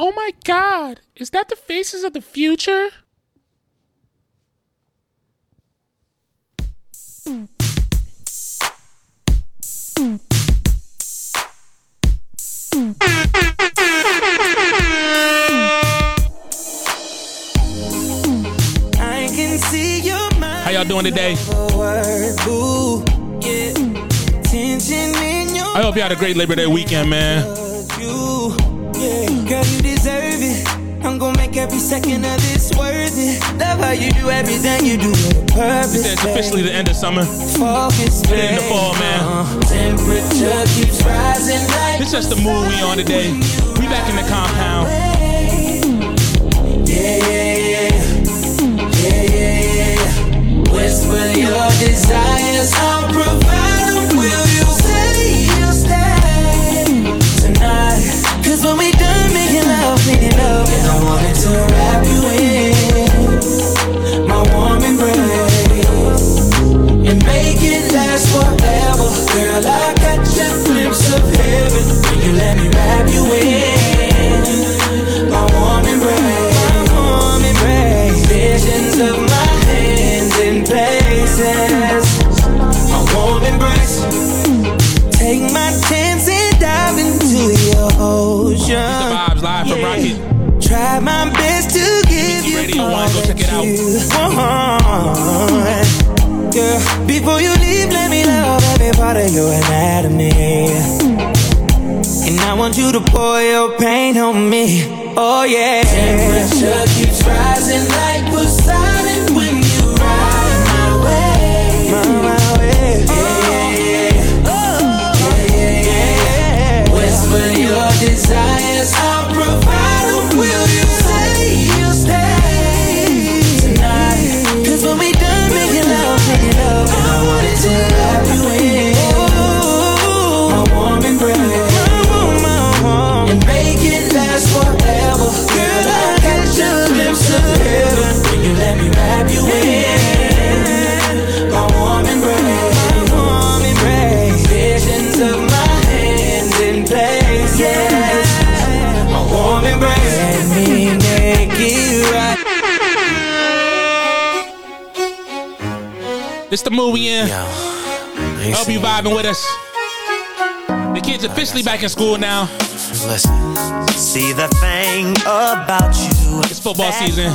Oh my god, is that the faces of the future? I can see your mind. How y'all doing today? Ooh, yeah. Tension in your I hope you had a great Labor Day weekend, man. you, yeah. Girl, you deserve it. I'm gonna make every second of this worth it. Love how you do everything you do with a purpose. It's officially the end of summer. Focus, Uh, It in the fall, man. Temperature keeps rising like It's just the mood we on today. We back in the compound. Yeah, yeah, yeah, yeah, yeah. Whisper your desires, I'll provide 'em. Will you say you'll stay tonight? 'Cause when we done making love, making love, and I wanted to wrap you in my warm embrace and make it last forever. Girl, I got your glimpse of heaven when you let me wrap you in my warm embrace. My warm embrace. Visions of my hands in places. My warm embrace. Take my chance and dive into your ocean. Vibes live from Rocket. Try my best to give you Radio all One, go check it that out. you want. Girl, before you leave, let me love every part of your anatomy. And I want you to pour your pain on me. Oh yeah. Temperature keeps rising like Poseidon when you ride my way. Oh, My, way. Yeah, yeah, yeah. yeah, yeah, yeah. Whisper your desires, I'll provide 'em. Will you say you'll stay tonight? 'Cause when we done making love, making love, I wanted to wrap you in. My warm embrace and make it last forever. Girl, I got your lips to heaven when you let me wrap you in. My warm embrace, my warm embrace. Visions of my hands in places. My warm embrace. Let me make it right. This the mood we in. They Hope you say, vibing with us. The kids officially back in school now. Listen, see the thing about you. It's football season.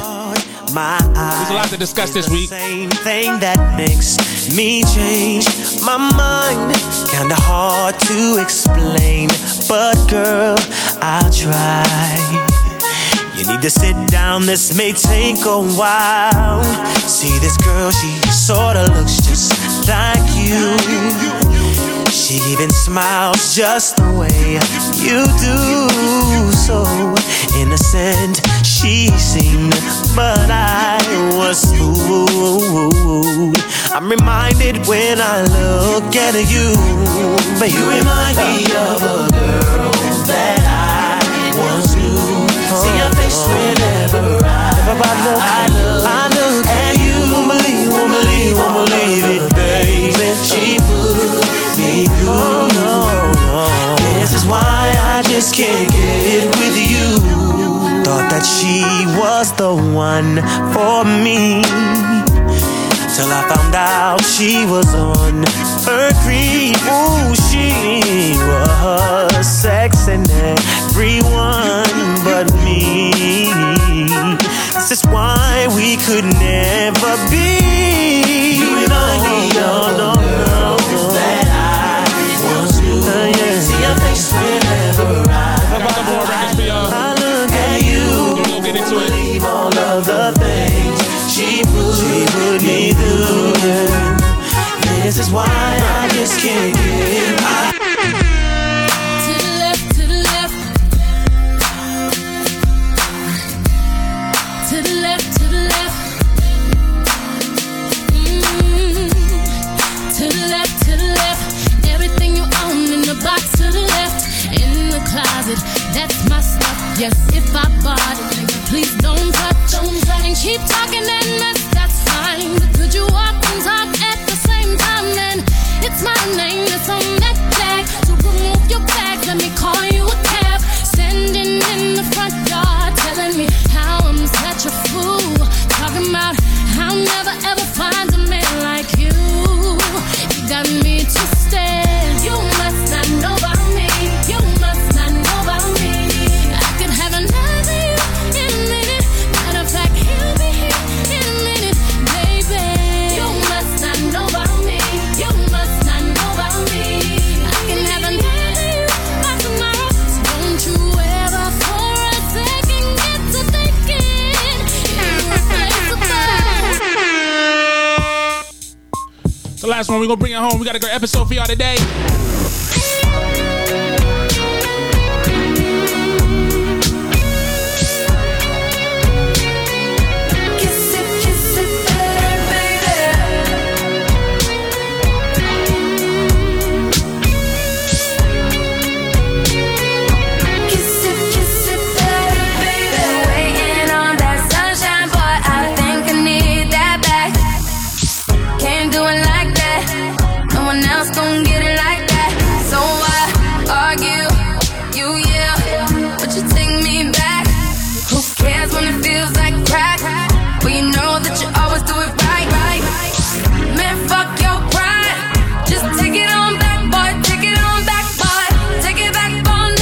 My There's a lot to discuss this week. Same thing that makes me change my mind. Kinda hard to explain, but girl, I'll try. You need to sit down, this may take a while. See this girl, she sorta looks just like you. She even smiles just the way you do. So innocent she seemed, but I was fooled. I'm reminded when I look at you, but you remind me of a girl that I once knew. See your face whenever I, I look, I look at you. Won't believe, won't believe, won't believe it, baby. She put me through. This is why I just can't get it with you. Thought that she was the one for me. Till I found out she was on her creep. Ooh, she was sexing everyone but me. This is why we could never be. You remind me of the girls that I once knew. See your face whenever I got some more records for y'all. I look at you We're gonna get into it. believe all of the things she put, she put me through. This is why I just can't get it. I To the left, to the left. To the left, to the left. Mm. To the left, to the left. Everything you own in the box to the left. In the closet, that's my stuff. Yes, if I bought it, nigga, please don't touch. Don't touch. And keep talking that mess, that's fine. But could you walk and talk at the same time? Then it's my name that's on that flag. To remove your bag, let me call you a cab. Standing in the front yard The last one, we're gonna bring it home. We got a great episode for y'all today.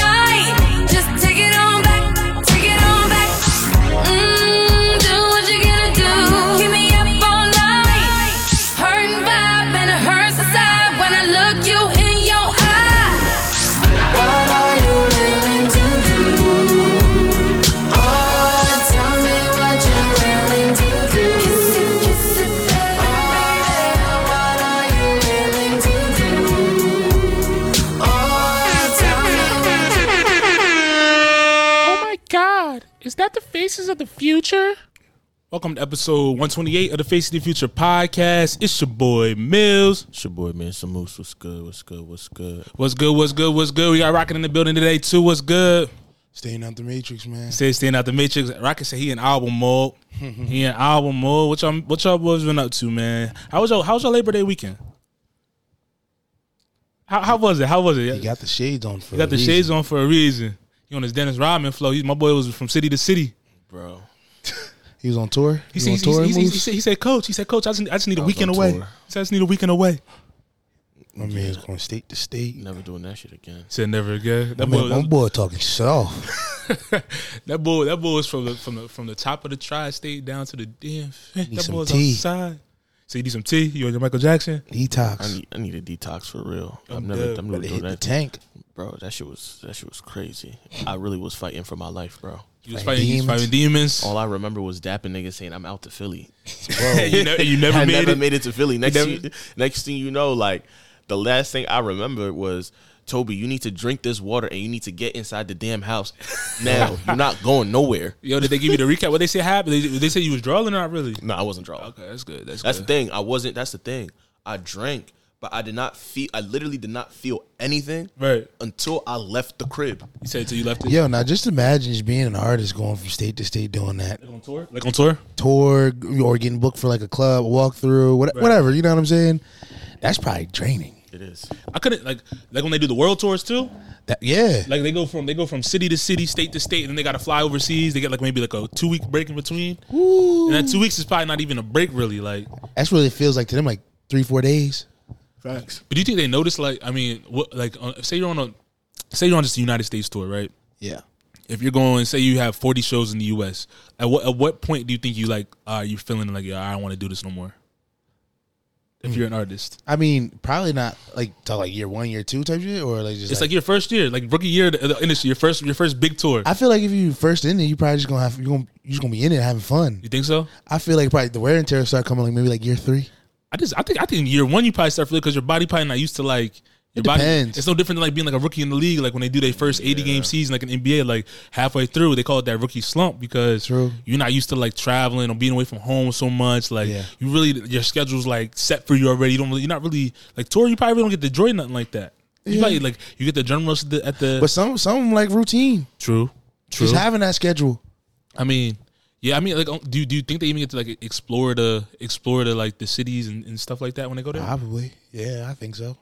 Mm, Oh, Oh Future. Welcome to episode 128 of the Face of the Future podcast. It's your boy Mills. It's your boy man Samoose. What's good? What's good? What's good? What's good? What's good? What's good? We got Rocket in the building today too. What's good? Staying out the matrix, man. Stay staying out the matrix. Rocket said he in album mode. he in album mode. What y'all what y'all boys been up to, man? How was your how was your Labor Day weekend? How, how was it? How was it? He got the shades on for he got the reason. shades on for a reason. He on his Dennis Rodman flow. He, my boy was from city to city bro. He was on tour. He, said, on tour he, he, he, moves? said, he said, "Coach, he said, Coach, I just, I just need a was weekend on away. He tour. said, I just need a weekend away." My man's going state to state. Never doing that shit again. Said never again. That My boy, man, my that, boy talking soft. that boy, that boy was from the from the from the top of the tri-state down to the DMV. Need that some boy was tea. outside. So you need some tea? You on your Michael Jackson? I Detox. need I need a detox for real. i I'm have never dead. I'm never Better hit doing the that. tank. bro, that shit was that shit was crazy. I really was fighting for my life, bro. You was Fighting fighting, you was demons. fighting demons. All I remember was dapping niggas saying I'm out to Philly. you never, Uh, you never I made never it. made it to Philly. Next never- you- next thing you know, like the last thing I remember was Toby, you need to drink this water and you need to get inside the damn house. Now you're not going nowhere. Yo, did they give you the recap? What they say happened? They, they say you was drawing or not really? No, I wasn't drawing. Okay, that's good. That's, That's the good. thing. I wasn't. That's the thing. I drank, but I did not feel. I literally did not feel anything right. until I left the crib. You said until you left it. Yo, now just imagine just being an artist going from state to state doing that Like on tour. Like on tour. tour or getting booked for like a club, a walkthrough, what, whatever. You know what I'm saying? That's probably draining. It is. I couldn't like like when they do the world tours too. That, yeah. Like they go from they go from city to city, state to state, and then they gotta fly overseas. They get like maybe like a two week break in between. And that two weeks is probably not even a break really. Like, but That's what it feels like to them. Like three, four days. do you think they notice? Like, I mean, what like on, say you're on a say you're on just the United States tour, right? Yeah. If you're going, say you have 40 shows in the U.S. At what at what point do you think you like are you feeling like yeah, I don't want to do this no more? If you're an artist, I mean, probably not like till like year one, year two type shit, or like just it's like like your first year, like rookie year of the- of the industry, your first your first big tour. I feel like if you first in it, you probably just gonna have you gonna you just gonna be in it having fun. you think so? I feel like probably the wear and tear start coming like maybe like year three. I just I think I think year one you probably start feeling because your body probably not used to like your body. depends. It's no different than like being like a rookie in the league. Like when they do their first eighty game season, like an NBA, like halfway through they call it that rookie slump because True. you're not used to like traveling or being away from home so much. Like Yeah. you really your schedule's like set for you already. You don't really, you're not really like tour. You probably don't get to enjoy nothing like that. You probably like you get the adrenaline rush at the, at the But some some like routine, true true. just having that schedule. I mean. Yeah, I mean, like, um, do you- do you think they even get to like explore the explore the like the cities and, and stuff like that when they go there? Probably, yeah, I think so.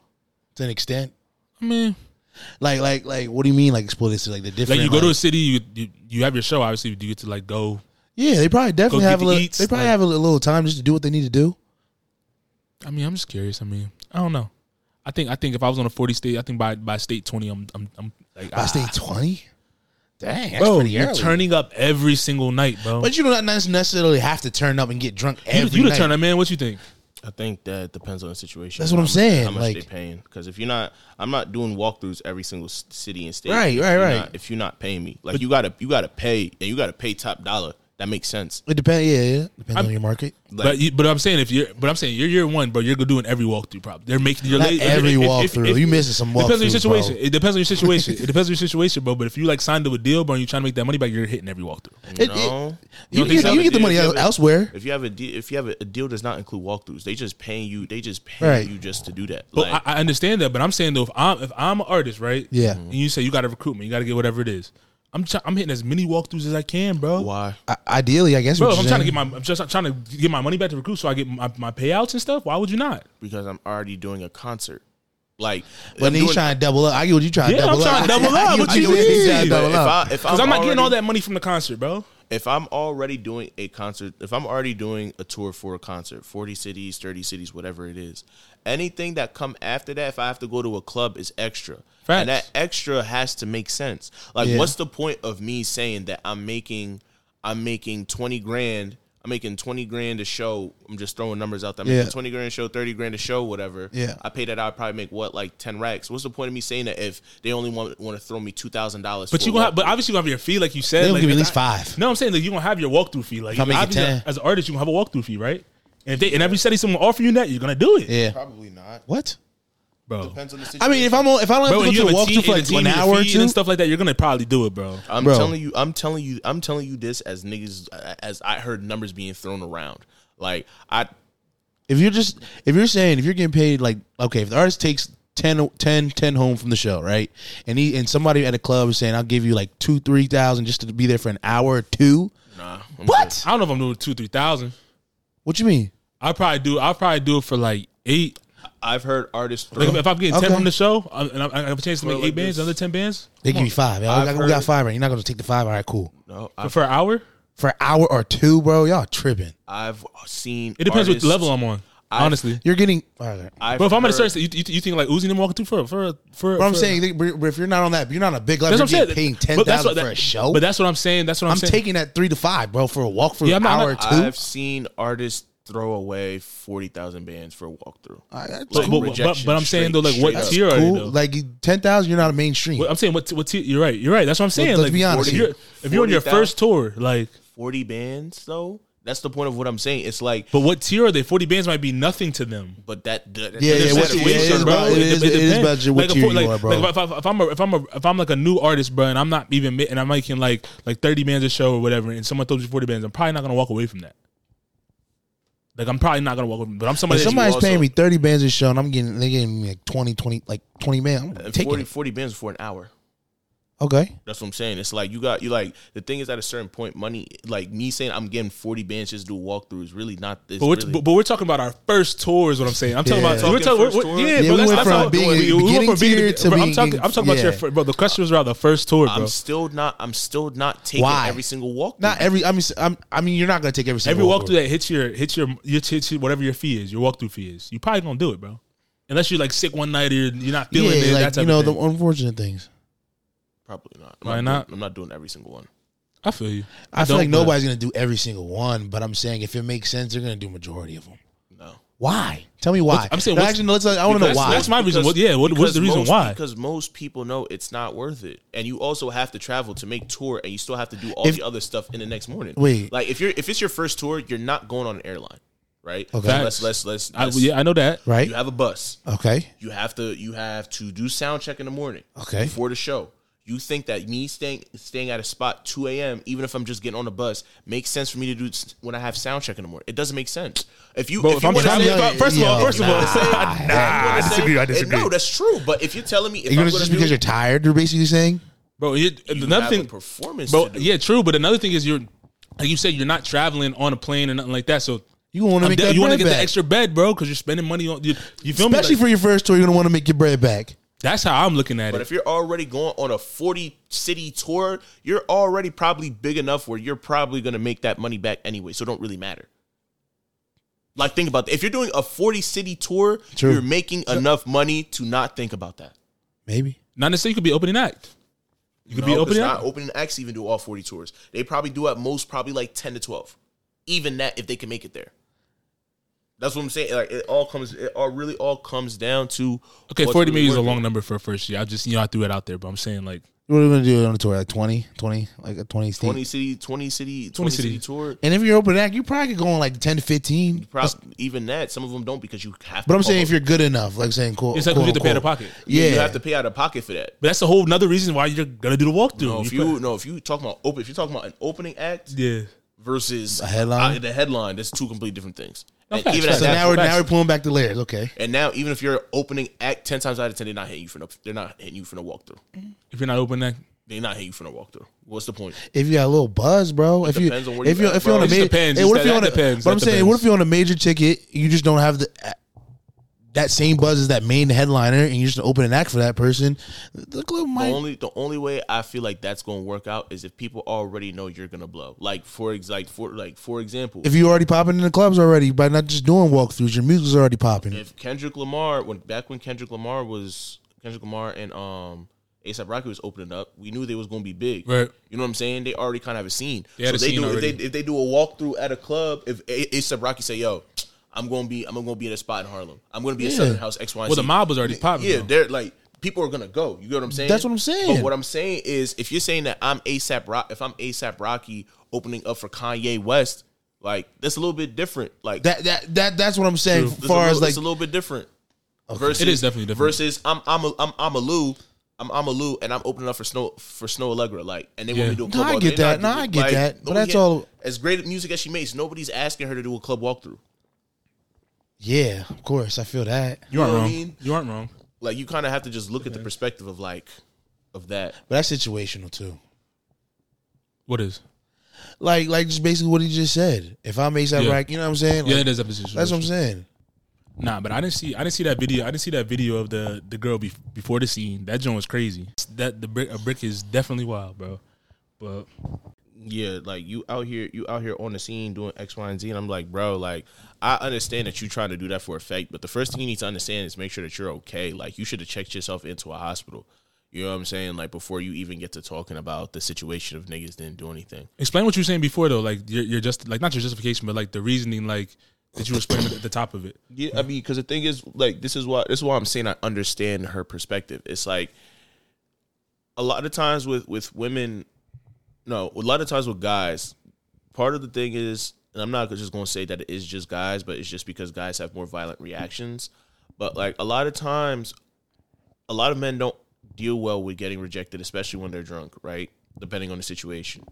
To an extent, I mean, like like like what do you mean like explore this like the Like different you go to a city, you, you you have your show. Obviously, you get to like go. yeah they probably definitely get have a the little, eats, they probably like- have a li- little time just to do what they need to do. I mean, I'm just curious. I mean, I don't know. I think I think if I was on a 40 state, I think by by state 20, I'm I'm, I'm like I stay twenty. Dang, that's Ah. bro, pretty you're early. turning up every single night, bro. but you don't necessarily have to turn up and get drunk you every you the night. turner, man. What you think? I think that depends on the situation. That's what I'm How much- saying, How much like- they paying? Because if you're not, I'm not doing walkthroughs every single s- city and state. Right, If right, you're right. not- if you're not paying me, like you gotta, you gotta pay, and you gotta pay top dollar. That makes sense. It depends. Yeah, yeah. Depends I'm- on your market. Like, But you, but I'm saying if you're but I'm saying you're year one, bro. You're gonna doing every walkthrough. Probably they're making your Not every walkthrough. You missing some Depends on your walkthroughs, situation. bro. It depends on your situation. it depends on your situation, bro. But if you like signed up a deal, bro, and you're trying to make that money back, you're hitting every walkthrough. It- it- no. you, think can get- so? you can get the money If you el- have a- elsewhere. If you have a deal, if you have a, a deal does not include walkthroughs, they just paying you. They just paying Right. you just to do that. But Like, I, I understand that. But I'm saying though, if I'm if I'm an artist, right? Yeah. And you say you got to recruit me, you got to get whatever it is. I'm try- I'm hitting as many walkthroughs as I can, bro. why? I, ideally, I guess. Bro, what if I'm you're trying to saying. get my I'm just trying to get my money back to recruit, so I get my, my payouts and stuff. Why would you not? Because I'm already doing a concert. Like, But then you trying to double up. I get what you trying to Yeah, double I'm up. trying to double I up. get- What I you get what you're trying to mean? double If, up. I, if I'm, Because I'm, not already, getting all that money from the concert, bro. If I'm already doing a concert, if I'm already doing a tour for a concert, forty cities, thirty cities, whatever it is, anything that come after that, if I have to go to a club, is extra. Facts. And that extra has to make sense. Like, Yeah. what's the point of me saying that I'm making, I'm making twenty grand, I'm making twenty grand a show. I'm just throwing numbers out there. I'm Yeah. making twenty grand a show, thirty grand a show, whatever. Yeah. I pay that out. I probably make what like ten racks. What's the point of me saying that if they only want want to throw me two thousand dollars? But you gonna have, but obviously you gonna have your fee, like you said. They'll like, give you at if least five. No, I'm saying like you gonna have your walkthrough fee. Like If I make it obviously, 10. as an artist, you gonna have a walkthrough fee, right? And if they and every study someone offer you that, you're gonna do it, Yeah. probably not. What? bro. Depends on the situation. I mean, if I'm on, if I don't have Bro, to and go you to a have a team, walkthrough for like an hour or two, and stuff like that. You're gonna probably do it, bro. I'm Bro. telling you, I'm telling you, I'm telling you this as niggas as I heard numbers being thrown around. Like I if you're just if you're saying if you're getting paid like okay if the artist takes 10, 10, 10 home from the show right and he and somebody at a club is saying i'll give you like two three thousand just to be there for an hour or two nah. I'm what I don't know if I'm doing two, three thousand. what you mean I probably do. I probably do it for like eight. good. I've heard artists throw Like if, if I'm getting ten Okay. from the show, I'm, and I'm, I have a chance to Bro, make like eight bands, this- another ten bands they give you five y'all I've got, we heard- got five right you're not gonna take the five all right cool no, I've, for an hour. for an hour or two bro y'all tripping I've seen It depends artists, what level I'm on. I've- honestly, you're getting all right. I've but if I'm at a heard- certain, you, you, you think like Uzi and them walking through for for for. but i'm for- saying they- but if you're not on that you're not a big level that's you're what I'm saying. getting paying But that's 10000 what for that- a show But that's what I'm saying. That's what I'm, i'm saying. taking that three to five bro for a walk for Yeah, an I'm not- hour or I'm 2 I've seen artists throw away forty thousand bands for a walkthrough. All right, that's But, cool. but, but- but, I'm saying though, like what Straight up. tier are you? cool. though? Like ten thousand, you're not a mainstream. What- I'm saying what, what tier? You're right. You're right. That's what I'm saying. let's like, be honest If you're, here. if you're on your 40,000. first tour, like, Forty bands though? That's the point of what I'm saying. It's like but what tier are they? Forty bands might be nothing to them. but that, that Yeah, that yeah, what- situation, yeah, it is bro, about- it it- is- dep- it is depends. about your- what Like, a tier fo- you like- are, bro. Like if, I, if I'm a, if I'm a, if I'm like a new artist, bro, and I'm not even ma- and I'm making like like thirty bands a show or whatever, and someone throws you forty bands, I'm probably not gonna walk away from that. Like I'm probably not gonna walk away. From, but I'm If somebody. that's- somebody's also- paying me thirty bands a show, and I'm getting they getting me like 20, 20 like twenty man. Uh, I'm taking 40, it. 40 bands for an hour. Okay, That's what I'm saying. It's like you got you like the thing is at a certain point, money like me saying I'm getting 40 bands just to do walkthrough is really not this. But we're, really, but but we're talking about our first tour is what I'm saying. I'm talking Yeah. about we're Talking talking, first we're- tour? yeah, Yeah, bro, we that's, went that's from how, being- we, we went beginning from being tier to bro, I'm being- talking, I'm talking about yeah. your fir- bro. The questions were about the first tour, bro. I'm still not. I'm still not taking Why? every single walkthrough. not every. I mean, s- I'm, I mean, you're not gonna take every Every single walkthrough that hits your hits your, your hits your- whatever your fee is, your walkthrough fee is, you probably gonna do it, bro. Unless you're like sick one night or you're not Yeah, feeling it, like that type you know of the thing. unfortunate things. Probably not. I'm Why doing- not? I'm not doing every single one. I feel you. I, feel don't, like but- nobody's gonna do every single one, but I'm saying if it makes sense, they're gonna do majority of them. No. Why? Tell me why. What's- I'm saying No, what's- actually, no, let's. I want to know Because- why. That's my reason. What- yeah, what- what's because the reason most- why? Because most people know it's not worth it, and you also have to travel to make tour, and you still have to do all If- the other stuff in the next morning. Wait. like if you're if it's your first tour, you're not going on an airline, right? Okay. Let's let's let's. I, let's- yeah, I know that. right? You have a bus. okay. You have to you have to do sound check in the morning. Okay. Before the show. You think that me staying staying at a spot 2 a.m. even if I'm just getting on the bus makes sense for me to do s- when I have sound check in the morning? It doesn't make sense. If you Bro, if, if you I'm wanna trying say- to- if I- first of all- yo, first of all, nah. say- nah, if you wanna I say- disagree, I and disagree. No, that's true. But if you're telling me if You're I'm gonna going just to because you're tired. You're basically saying. Bro, you, you another have a thing, performance bro. to do. Yeah, true. But another thing is you're, like you said, you're not traveling on a plane or nothing like that. So You want to I'm make de- that you want to bread get back. the extra bed, bro, because you're spending money on you. You feel especially me? Like, for your first tour. You're gonna want to make your bread back. that's how I'm looking at But it. if you're already going on a 40 city tour, you're already probably big enough where you're probably going to make that money back anyway. So it don't really matter. Like think about that. If you're doing a 40 city tour, True. you're making enough money to not think about that. Maybe. Not necessarily you could be opening act. You could No, be 'cause opening not act. opening acts even do all 40 tours. They probably do at most probably like 10 to 12. Even that if they can make it there. That's what I'm saying. Like it all comes it all really all comes down to Okay, what's forty really million is a worth it. long number for a first year. I just you know I threw it out there, but I'm saying like What are we gonna do on a tour? Like 20, 20, like a twenty. 20 Twenty. city, 20 city, 20, city. city. tour. And if you're open act, you probably could go on like ten to fifteen. Prob- even that, some of them don't because you have. But I'm to saying if cover- you're good enough, like saying cool. It's like quote, you have to pay out of unquote. pocket. Yeah, you have to pay out of pocket for that. But that's a whole another reason why you're gonna do the walkthrough. No, if you no, if you talking about open, if you're talking about an opening act put- yeah, versus A headline? uh, the headline, that's two complete different things. and facts, even facts. at So that, now we're now facts. we're pulling back the layers. Okay. and now even if you're opening act ten times out of ten, they're not hitting you for no, they're not hitting you for no walkthrough. if you're not open, that They're not hitting you for no walkthrough. What's the point? If you got a little buzz, bro. if you depends on where if you you at, if you're on bro. a It just major, depends. Hey, what That- if you're on that a, depends. But I'm That saying, what depends. if you're on a major ticket? You just don't have the that same buzz as that main headliner, and you just open an act for that person. The club The might. only the only way I feel like that's going to work out is if people already know you're going to blow. Like for ex like for like for example, if you already popping in the clubs already by not just doing walkthroughs, your music's already popping. if Kendrick Lamar when back when Kendrick Lamar was Kendrick Lamar and um ASAP Rocky was opening up, we knew they was going to be big. Right. You know what I'm saying? They already kind of have a scene. They had a they scene do if already. they, if they do a walkthrough at a club, if ASAP Rocky say, "Yo, I'm going to be I'm going to be in a spot in Harlem. I'm going to be at Yeah. Southern House X Y and well, the Z." mob was already popping. Yeah, though. they're like people are gonna go. You get what I'm saying? That's what I'm saying. But what I'm saying is, if you're saying that I'm ASAP, Rock, if I'm ASAP Rocky opening up for Kanye West, like that's a little bit different. Like That that that that's what I'm saying. it's As a far little- as like it's a little bit different. Versus, It is definitely different. Versus I'm I'm a, I'm I'm a Lou. I'm I'm a Lou and I'm opening up for Snow for Snow Allegra like and they Yeah. want me to do a No, club I walkthrough. get They're that. not No, I doing- get that. But nobody that's had- all- As great music as she makes, nobody's asking her to do a club walkthrough. yeah, of course, I feel that. you aren't know what I wrong. mean? You aren't wrong. Like you kind of have to just look at the perspective of like of that. But that's situational too. What is? Like like just basically what he just said. If I'm ASAP Yeah. Rock, you know what I'm saying? yeah, Like, it is a position. that's what I'm saying. Nah, but I didn't see. I didn't see that video. I didn't see that video of the the girl bef- before the scene. That joint was crazy. That the brick a brick is definitely wild, bro. But yeah, like you out here, you out here on the scene doing X, Y, and Z, and I'm like, bro, like I understand that you trying to do that for effect, but the first thing you need to understand is make sure that you're okay. Like you should have checked yourself into a hospital. You know what I'm saying? Like before you even get to talking about the situation of niggas didn't do anything. explain what you were saying before though. Like you're, you're just like not your justification, but like the reasoning like that you were explaining at the top of it. Yeah, I mean, because the thing is, like, this is why this is why I'm saying I understand her perspective. It's like a lot of times with with women, no, a lot of times with guys. Part of the thing is, and I'm not just going to say that it is just guys, but it's just because guys have more violent reactions. But like a lot of times, a lot of men don't deal well with getting rejected, especially when they're drunk, right? Depending on the situation.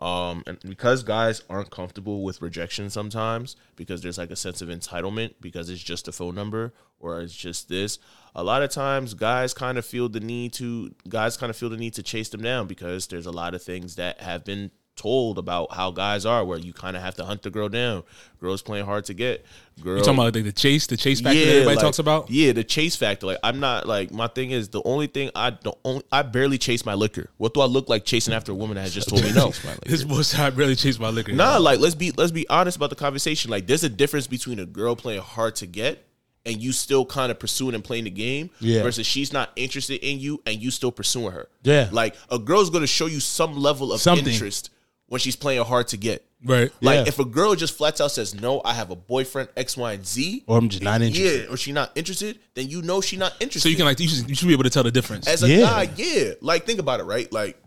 Um, and because guys aren't comfortable with rejection sometimes, because there's like a sense of entitlement, because it's just a phone number or it's just this. A lot of times, guys kind of feel the need to guys kind of feel the need to chase them down because there's a lot of things that have been told about how guys are, where you kind of have to hunt the girl down. Girls playing hard to get. Girl, You talking about like the chase, the chase factor that everybody like- talks about? Yeah, the chase factor. Like I'm not like my thing is the only thing I don't only I barely chase my liquor. What do I look like chasing after a woman that has just told me no? This boy's I barely chased my liquor. Nah, like let's be let's be honest about the conversation. Like there's a difference between a girl playing hard to get and you still kind of pursuing and playing the game Yeah. versus she's not interested in you and you still pursuing her. Yeah. Like a girl's gonna show you some level of Something. interest when she's playing hard to get. right? Like Yeah. if a girl just flat out says no, I have a boyfriend X, Y, and Z, Or I'm just not interested. yeah, or she not interested, then you know she not interested. so you can like you should, you should be able to tell the difference. as a Yeah. guy, yeah. Like think about it, right? Like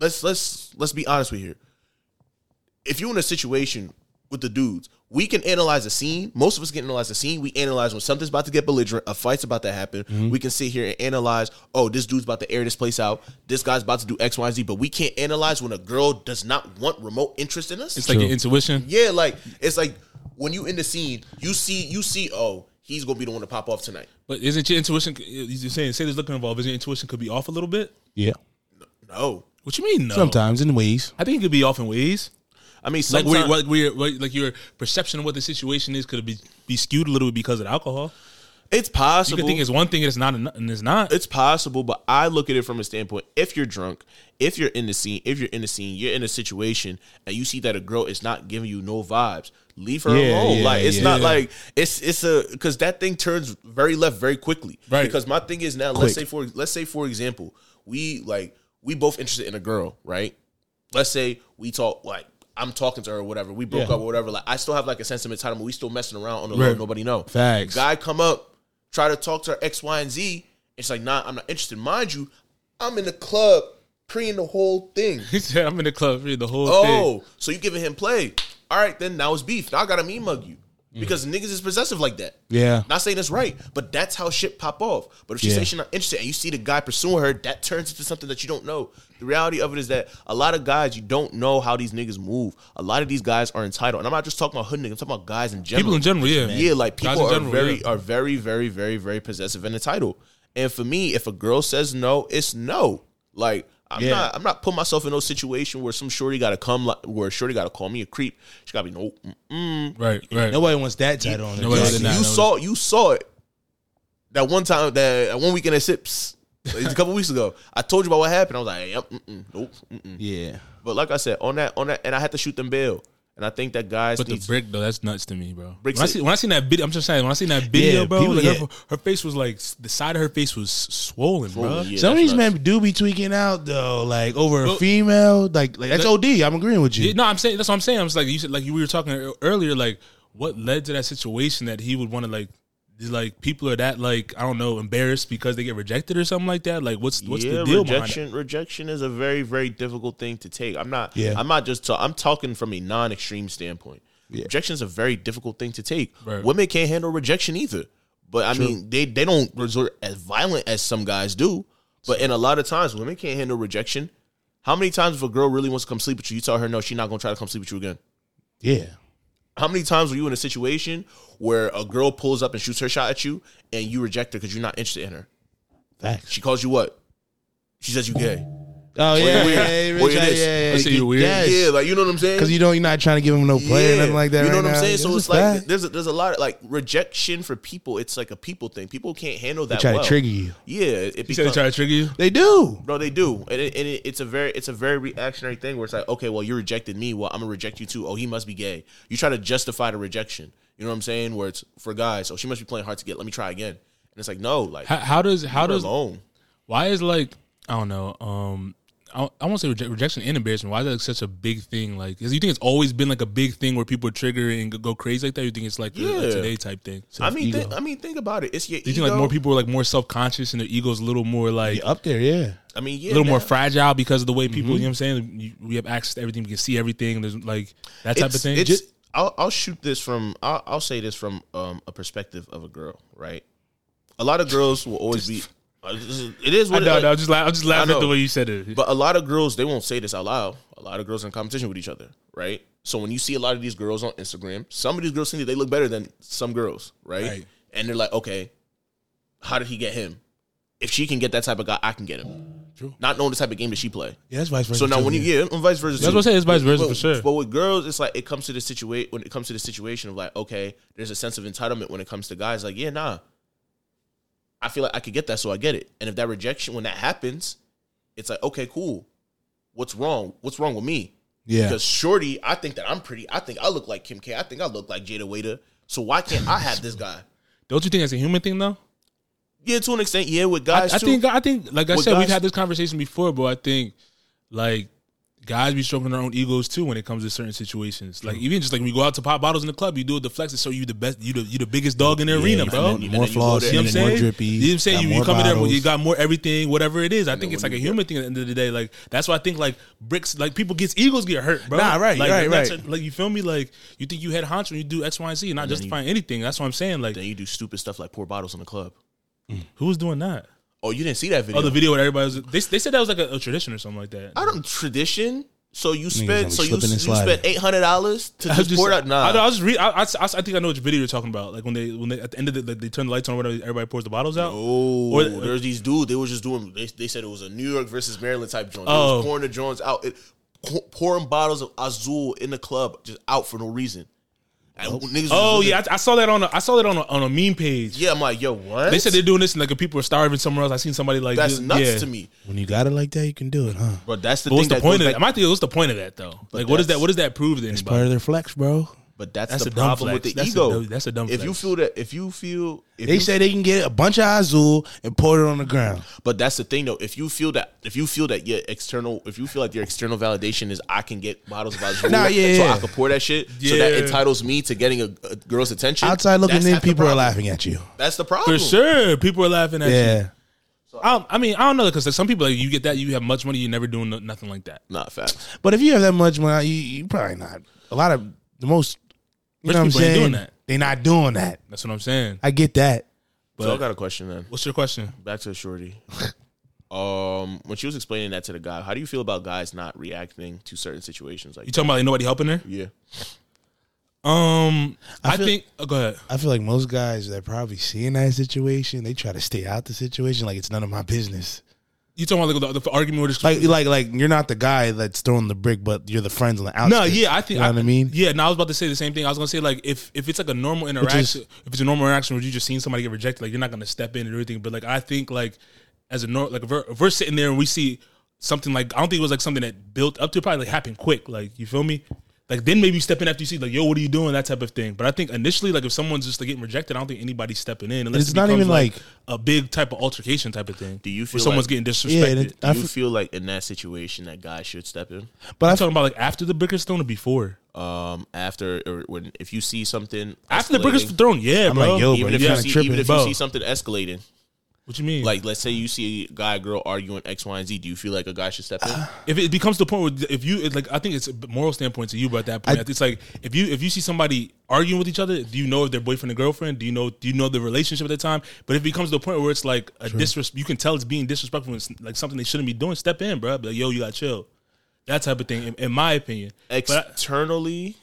let's let's let's be honest with you here. If you're in a situation with the dudes, we can analyze a scene. Most of us can analyze a scene. We analyze when something's about to get belligerent, a fight's about to happen. Mm-hmm. We can sit here and analyze, oh, this dude's about to air this place out. This guy's about to do X, Y, and Z. But we can't analyze when a girl does not want remote interest in us. it's like your intuition. Yeah, like it's like when you in the scene, you see you see oh he's gonna be the one to pop off tonight. But isn't your intuition? You're saying say there's looking involved. Is your intuition could be off a little bit? Yeah. No, What you mean? No. Sometimes in ways. I think it could be off in ways. I mean Like sometimes, we're, like we're like- like your perception of what the situation is could be be skewed a little bit because of the alcohol. it's You possible. could think it's one thing and it's not ano- and it's not. it's possible, but I look at it from a standpoint: if you're drunk, if you're in the scene, if you're in the scene, you're in a situation, and you see that a girl is not giving you no vibes, leave her Yeah, alone. yeah, like it's yeah. not like it's it's a because that thing turns very left very quickly. Right. Because my thing is now, Quick. let's say for let's say for example, we like we both interested in a girl, right? let's say we talk like I'm talking to her or whatever, we broke Yeah. up or whatever, like I still have like a sense of entitlement. We still messing around on the low, Right. nobody know. Facts. Guy come up, try to talk to her X, Y, and Z. It's like, nah, I'm not interested. Mind you, I'm in the club Pre in the whole thing. He said, "I'm in the club for the whole Oh, so you giving him play. All right, then now it's beef. Now I gotta mean mug you. Because niggas is possessive like that. Mm. Yeah. Not saying that's right, but that's how shit pop off. But if she Yeah. says she's not interested and you see the guy pursuing her, that turns into something that you don't know. The reality of it is that a lot of guys, you don't know how these niggas move. A lot of these guys are entitled. And I'm not just talking about hood niggas, I'm talking about guys in general. People in general, yeah, Yeah, like Guys people in are general, very yeah. are very, very, very, very possessive and entitled. And for me, if a girl says no, it's no. Like I'm Yeah. not I'm not putting myself in no situation where some shorty gotta come like where shorty gotta call me a creep. She gotta be no. right, right." Nobody wants that title on Nobody their did you jacket. not know saw you saw it that one time that that one weekend at Sips. It's a couple weeks ago. I told you about what happened. I was like, hey, yep, mm-mm, nope. Mm-mm. Yeah. But like I said, on that, on that, and I had to shoot them bail. And I think that guys But the need to- brick though, that's nuts to me, bro. Bricks when, I it. see, when I seen that video, I'm just saying. When I seen that video, Yeah, bro, people- like, yeah. her, her face was like s- the side of her face was swollen, bro. Swollen, yeah. Some of that's these nuts. men do be tweaking out though, like over a Well- female, like like that's That- OD. I'm agreeing with Yeah, you. no, I'm saying that's what I'm saying. I was like, you said, like you we were talking ear- earlier, like what led to that situation that he would want to like, these, like people are that like I don't know embarrassed because they get rejected or something like that. Like what's what's the deal rejection rejection is a very very difficult thing to take i'm not Yeah. i'm not just ta- i'm talking from a non-extreme standpoint Yeah. rejection is a very difficult thing to take Right. women can't handle rejection either but i mean they they don't resort as violent as some guys do but in a lot of times women can't handle rejection how many times if a girl really wants to come sleep with you you tell her no she's not going to try to come sleep with you again Yeah. how many times were you in a situation where a girl pulls up and shoots her shot at you and you reject her because you're not interested in her Facts. she calls you what she says you gay Oh yeah, weird. yeah, yeah, Or you yeah, this. yeah, I see you weird. Yes. Yeah, like you know what I'm saying. Cause you don't, you're not trying to give him no play or nothing like that. You know right what I'm now. saying? So This it's is like fact. there's a, there's a lot of like rejection for people. It's like a people thing. People can't handle that. try to well. trigger you. Yeah, it behind it? You said they becomes. try to trigger you. they do. Bro, they do, and, it, and it, it's a very it's a very reactionary thing where it's like, okay, well, you rejected me, well, I'm gonna reject you too. Oh, he must be gay. You try to justify the rejection. You know what I'm saying? Where it's for guys, oh, she must be playing hard to get. Let me try again. And it's like, no, like How, how does how you're does alone. why is like I don't know um. I, I won't say reje- rejection and embarrassment. Why is that like, such a big thing? Like, 'cause you think it's always been like a big thing where people trigger and go- go crazy like that? You think it's like a- a, Yeah. today type thing? I mean, ego. think I mean, think about it. It's your Do you ego. think like more people are like more self conscious and their ego's a little more like You're up there, yeah. I mean, yeah, Mm-hmm. a little more now- fragile because of the way people, you know what I'm saying? You, we have access to everything. We can see everything. There's like that type of It's- thing. It's, I'll, I'll shoot this from. I'll, I'll say this from um, a perspective of a girl, right? A lot of girls will always be. It is I what it know, is. I know, I'm just, la- I'm just laughing at the know. way you said it. But a lot of girls, they won't say this out loud. A lot of girls in competition with each other, right? So when you see a lot of these girls on Instagram, some of these girls think that they look better than some girls, right? Right. And they're like, okay, how did he get him? If she can get that type of guy, I can get him. True. Not knowing the type of game that she play. Yeah, that's vice versa. So now too, when you yeah. yeah, and vice versa. That's too. what I'm saying, it's vice versa but, for sure. But with girls, it's like it comes to the situation when it comes to the situation of like, okay, there's a sense of entitlement when it comes to guys. Like, yeah, nah, I feel like I could get that, so I get it. And if that rejection, when that happens, it's like, okay, cool. What's wrong? What's wrong with me? yeah, Because shorty, I think that I'm pretty. I think I look like Kim K. I think I look like Jada Waiter. So why can't I have this guy? Don't you think it's a human thing though? Yeah, to an extent, yeah. With I, I guys, too. think, I think, like I Well, said, we've guys- had this conversation before, but I think like guys be stroking their own egos too when it comes to certain situations. Like even just like we go out to pop bottles in the club, you do it the flex to show you the best, you the you the biggest dog in the arena, you bro. know, you know, more and then go flaws, there. You know and what I'm then more saying? drippy. You know what I'm saying? got You, more you come in there, well, you bottles. got more everything, whatever it is. I think then it's when like a you human thing at the end of the day. Like that's why I think like bricks, like people gets egos get hurt, bro. Nah, right, like, right, that's right. a- like you feel me? Like you think you had honcho when you do X, Y, and Z, not justifying anything. That's what I'm saying. Like Then you do stupid stuff like pour bottles in the club. who's doing that? Oh, you didn't see that video? Oh, the video where everybody was. They, they said that was like a, a tradition or something like that. I don't tradition. So gonna you be spent so you, slipping you and sliding. spent eight hundred dollars to I just, pour it out. Nah, I, know, I was re- I, I, I think I know which video you're talking about. Like when they when they at the end of the like, they turn the lights on, or whatever. Everybody pours the bottles out. Oh, Or- there's these dudes. They were just doing. They, they said it was a New York versus Maryland type joint. They Oh. was pouring the joints out, it, qu- pouring bottles of Azul in the club, just out for no reason. And niggas was Oh looking- yeah, I, I saw that on a, I saw that on a, on a meme page. yeah. I'm like, yo, what? They said they're doing this, and like if people are starving somewhere else, I seen somebody like that's just- nuts yeah. to me. when you got it like that, you can do it, huh? But that's But the thing. what's the that point of goes that? back- I think what's the point of that though? Like, what is that? that's- What does that prove to Part anybody? of their flex, bro. But that's, That's the a dumb problem with flex. the That's a ego. dumb- that's a dumb If you flex. feel that, if you feel, if They you say they can get a bunch of Azul and pour it on the ground. But that's the thing though. If you feel that, if you feel that your external, if you feel like your external validation is I can get bottles of Azul, Nah, yeah, so yeah. I can pour that shit, so Yeah. that entitles me to getting a, a girl's attention. Outside looking That's in, half the people are problem. laughing at you. That's the problem. For sure, people are laughing at you. Yeah, I, I mean, I don't know because some people like you get that you have much money, you're never doing no- nothing like that. Not facts. But if you have that much money, you, you probably not. A lot of the most, you Rich know what I'm people ain't saying? doing that. They're not doing that. That's what I'm saying. I get that. so I But got a question then. what's your question? Back to Shorty. um, when she was explaining that to the guy, how do you feel about guys not reacting to certain situations? Like, You talking about like, nobody helping her? yeah, Um, I, I feel- think. Oh, go ahead. I feel like most guys that probably see in that situation, they try to stay out the situation like it's none of my business. You talking about like the, the argument with this? Like, like, like you're not the guy that's throwing the brick, but you're the friends on the outside. no, yeah, I think you know what I mean. Yeah, no, I was about to say the same thing. I was gonna say like if if it's like a normal interaction, if it's a normal interaction where you just seen somebody get rejected, like you're not gonna step in and everything. But like I think like as a nor like if we're, if we're sitting there and we see something like I don't think it was like something that built up to it, probably like happened quick. Like you feel me? Like then maybe you step in after you see like yo, what are you doing? That type of thing. But I think initially like if someone's just like getting rejected, I don't think anybody's stepping in. Unless It's it not becomes, even, like- a big type of altercation type of thing. Do you where feel someone's getting like- Yeah, disrespected? and it- I do you f- feel like in that situation that guys should step in? I'm but I, talking about like after the brick is thrown or before. Um, after or when if you see something After the brick is escalating, thrown, yeah, I'm bro. like, yo, bro, even if you're you kinda see tripping, even if bro. you see something escalating, what you mean? like let's say you see a guy girl arguing X Y and Z, do you feel like a guy should step in? if it becomes the point where if you it's like I think it's a moral standpoint to you, but at that point I- it's like if you if you see somebody arguing with each other, do you know if they're boyfriend and girlfriend? Do you know do you know the relationship at the time? But if it becomes to the point where it's like a disres you can tell it's being disrespectful, and it's like something they shouldn't be doing. Step in, bro. Be like yo, you got to chill, that type of thing. In, in my opinion, but I- Externally,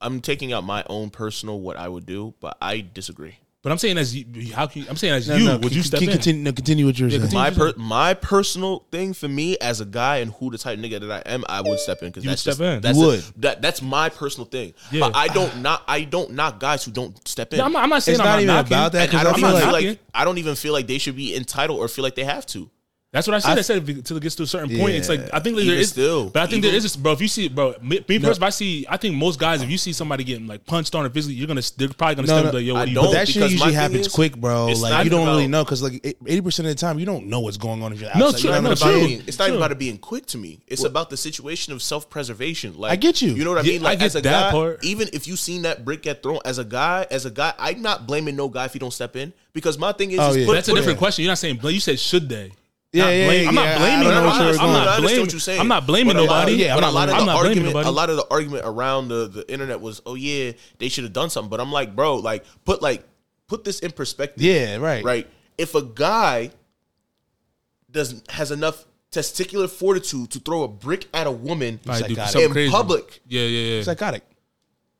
I'm taking out my own personal what I would do, but I disagree. but I'm saying as you, how can you, I'm saying as no, you no, would can- you step can in? Continue, no, continue what you were saying. continue. My Interesting. per- my personal thing for me as a guy and who the type of nigga that I am, I would step in because You that's would just, step in. That's You a- would. that that's my personal thing. Yeah. But I don't not I don't knock guys who don't step in. No, I'm not, I'm not saying It's I'm not not even knocking. about that, and I because I don't I'm even feel not knocking. feel like I don't even feel like they should be entitled or feel like they have to. That's what I said. I, I- said if- until it gets to a certain point, it's like I think there Even is still, but I think there even- is this, bro. If you see, bro, me, me first, if I see, I think most guys, if you see somebody getting like punched on or physically, you're gonna they're probably gonna No, stand up no, like, yo, I what are you don't. doing? But that shit because my usually thing happens is, quick, bro. it's not Like you don't about- really know because like eighty percent of the time you don't know what's going on if you're outside. No, You true, know It's no, what not true. I'm even about saying? being- it's not even True. about it being quick to me. It's about the situation of self preservation. Like I get you. You know what I Yeah, mean? I Like get as a that guy, part. even if you seen that brick get thrown, as a guy, as a guy, I'm not blaming no guy if he don't step in because my thing is, Oh, is yeah. put- That's a put- different question. You're not saying blame. You said should they? Yeah, Not yeah, blame- yeah, I'm yeah, not I blaming don't know what nobody. you're- I'm I not understand blaming. what you're saying. I'm not blaming But a lot- nobody. yeah, I'm but a not lot of I'm the not blaming argument, nobody. a lot of the argument around the the internet was, oh yeah, they should have done something. But I'm like, bro, like put like put this in perspective, Yeah, right. right? If a guy doesn't has enough testicular fortitude to throw a brick at a woman Probably do Psychotic. something in crazy. public, Yeah, yeah, yeah. Psychotic.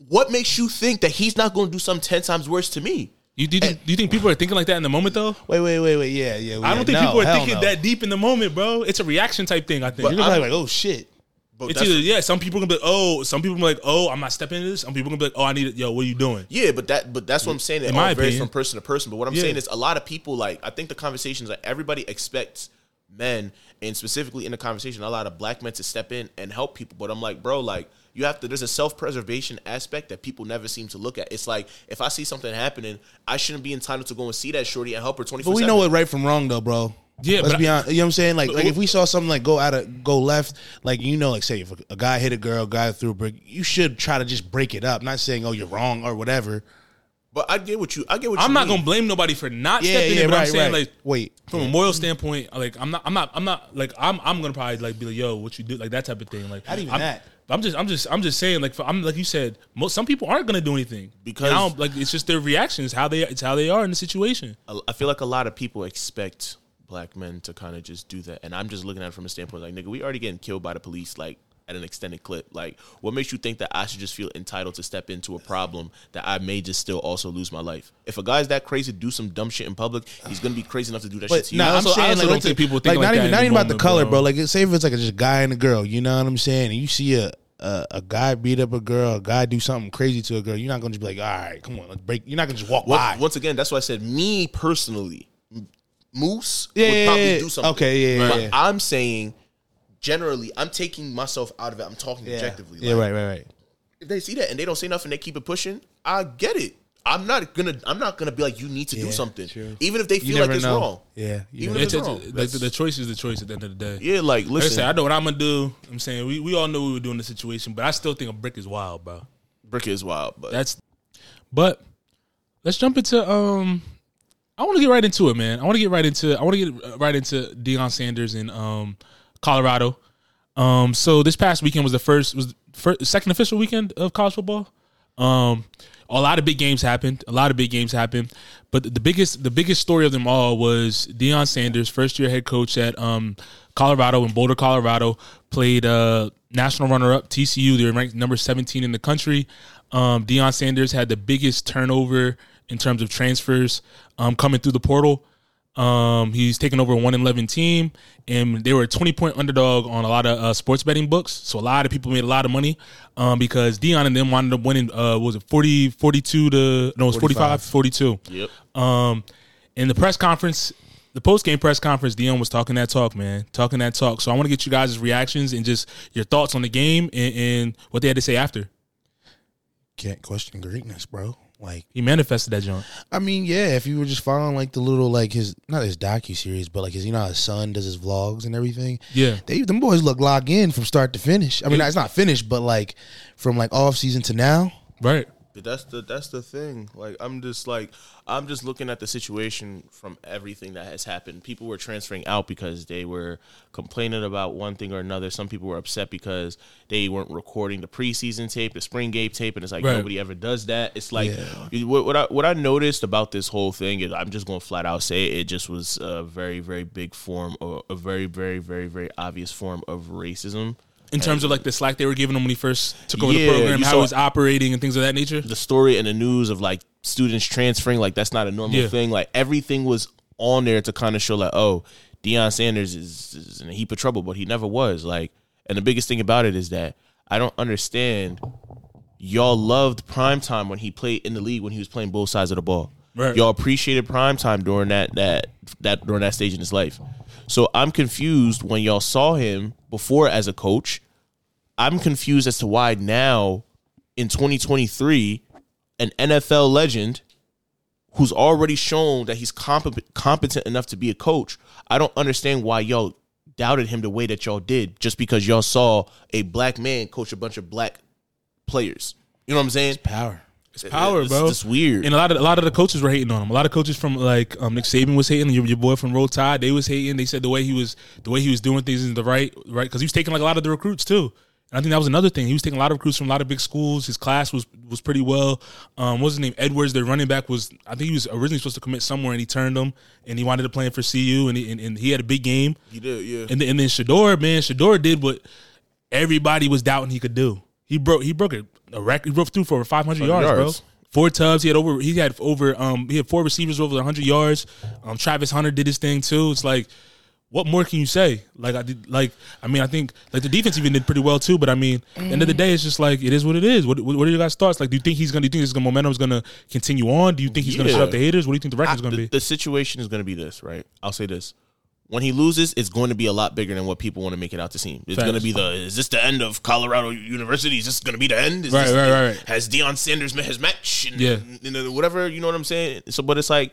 what makes you think that he's not going to do something ten times worse to me? You do, you think- do you think people are thinking like that in the moment though? Wait, wait, wait, wait. Yeah, yeah. I yeah, don't think no, people are hell thinking no. that deep in the moment, bro. It's a reaction type thing. I think. You're probably like, oh shit. But It's that's- either yeah, some people gonna be like, oh, some people gonna be like, oh, I'm not stepping into this. Some people gonna be like, oh, I need it. Yo, what are you doing? Yeah, but that but that's what I'm saying. It In all my varies opinion. from person to person. But what I'm Yeah. saying is a lot of people like I think the conversations that everybody expects men and specifically in the conversation a lot of black men to step in and help people. But I'm like, bro, like you have to there's a self-preservation aspect that people never seem to look at. It's like if I see something happening, I shouldn't be entitled to go and see that shorty and help her 24 But we know what right from wrong though, bro. Yeah, let's but be I- honest. You know what I'm saying? Like, like if we saw something like go out of go left, like you know, like say if a, a guy hit a girl, guy threw a brick, you should try to just break it up. Not saying oh you're wrong or whatever. But I get what you I get what I'm you not mean. gonna blame nobody for not Yeah, stepping yeah, in, but right, I'm saying right. like Wait, from a moral standpoint, like I'm not, I'm not, I'm not like I'm, I'm gonna probably like be like, yo, what you do, like that type of thing, like Not even I'm, that. But I'm just, I'm just, I'm just saying, like for, I'm like you said, most some people aren't gonna do anything Because- And I don't- like it's just their reactions, how they, it's how they are in the situation. a- I feel like a lot of people expect black men to kind of just do that, and I'm just looking at it from a standpoint like, nigga, we already getting killed by the police, like at an extended clip. Like, what makes you think that I should just feel entitled to step into a problem that I may just still also lose my life? If a guy's that crazy to do some dumb shit in public, he's gonna be crazy enough to do that shit But to you. no, I nah, also- I I'm saying also like, don't let's think say- people think like, like not that even in not the even about the moment, color, bro. bro. Like say if it's like a just guy and a girl, you know what I'm saying? And you see a, a a guy beat up a girl, a guy do something crazy to a girl, you're not gonna just be like, all right, come on, let's break. You're not gonna just walk Once- by. Once again, that's why I said me personally, M- Moose Yeah, would yeah, probably yeah. do something. Okay, yeah, yeah, But yeah. I'm saying, generally, I'm taking myself out of it. I'm talking yeah. objectively. yeah, right, like, right, right. if they see that and they don't say nothing, they keep it pushing. I get it. I'm not gonna. I'm not gonna be like you need to do Yeah, something, true. even if they You feel like never it's know. wrong. Yeah, you even never if it's, It's, wrong. like the, the choice is the choice at the end of the day. yeah, like Like I listen, said, I know what I'm gonna do. I'm saying we, we all know we were doing the situation, but I still think a brick is wild, bro. brick is wild, but That's, but let's jump into um. I I want to get right into it, man. I want to get right into I want to get uh, right into Deion Sanders in um, Colorado. Um, so this past weekend was the first was the first, second official weekend of college football. Um, a lot of big games happened. A lot of big games happened, but the, the biggest the biggest story of them all was Deion Sanders, first year head coach at um, Colorado in Boulder, Colorado, played uh, national runner up TCU. They were ranked number seventeen in the country. Um, Deion Sanders had the biggest turnover in terms of transfers um, coming through the portal. Um, he's taken over a 111 team, and they were a 20 point underdog on a lot of uh, sports betting books. So a lot of people made a lot of money um, because Dion and them wound up winning, uh, what was it 40, 42 to, no, it was 45, 42. Yep. Um, in the press conference, the post game press conference, Dion was talking that talk, man, talking that talk. So I want to get you guys' reactions and just your thoughts on the game and, and what they had to say after. Can't question greatness, bro. Like He manifested that joint. I mean, yeah, if you were just following like the little like his not his docu series, but like his you know how his son does his vlogs and everything. Yeah. They them boys look log in from start to finish. I mean, it's not finished, but like from like off season to now. Right. But that's the that's the thing. Like I'm just like I'm just looking at the situation from everything that has happened. People were transferring out because they were complaining about one thing or another. Some people were upset because they weren't recording the preseason tape, the spring game tape, and it's like Right. nobody ever does that. It's like Yeah. you- what, what I what I noticed about this whole thing is I'm just going to flat out say it, it just was a very very big form or a very very very very obvious form of racism. In terms of like the slack they were giving him when he first took over Yeah, the program, you how saw- he was operating and things of that nature. the story in the news of like students transferring, like that's not a normal Yeah. thing. Like everything was on there to kind of show like, oh, Deion Sanders is, is in a heap of trouble, but he never was. Like, and the biggest thing about it is that I don't understand. Y'all loved primetime when he played in the league when he was playing both sides of the ball. Right. Y'all appreciated primetime during that that that during that stage in his life. So I'm confused when y'all saw him before as a coach. I'm confused as to why now in 2023 an NFL legend who's already shown that he's competent, competent enough to be a coach. I don't understand why y'all doubted him the way that y'all did just because y'all saw a black man coach a bunch of black players. You know what I'm saying? Power. It's power, It's bro. just weird. And a lot of a lot of the coaches were hating on him. A lot of coaches from like um, Nick Saban was hating. Your, your boy from Roll Tide, they was hating. They said the way he was the way he was doing things is the right right because he was taking like a lot of the recruits too. And I think that was another thing. He was taking a lot of recruits from a lot of big schools. His class was was pretty well. Um, what was his name? Edwards, their running back was. I think he was originally supposed to commit somewhere, and he turned him, and he wound up playing for CU, and he, and, and he had a big game. You did, yeah. And then, and then Shador, man, Shador did what everybody was doubting he could do. He broke he broke a, a record. He broke through for over 500 yards, yards. bro. Four tubs. He had over he had over um he had four receivers over 100 yards. Um Travis Hunter did his thing too. It's like what more can you say? Like I did like I mean I think like the defense even did pretty well too, but I mean at the end of the day it's just like it is what it is. What what what are your guys thoughts? Like do you think he's going to do you think this momentum is going to continue on? Do you think he's going to Yeah. shut up the haters? What do you think the record's I- going to the, be? the situation is going to be this, right? I'll say this. When he loses, it's going to be a lot bigger than what people want to make it out to seem. It's Facts. going to be the is this the end of Colorado University? Is this going to be the end? Is Right, this- right, right, right. Has Deion Sanders met his match? And, Yeah. and then whatever you know what I'm saying. So, but it's like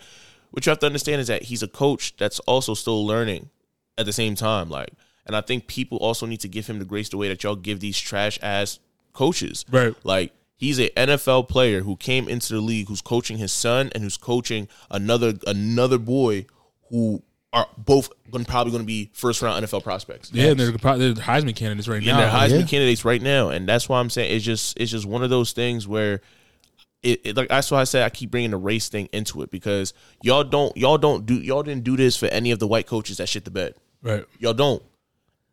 what you have to understand is that he's a coach that's also still learning at the same time. Like, and I think people also need to give him the grace the way that y'all give these trash ass coaches. Right. Like he's a NFL player who came into the league, who's coaching his son and who's coaching another another boy who are both going probably going to be first round NFL prospects. yeah, and they're, probably, they're Heisman candidates right now. And they're Heisman yeah. candidates right now, and that's why I'm saying it's just it's just one of those things where it, it like that's why I said I keep bringing the race thing into it because y'all don't y'all don't do y'all didn't do this for any of the white coaches that shit the bed. Right. Y'all don't.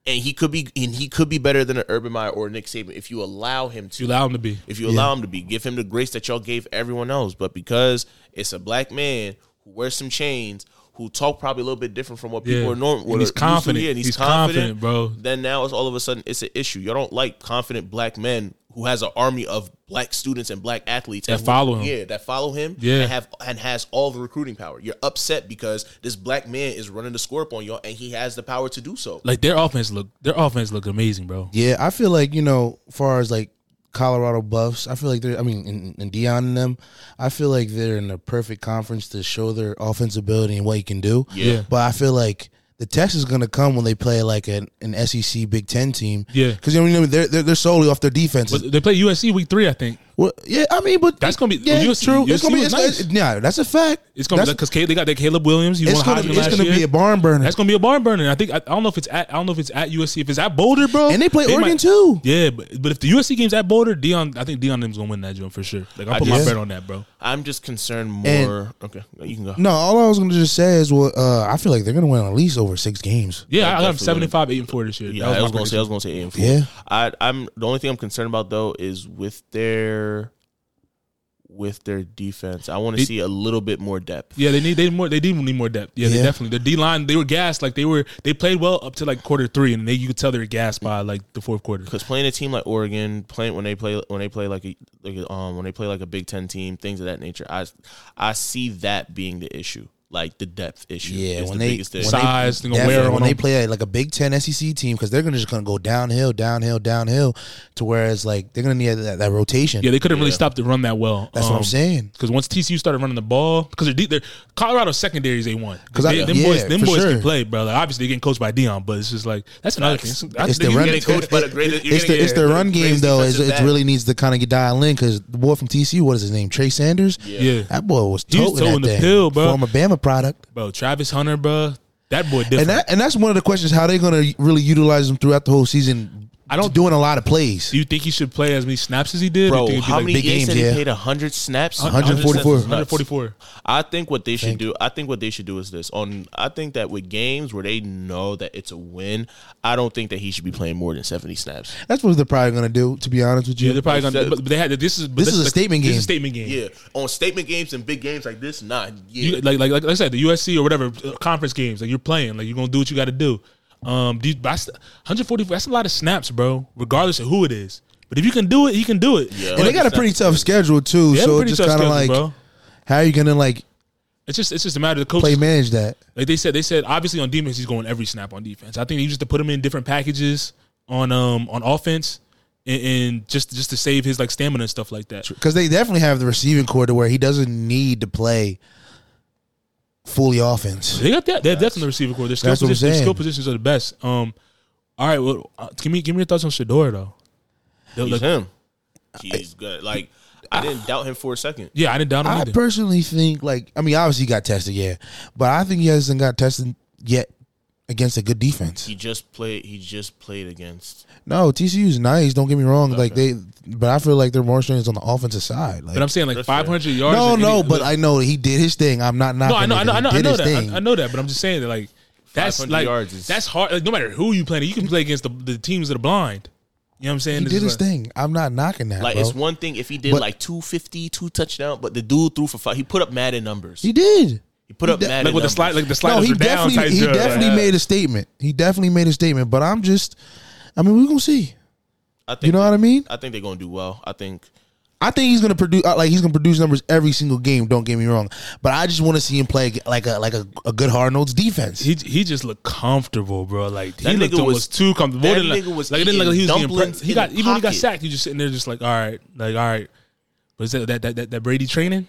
And he could be and he could be better than an Urban Meyer or a Nick Saban if you allow him to. You allow him to be. If you allow him to be, give him the grace that y'all gave everyone else. But because it's a black man who wears some chains, who talk probably a little bit different from what people Yeah. are normal, And what he's are used to, confident. yeah, and He's confident, bro. Then now it's all of a sudden it's an issue. Y'all don't like confident black men who has an army of black students and black athletes That and who- follow him. Yeah, that follow him. Yeah. and have and has all the recruiting power. You're upset because this black man is running the score up on y'all, and he has the power to do so. Like their offense look their offense look amazing, bro. Yeah, I feel like you know, far as like Colorado Buffs, I feel like they're. I mean, and, and Dion and them, I feel like they're in the perfect conference to show their offensive ability and what he can do. Yeah. but I feel like. The test is going to come when they play like an, an SEC Big Ten team. Yeah. because you know they're, they're they're solely off their defenses. But they play USC week three, I think. Well, yeah, I mean, but That's gonna be- yeah, you'll see- true. you'll it's gonna see be what's nice. it's, it's- yeah, that's a fact. It's gonna That's- because they got that Caleb Williams. You it's want gonna, Heisman it's last gonna year. be a barn burner. That's gonna be a barn burner. And I think I, I don't know if it's at I don't know if it's at USC. If it's at Boulder, bro, And they play Oregon, too. Yeah, but but if the USC game's at Boulder, Dion, I think Dion is gonna win that joint for sure. Like I I put my just- bet on that, bro. I'm just concerned more. And- okay, you can go. no, all I was gonna just say is, well, uh, I feel like they're gonna win at least over six games. Yeah, I got him definitely. seventy five, eight and four this year. Yeah, I was my gonna say I was gonna say eight and four. Yeah. I, I'm the only thing I'm concerned about though is with their with their defense. I want to It- see a little bit more depth. Yeah, they need they more they did need more depth. Yeah, they Yeah. definitely the D line they were gassed like they were they played well up to like quarter three and they you could tell they were gassed by like the fourth quarter. Because playing a team like Oregon, playing when they play when they play like a like a, um when they play like a Big Ten team, things of that nature. I I see that being the issue, like the depth issue. Yeah, is when the they- biggest issue. when they- Size, they gonna Definitely, wear when on they them. play at, like a Big Ten SEC team because they're gonna just gonna go downhill, downhill, downhill to where it's like they're gonna need that, that rotation. Yeah, they couldn't really stop the run that well. That's what I'm saying. Because once TCU started running the ball, because they're, deep- they're Colorado secondaries they won. 'Cause Because I- them yeah, boys, them for boys sure. can play, bro. Like, obviously they're getting coached by Dion, but it's just like that's another thing. I It's think the you run. get getting coached by the greatest- you're It's gonna the get it's the the run game greatest though. Is defensive it back. really needs to kind of get dialed in because the boy from TCU, what is his name? Trey Sanders. Yeah. that boy was He was toting, toting that the thing. pill, bro. Former Bama product. bro, Travis Hunter, bro, that boy different. And that and that's one of the questions: how they going to really utilize him throughout the whole season? I don't- doing a lot of plays. Do you think he should play as many snaps as he did? Or Bro, do you think how it'd be many like big games, games, did yeah. he played? hundred snaps, 144. 144. I think what they should do. I think what they should do is this. On I think that with games where they know that it's a win, I don't think that he should be playing more than seventy snaps. That's what they're probably going to do. To be honest with you, Yeah, they're probably gonna. Except- But but they had this is but This is a statement This game. is a statement game. Yeah, on statement games and big games like this, not yeah. You, like, like like I said, the USC or whatever uh, conference games. Like you're playing, like you're gonna do what you got to do. Um, do you, that's 144. That's a lot of snaps, bro. Regardless of who it is, but if you can do it, you can do it. Yeah. Like, and they got a pretty tough schedule too. they have a so pretty just tough kind schedule, of like, bro. how are you going to like It's just it's just a matter of the coach. play manage that? Like they said, they said obviously on defense he's going every snap on defense. I think they used to put him in different packages on um on offense. And, and just just to save his like stamina and stuff like that. Because they definitely have the receiving core to where he doesn't need to play fully offense. They got that. They're definitely the receiver core. Their skill, That's what I'm positions, their saying. skill positions are the best. Um, all right. Well, uh, give me give me your thoughts on Shador though. They're He's like- him. He's good. Like I didn't doubt him for a second. Yeah, I didn't doubt him I either. personally think, like, I mean, obviously he got tested, yeah, but I think he hasn't got tested yet against a good defense. He just played. He just played against. No, TCU's nice. Don't get me wrong. Like they, but I feel like their more strength is on the offensive side. Like, but I'm saying like 500 yards. no, and any- no, but I know he did his thing. I'm not no, knocking. I know, I know, I know, He I did know his that. thing. I, I know that. But I'm just saying that like that's 500 like yards is- that's hard. Like no matter who you playing, you can play against the, the teams that are blind. You know what I'm saying? He This did is his like- thing. I'm not knocking that. Like bro. it's one thing if he did But- like 250, two touchdown, but the dude threw for five. He put up Madden numbers. he He did. put up de- Madden Like with the numbers. slide, like the No, sliders he were down. definitely, type he deal, like- definitely made a statement. He definitely made a statement. But I'm just, I mean, we're gonna see. I think You know they- what I mean? I think they're gonna do well. I think. I think he's gonna produce uh, like he's gonna produce numbers every single game. Don't get me wrong, but I just want to see him play ag- like a like a, a good hard notes defense. He, he just looked comfortable, bro. Like That he looked nigga almost was- too comfortable. that More than, like, nigga was like it didn't look like he was eating getting dumplings pre- He in got the even when he got pocket. sacked, he just sitting there just like, all right, like all right. Was that that that that, that Brady training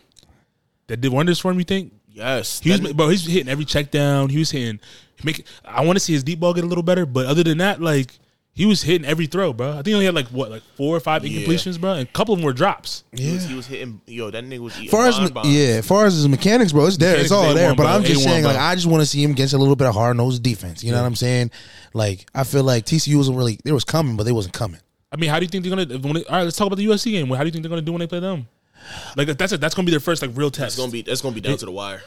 that did wonders for him? You think? Yes, He was, that ni- bro. He's hitting every check down. He was hitting. Make. I want to see his deep ball get a little better, but other than that, like he was hitting every throw, bro. I think he only had like what, like four or five Yeah. incompletions, bro, and a couple of more drops. He, was, he was hitting. Yo, that nigga was eating. far as bonbons. yeah, far as his mechanics, bro, it's there. Mechanics it's all is there. A1, But bro. I'm just A1, saying, bro. like, I just want to see him against a little bit of hard nosed defense. You know what I'm saying? Like, I feel like TCU wasn't really they was coming, but they wasn't coming. I mean, how do you think they're gonna? When they, all right, let's talk about the USC game. How do you think they're gonna do when they play them? Like that's a, that's gonna be their first like real test. It's gonna be. That's gonna be down to the wire.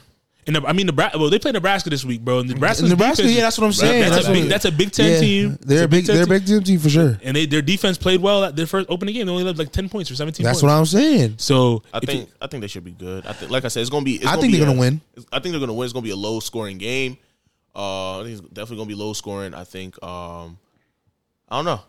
And the, I mean, Nebraska. Well, they play Nebraska this week, bro. And Nebraska's Nebraska, defense- yeah, that's what I'm saying. That's, a, what- big, that's a Big Ten yeah, team. It's They're a big, 10 they're a team. big Ten team for sure. and they, their defense played well at their first opening game. They only led like ten points or seventeen. That's what points. I'm saying. So I if think you- I think they should be good. I think, like I said, it's gonna be. It's I gonna think be they're gonna a- win. I think they're gonna win. It's gonna be a low scoring game. Uh, I think it's definitely gonna be low scoring. I think. Um, I don't know.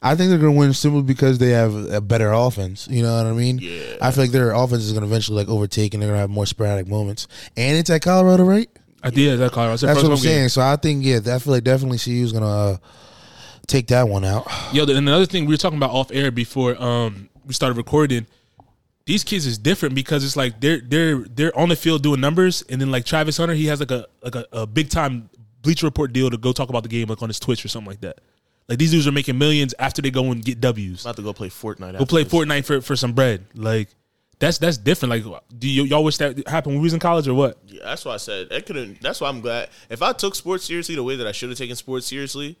I think they're going to win simply because they have a better offense. You know what I mean? Yeah. I feel like their offense is going to eventually like overtake, and they're going to have more sporadic moments. And it's at Colorado, right? I did that Colorado. It's their That's first what I'm home game. saying. So I think yeah, I feel like definitely CU's going to uh, take that one out. Yo, and another thing we were talking about off air before um we started recording, these kids is different because it's like they're they're they're on the field doing numbers, and then like Travis Hunter, he has like a like a, a big time Bleacher Report deal to go talk about the game like on his Twitch or something like that. Like these dudes are making millions after they go and get W's. I'm about to go play Fortnite. Go play Fortnite for, for some bread. Like that's that's different. Like do y- y'all wish that happened when we was in college or what? Yeah, that's why I said it couldn't. That's why I'm glad. If I took sports seriously the way that I should have taken sports seriously,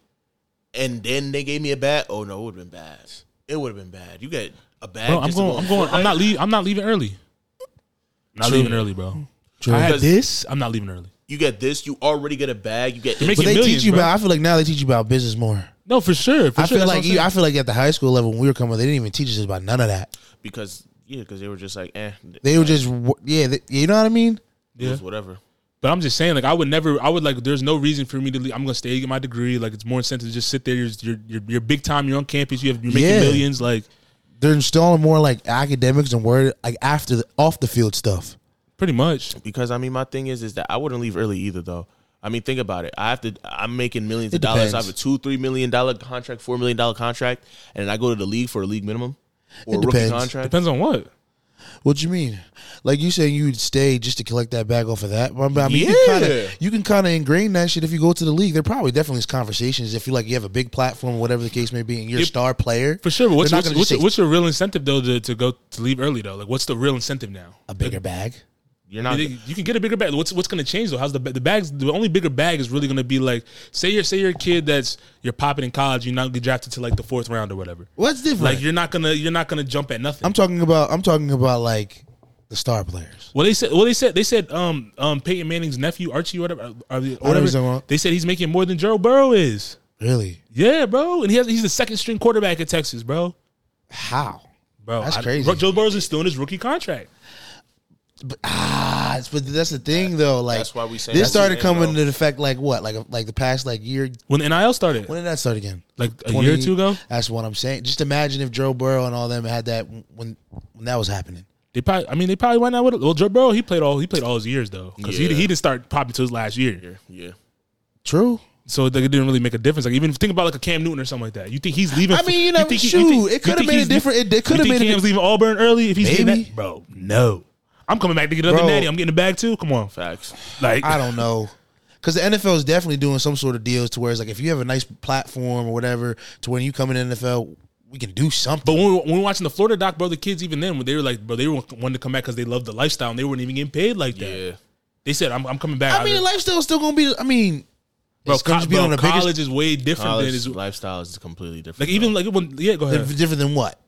and then they gave me a bad, oh no, it would have been bad. It would have been bad. You get a bad. Bro, Oh, I'm just to going. go I'm going. I'm not leaving. I'm not leaving early. Not True. leaving early, bro. I had Because- this. I'm not leaving early. You get this. You already get a bag. You get. You're But making they millions, teach you bro. about. I feel like now they teach you about business more. No, for sure. For I sure. feel That's what like I'm you, saying. I feel like at the high school level when we were coming, up, they didn't even teach us about none of that. because yeah, because they were just like, eh, They were just wo- yeah, they, you know what I mean. it was whatever. But I'm just saying, like, I would never, I would like, there's no reason for me to leave. I'm gonna stay, get my degree. Like, it's more incentive to just sit there. You're, you're, you're, you're big time. You're on campus. You have, you're making Yeah. millions. Like, They're installing more like academics and word like after the off the field stuff. pretty much. Because I mean, my thing is, is that I wouldn't leave early either, though. I mean, think about it. I have to. I'm making millions It of dollars. I depends. have a two, three million dollar contract, four million dollar contract, and then I go to the league for a league minimum or It a rookie depends. contract. Depends on what. What you mean? Like you saying you'd stay just to collect that bag off of that? But I mean, you Yeah. can kind of you can kind of ingrain that shit if you go to the league. There probably definitely is conversations if you like you have a big platform, whatever the case may be, and you're a Yep. star player For sure. But what's, They're what's, not gonna what's, just say, what's your real incentive though to, to go to leave early though? Like, what's the real incentive now? a bigger bag. You're I not. mean, you can get a bigger bag. What's what's going to change though? How's the ba- the bags? The only bigger bag is really going to be like say you're say you're a kid that's you're popping in college. You're not get drafted to like the fourth round or whatever. What's different? Like you're not gonna you're not gonna jump at nothing. I'm talking about I'm talking about like the star players. well, they said well they said they said um um Peyton Manning's nephew Archie whatever or the- I know he's talking whatever about. they said he's making more than Gerald Burrow is. Really? Yeah, bro, and he has, he's the second string quarterback at Texas, bro. How? Bro, That's I- crazy. Joe Burrow's is still in his rookie contract. Ah, it's- but that's the thing though. Like That's why we say this that's the started thing, coming bro. into effect like what? Like like the past like year. When the NIL started, When did that start again? Like a year or two ago? That's what I'm saying. Just imagine if Joe Burrow and all them had that when when that was happening. They probably, I mean, they probably went out with it. Well, Joe Burrow, he played all he played all his years though, because Yeah. he, he didn't start popping till his last year. yeah. True. So like, it didn't really make a difference. Like even think about like a Cam Newton or something like that. You think he's leaving? I mean, you know, think he- shoot, think- it you could've think made a he's- different- it- it you could've think made a Cam's leaving Auburn early if he's getting Maybe. that, bro. No, I'm coming back to get another Bro. natty. I'm getting the bag too. Come on, Facts. like I don't know. Because the NFL is definitely doing some sort of deals to where it's like if you have a nice platform or whatever, to when you come in the NFL, we can do something. But when we, were, when we were watching the Florida doc, bro, the kids even then, when they were like, bro, they were wanting to come back because they loved the lifestyle and they weren't even getting paid like that. Yeah. They said, I'm, I'm coming back. I mean, the lifestyle's still gonna be. I mean, bro, it's gonna co- be bro, on the biggest- college is way different than College is lifestyle is completely like different. bro. even like when yeah, go ahead. different than what?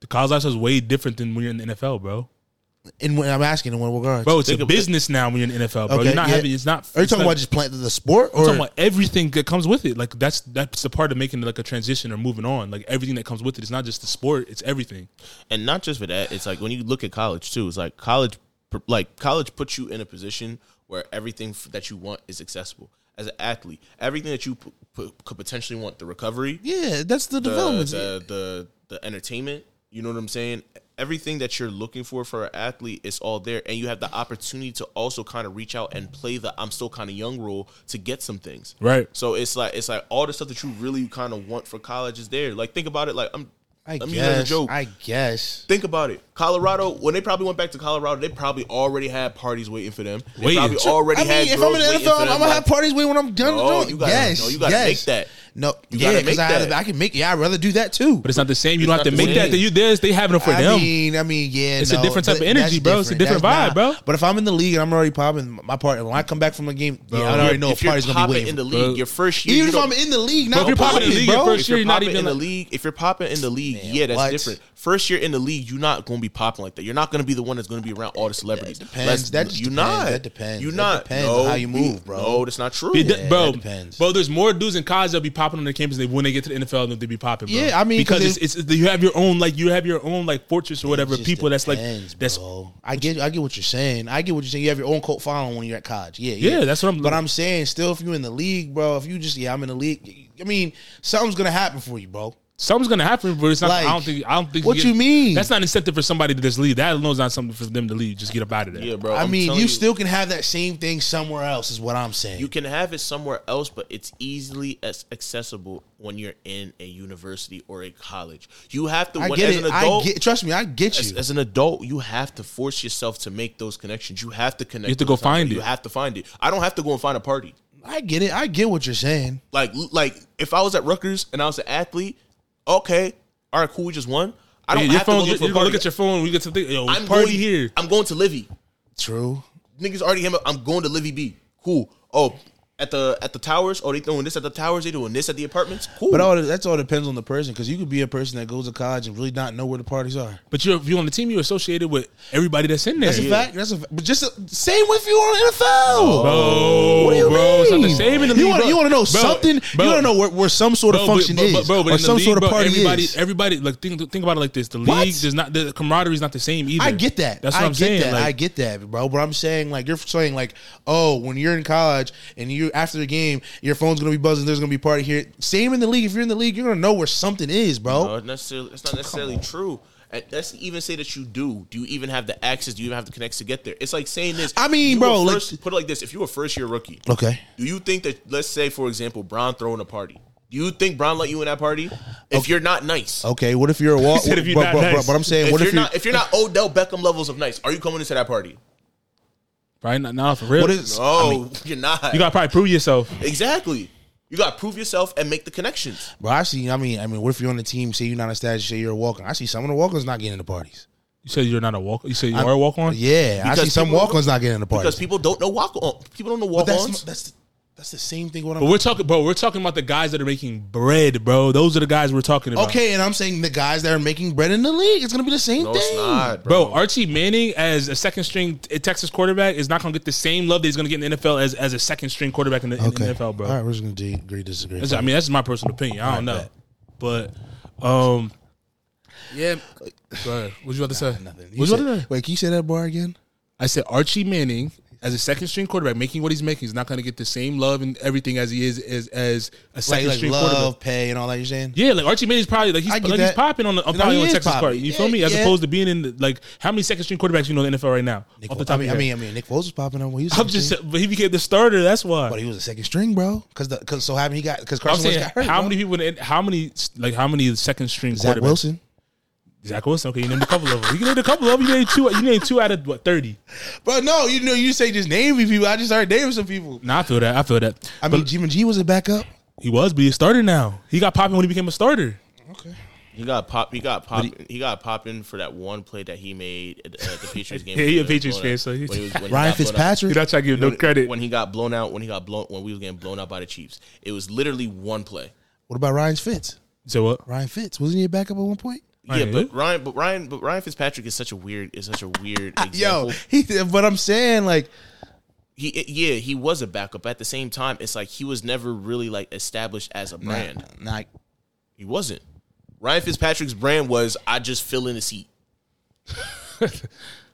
The college lifestyle is way different than when you're in the NFL, bro. And when I'm asking in what regards? Bro, it's Think a of it- business now when you're in the NFL, bro. Okay, you're not yeah. having it's not. Are you it's talking not- about just playing the sport I'm or talking about everything that comes with it? Like that's that's the part of making like a transition or moving on. Like everything that comes with it. It's not just the sport. It's everything. and not just for that it's like when you look at college too it's like college like college puts you in a position where everything f- that you want is accessible as an athlete everything that you p- p- could potentially want the recovery yeah? That's the the, development. the, the the entertainment you know what i'm saying everything that you're looking for for an athlete is all there and you have the opportunity to also kind of reach out and play the i'm still kind of young role to get some things Right. so it's like it's like all the stuff that you really kind of want for college is there like think about it like i'm I let guess. me use it as a joke. I guess. Think about it. Colorado, when they probably went back to Colorado, they probably already had parties waiting for them. They Waiting. probably already I mean, had if I'm girls in the waiting for NFL, I'm them. gonna like, have parties when I'm done. No, doing- you gotta- yes, no, you gotta yes. make that. No, You yeah, gotta make because I, had- that. I can make. Yeah, I'd rather do that too. But it's not the same. You don't It's have to not the make that. same. That you there's they having it for I them. mean, I mean, yeah, It's a no, different type but of energy, that's bro. It's a different That's vibe, bro. But if I'm in the league and I'm already popping my partner, when I come back from a game, yeah, I if already you're- know a if you're party's gonna be popping waiting. in the Bro. league, your first year, Even you if don't- I'm in the league, now if you're popping in the league, your bro. first if year, you're you're not popping even in the like- league, if you're popping in the league, yeah, that's what? different. First year in the league, you're not going to be popping like that. You're not going to be the one that's going to be around all the celebrities. depends. Let's- That just you depends. not. That depends. You That not. depends no, on how you move, bro. No, that's not true. It d- Yeah, bro, that depends. bro, there's more dudes in college that'll be popping on their campus than when they get to the NFL than they be popping. Bro. Yeah, I mean, 'cause because it's, it's, you have your own like you have your own like fortress or whatever. It just People that's like depends, that's bro. I get I get what you're saying. I get what you're saying. You have your own cult following when you're at college. Yeah, yeah, Yeah, that's what I'm- But I'm saying still, if you're in the league, bro, if you just yeah, I'm in the league. I mean, something's gonna happen for you, bro. something's gonna happen, but it's not. Like, I don't think. I don't think. what you mean? That's not incentive for somebody to just leave. That alone's not something for them to leave. Just get up out of there. yeah, bro. I I'm mean, telling you, still can have that same thing somewhere else. Is what I'm saying. You can have it somewhere else, but it's easily as accessible when you're in a university or a college. You have to, I when, get as it. an adult, I get. Trust me, I get as, you. as an adult, you have to force yourself to make those connections. You have to connect. You have to with go find somebody. You it. have to find it. I don't have to go and find a party. I get it. I get what you're saying. Like like if I was at Rutgers and I was an athlete, okay, all right, cool, we just won. I don't Yeah, your have phone. to go You, look for you a gonna party. look at your phone. We get to think. Yo, I'm party going, here. I'm going to Livy. True. Niggas already him. I'm going to Livy B. Cool. Oh, at the at the towers. Oh, they doing this at the towers. They doing this at the apartments. Cool. But all that's all depends on the person because you could be a person that goes to college and really not know where the parties are. But you're, if you're on the team, you're associated with everybody that's in there. That's a fact. That's a fact. But just a, same with you on NFL. Bro, What do you bro, mean? it's not the same in the you league, want bro. you want to know Bro, something? bro. you want to know where, where some sort of function is, or in the some league, sort of bro, party everybody, is. Everybody, like think think about it like this: the What? league does not, the camaraderie is not the same either. I get that. That's what I am get saying. That. like, I get that, bro. But I'm saying like you're saying like, oh, when you're in college and you after the game, your phone's gonna be buzzing. There's gonna be a party here. Same in the league. If you're in the league, you're gonna know where something is, bro. No, it's Uh, necessarily, that's not necessarily true. And let's even say that you do. Do you even have the access? Do you even have the connects to get there? It's like saying this. I mean, you were bro, like- first- put it like this: If you were a first year rookie, Okay. do you think that let's say for example, Bron throwing a party? Do you think Bron let you in that party? If you're not nice, Okay. What if you're a wall? said if you're but, not but- but- nice. but I'm saying, if what you're if you're not, if you're not Odell Beckham levels of nice, are you coming into that party? right? Not, not for real. what is? No, you're not. you got to probably prove yourself. exactly. You got to prove yourself and make the connections. Bro, I see. I mean, I mean, what if you're on the team? Say you're not a status. Say you're a walk-on. I see some of the walk-ons not getting in the parties. You said you're not a walk. You said you are a walk on. Yeah, I Because see some people- walk-ons not getting in the Because parties. people don't know walk on. People don't know But walk that's ons. that's that's the same thing. What But I'm we're talking, bro. We're talking about the guys that are making bread, bro. Those are the guys we're talking about. okay, and I'm saying the guys that are making bread in the league, it's gonna be the same No, thing. it's not, bro. Bro, Archie Manning as a second string t- eh, Texas quarterback is not going to get the same love that he's going to get in the NFL as, as a second string quarterback in the, in the NFL, bro. All right, we're just gonna de- agree, disagree. That's- I mean, that's my personal opinion. I don't know, but um, yeah. Go ahead. What you about to say? Nothing. You What you about to said- say? wait, can you say that bar again? I said Archie Manning as a second string quarterback making what he's making is not going to get the same love and everything as he is as as a Like, second like string love, quarterback. pay, and all that. You're saying? Yeah, like Archie Manning's probably like he's I get like he's that. popping on the on No, probably he on is Texas popping. card. You feel Yeah, me? As yeah. opposed to being in the, like how many second string quarterbacks you know in the NFL right now? Nick off the Foles- top I mean, of your I mean, I head. mean, Nick Foles was popping on when he was. I'm 17. just but he became the starter. That's why. but he was a second string, bro. Because the because so how many got because I'm Carson Wentz saying got hurt. how bro. many people in- how many like how many second string Zach quarterbacks? Wilson, Zach Wilson. Okay, you named a couple of them. You named a couple of them. You named two. You named two out of what thirty. bro. No, you know you say just name me people. I just started naming some people. Nah, I feel that. I feel that. I mean, Jimmy G was a backup. He was, but he's a starter now. He got popping when he became a starter. He got pop. He got pop. He, got popping for that one play that he made at, at the Patriots game. Yeah, he a When he was Patriots blown fan, out- so he- when he was- when he Ryan got blown out- Fitzpatrick. not trying to give no when he got blown out. When he got blown. When we was getting blown out by the Chiefs. It was literally one play. What about Ryan Fitz? So what? Ryan Fitz wasn't he a backup at one point? Yeah, Ryan but who? Ryan, but Ryan, but Ryan Fitzpatrick is such a weird, is such a weird example. Yo, he. But I'm saying like He, it- yeah, he was a backup. At the same time, it's like he was never really like established as a brand. Nah, nah, He wasn't. Ryan Fitzpatrick's brand was I just fill in the seat.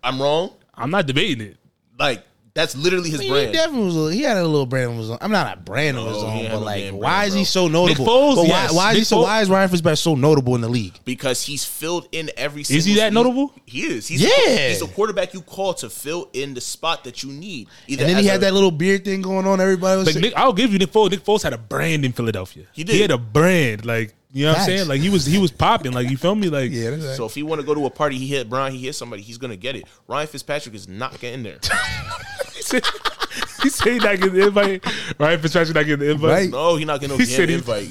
I'm wrong. I'm not debating it. Like that's literally his I mean, brand. He definitely was. A, he had a little brand of his own. I'm not a brand of his No, he own, had but no like, damn why brand, is bro. he so notable? Nick Foles, but why, yes. why is he Nick so? Foles- Why is Ryan Fitzpatrick so notable in the league? because he's filled in every. he single- that notable? He is. He's Yeah. he's a quarterback you call to fill in the spot that you need. Either And then he as had a- that little beard thing going on. Everybody was Like saying- Nick, I'll give you Nick Foles. Nick Foles had a brand in Philadelphia. He did. He had a brand. Like you know Facts. what I'm saying? Like he was he was popping. Like you feel me? Like yeah, that's right. So if he want to go to a party, he hit Brian, he hit somebody, he's gonna get it. Ryan Fitzpatrick is not getting there. he said he said he not getting the invite. Ryan Fitzpatrick not getting the invite. Right. No, he's not getting no He said damn he- invite.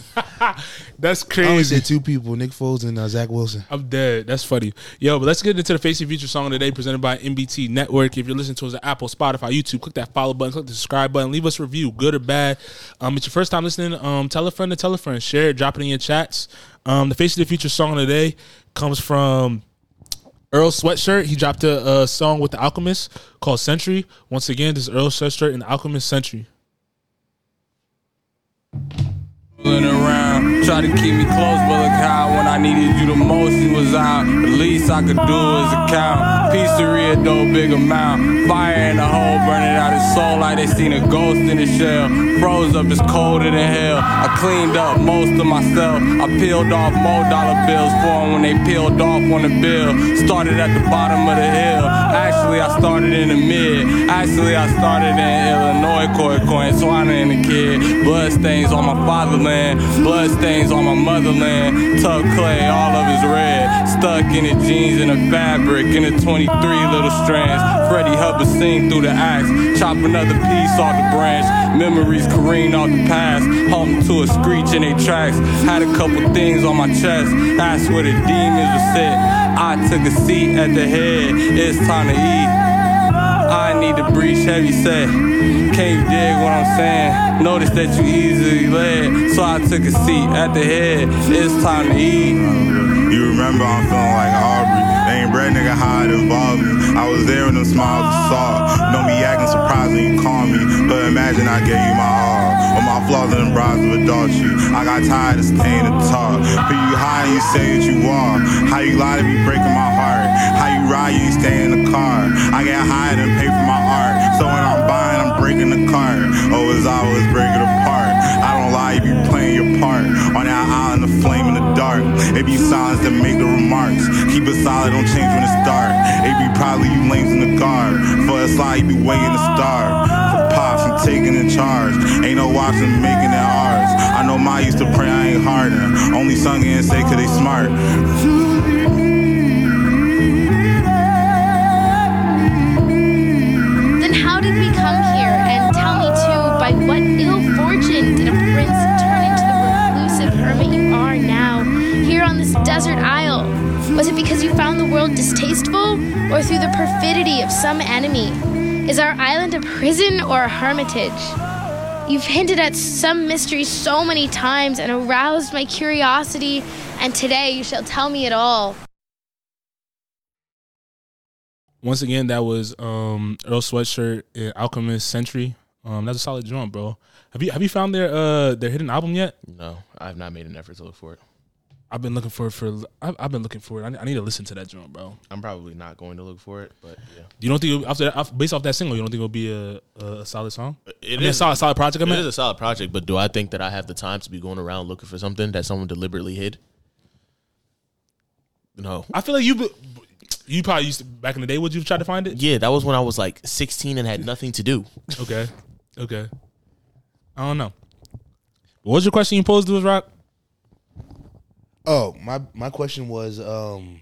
That's I only crazy. said two people: Nick Foles and uh, Zach Wilson. I'm dead. That's funny. Yo, but let's get into the Facing Future song of the day presented by MBT Network. If you're listening to us on Apple, Spotify, YouTube, click that follow button, click the subscribe button, leave us a review, good or bad. Um, it's your first time listening, um, tell a friend to tell a friend, share it, drop it in your chats. Um, the Face of the Future song of the day comes from Earl Sweatshirt. He dropped a, uh song with The Alchemist called Century. Once again, this is Earl Sweatshirt and The Alchemist Century. Fooling around, try to keep me close, but look how when I needed you the most, you was out. The least I could do is account. Pizzeria though, big amount. Fire in the hole, burning out his soul like they seen a ghost in his shell. Froze up, it's colder than hell. I cleaned up most of myself. I peeled off more dollar bills for 'em when they peeled off on the bill. Started at the bottom of the hill. Actually, I started in the mid. Actually, I started in Illinois, Coy Coin, Swana and the kid. Bloodstains on my fatherland. Bloodstains stains on my motherland. Tuck clay, all of it's red. Stuck in the jeans and the fabric, in the 23 little strands. Freddie Hubbard seen through the axe. Chop another piece off the branch. Memories careen off the past. Home to a screech in they tracks. Had a couple things on my chest. That's where the demons were set. I took a seat at the head. It's time to eat. I need to breach heavy set. Can you dig what I'm saying? Notice that you easily led, so I took a seat at the head. It's time to eat. You remember I'm feeling like Aubrey. They ain't bread nigga how it involved me. I was there in them smiles you saw. Don't be acting surprised when you call me. But imagine I gave you my all. All my flaws and the bribes of adultery. I got tired of staying at the top. But you high and you say that you are. How you lie to be breaking my heart. How you ride, you ain't stay in the car. I get high and pay for my art. So when I'm buying, I'm breaking the cart. Oh, it's always breaking apart. I don't lie, you be playing your part. On that island of flame in the dark. It be silence that make the remarks. Keep it solid, don't change when it's dark. It be probably you lanes in the guard. For a slide, you be waiting to starve. For pops, I'm taking in charge. Ain't no watching, making it ours. I know my used to pray I ain't harder. Only sung in say 'cause they smart. Then how did we come here? And tell me too, by what ill fortune did a prince turn into the reclusive hermit you are now, here on this desert isle? Was it because you found the world distasteful, or through the perfidy of some enemy? Is our island a prison or a hermitage? You've hinted at some mystery so many times and aroused my curiosity, and today you shall tell me it all. Once again, that was um, Earl Sweatshirt, and Alchemist Century. Um, that's a solid joint, bro. Have you have you found their uh their hidden album yet? No, I've not made an effort to look for it. I've been looking for it for I've, I've been looking for it. I, I need to listen to that joint, bro. I'm probably not going to look for it, but yeah. You don't think it'll- after that, off- based off that single, you don't think it'll be a, a, a solid song? It I mean, a is- solid solid project. I It mean, is a solid project, but do I think that I have the time to be going around looking for something that someone deliberately hid? No. I feel like you be- you probably used to, back in the day. Would you try to find it? Yeah, that was when I was like 16 and had nothing to do. Okay, okay. I don't know. What was your question you posed to us, Rock? Oh, my my question was, um,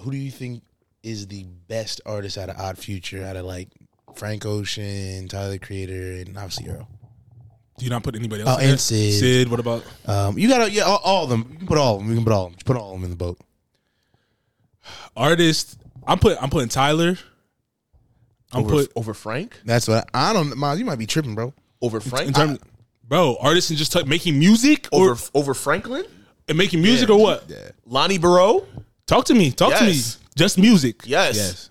who do you think is the best artist out of Odd Future, out of like Frank Ocean, Tyler the Creator, and obviously Earl? Do you not put anybody else? Oh, in there? and Sid. Sid, what about? Um, you gotta yeah, all, all of them. You can put all of them. You can put all of them. Just put all of them in the boat. artist. I'm put. I'm putting Tyler. I'm Over, put over Frank? That's what I, I don't. Miles, you might be tripping, bro. Over Frank? in terms, bro. Artists and just t- making music or over over Franklin? and making music or what? Lonnie Barreau? Talk to me. Talk Yes. to me. Just music. Yes.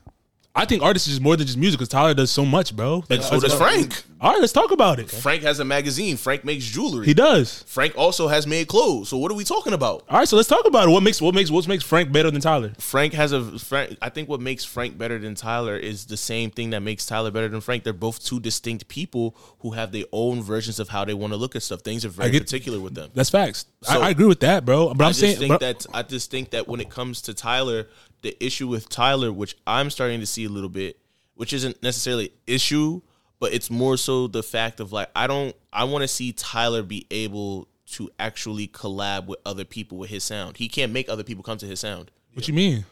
I think artists is more than just music because Tyler does so much, bro. And so does Frank. All right, let's talk about it. Frank has a magazine. Frank makes jewelry. He does. Frank also has made clothes. So what are we talking about? All right, so let's talk about it. What makes what makes what makes Frank better than Tyler? Frank has a Frank. I think what makes Frank better than Tyler is the same thing that makes Tyler better than Frank. They're both two distinct people who have their own versions of how they want to look at stuff. Things are very I get- particular with them. That's facts. So- I, I agree with that, bro. But I I'm just saying, think but- that I just think that when it comes to Tyler, the issue with Tyler, which I'm starting to see a little bit, which isn't necessarily issue, but it's more so the fact of like I don't I want to see Tyler be able to actually collab with other people with his sound. He can't make other people come to his sound. what you mean?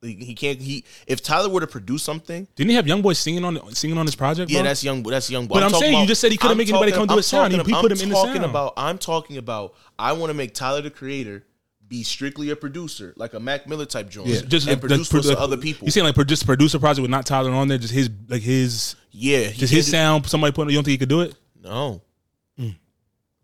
He, he can't. He if Tyler were to produce something, Didn't he have YoungBoy singing on singing on his project? yeah, bro? that's young. That's young. But I'm saying you just said he couldn't make anybody come do a his sound. He- he put him in the talking sound. About, I'm talking about. I want to make Tyler the creator be strictly a producer, like a Mac Miller type joint, just the- and produce the- what's the- to other people. You saying like pro- just producer project with not Tyler on there, just his like his yeah, he just can't his do- sound. Mm. Somebody put on. You don't think he could do it? No.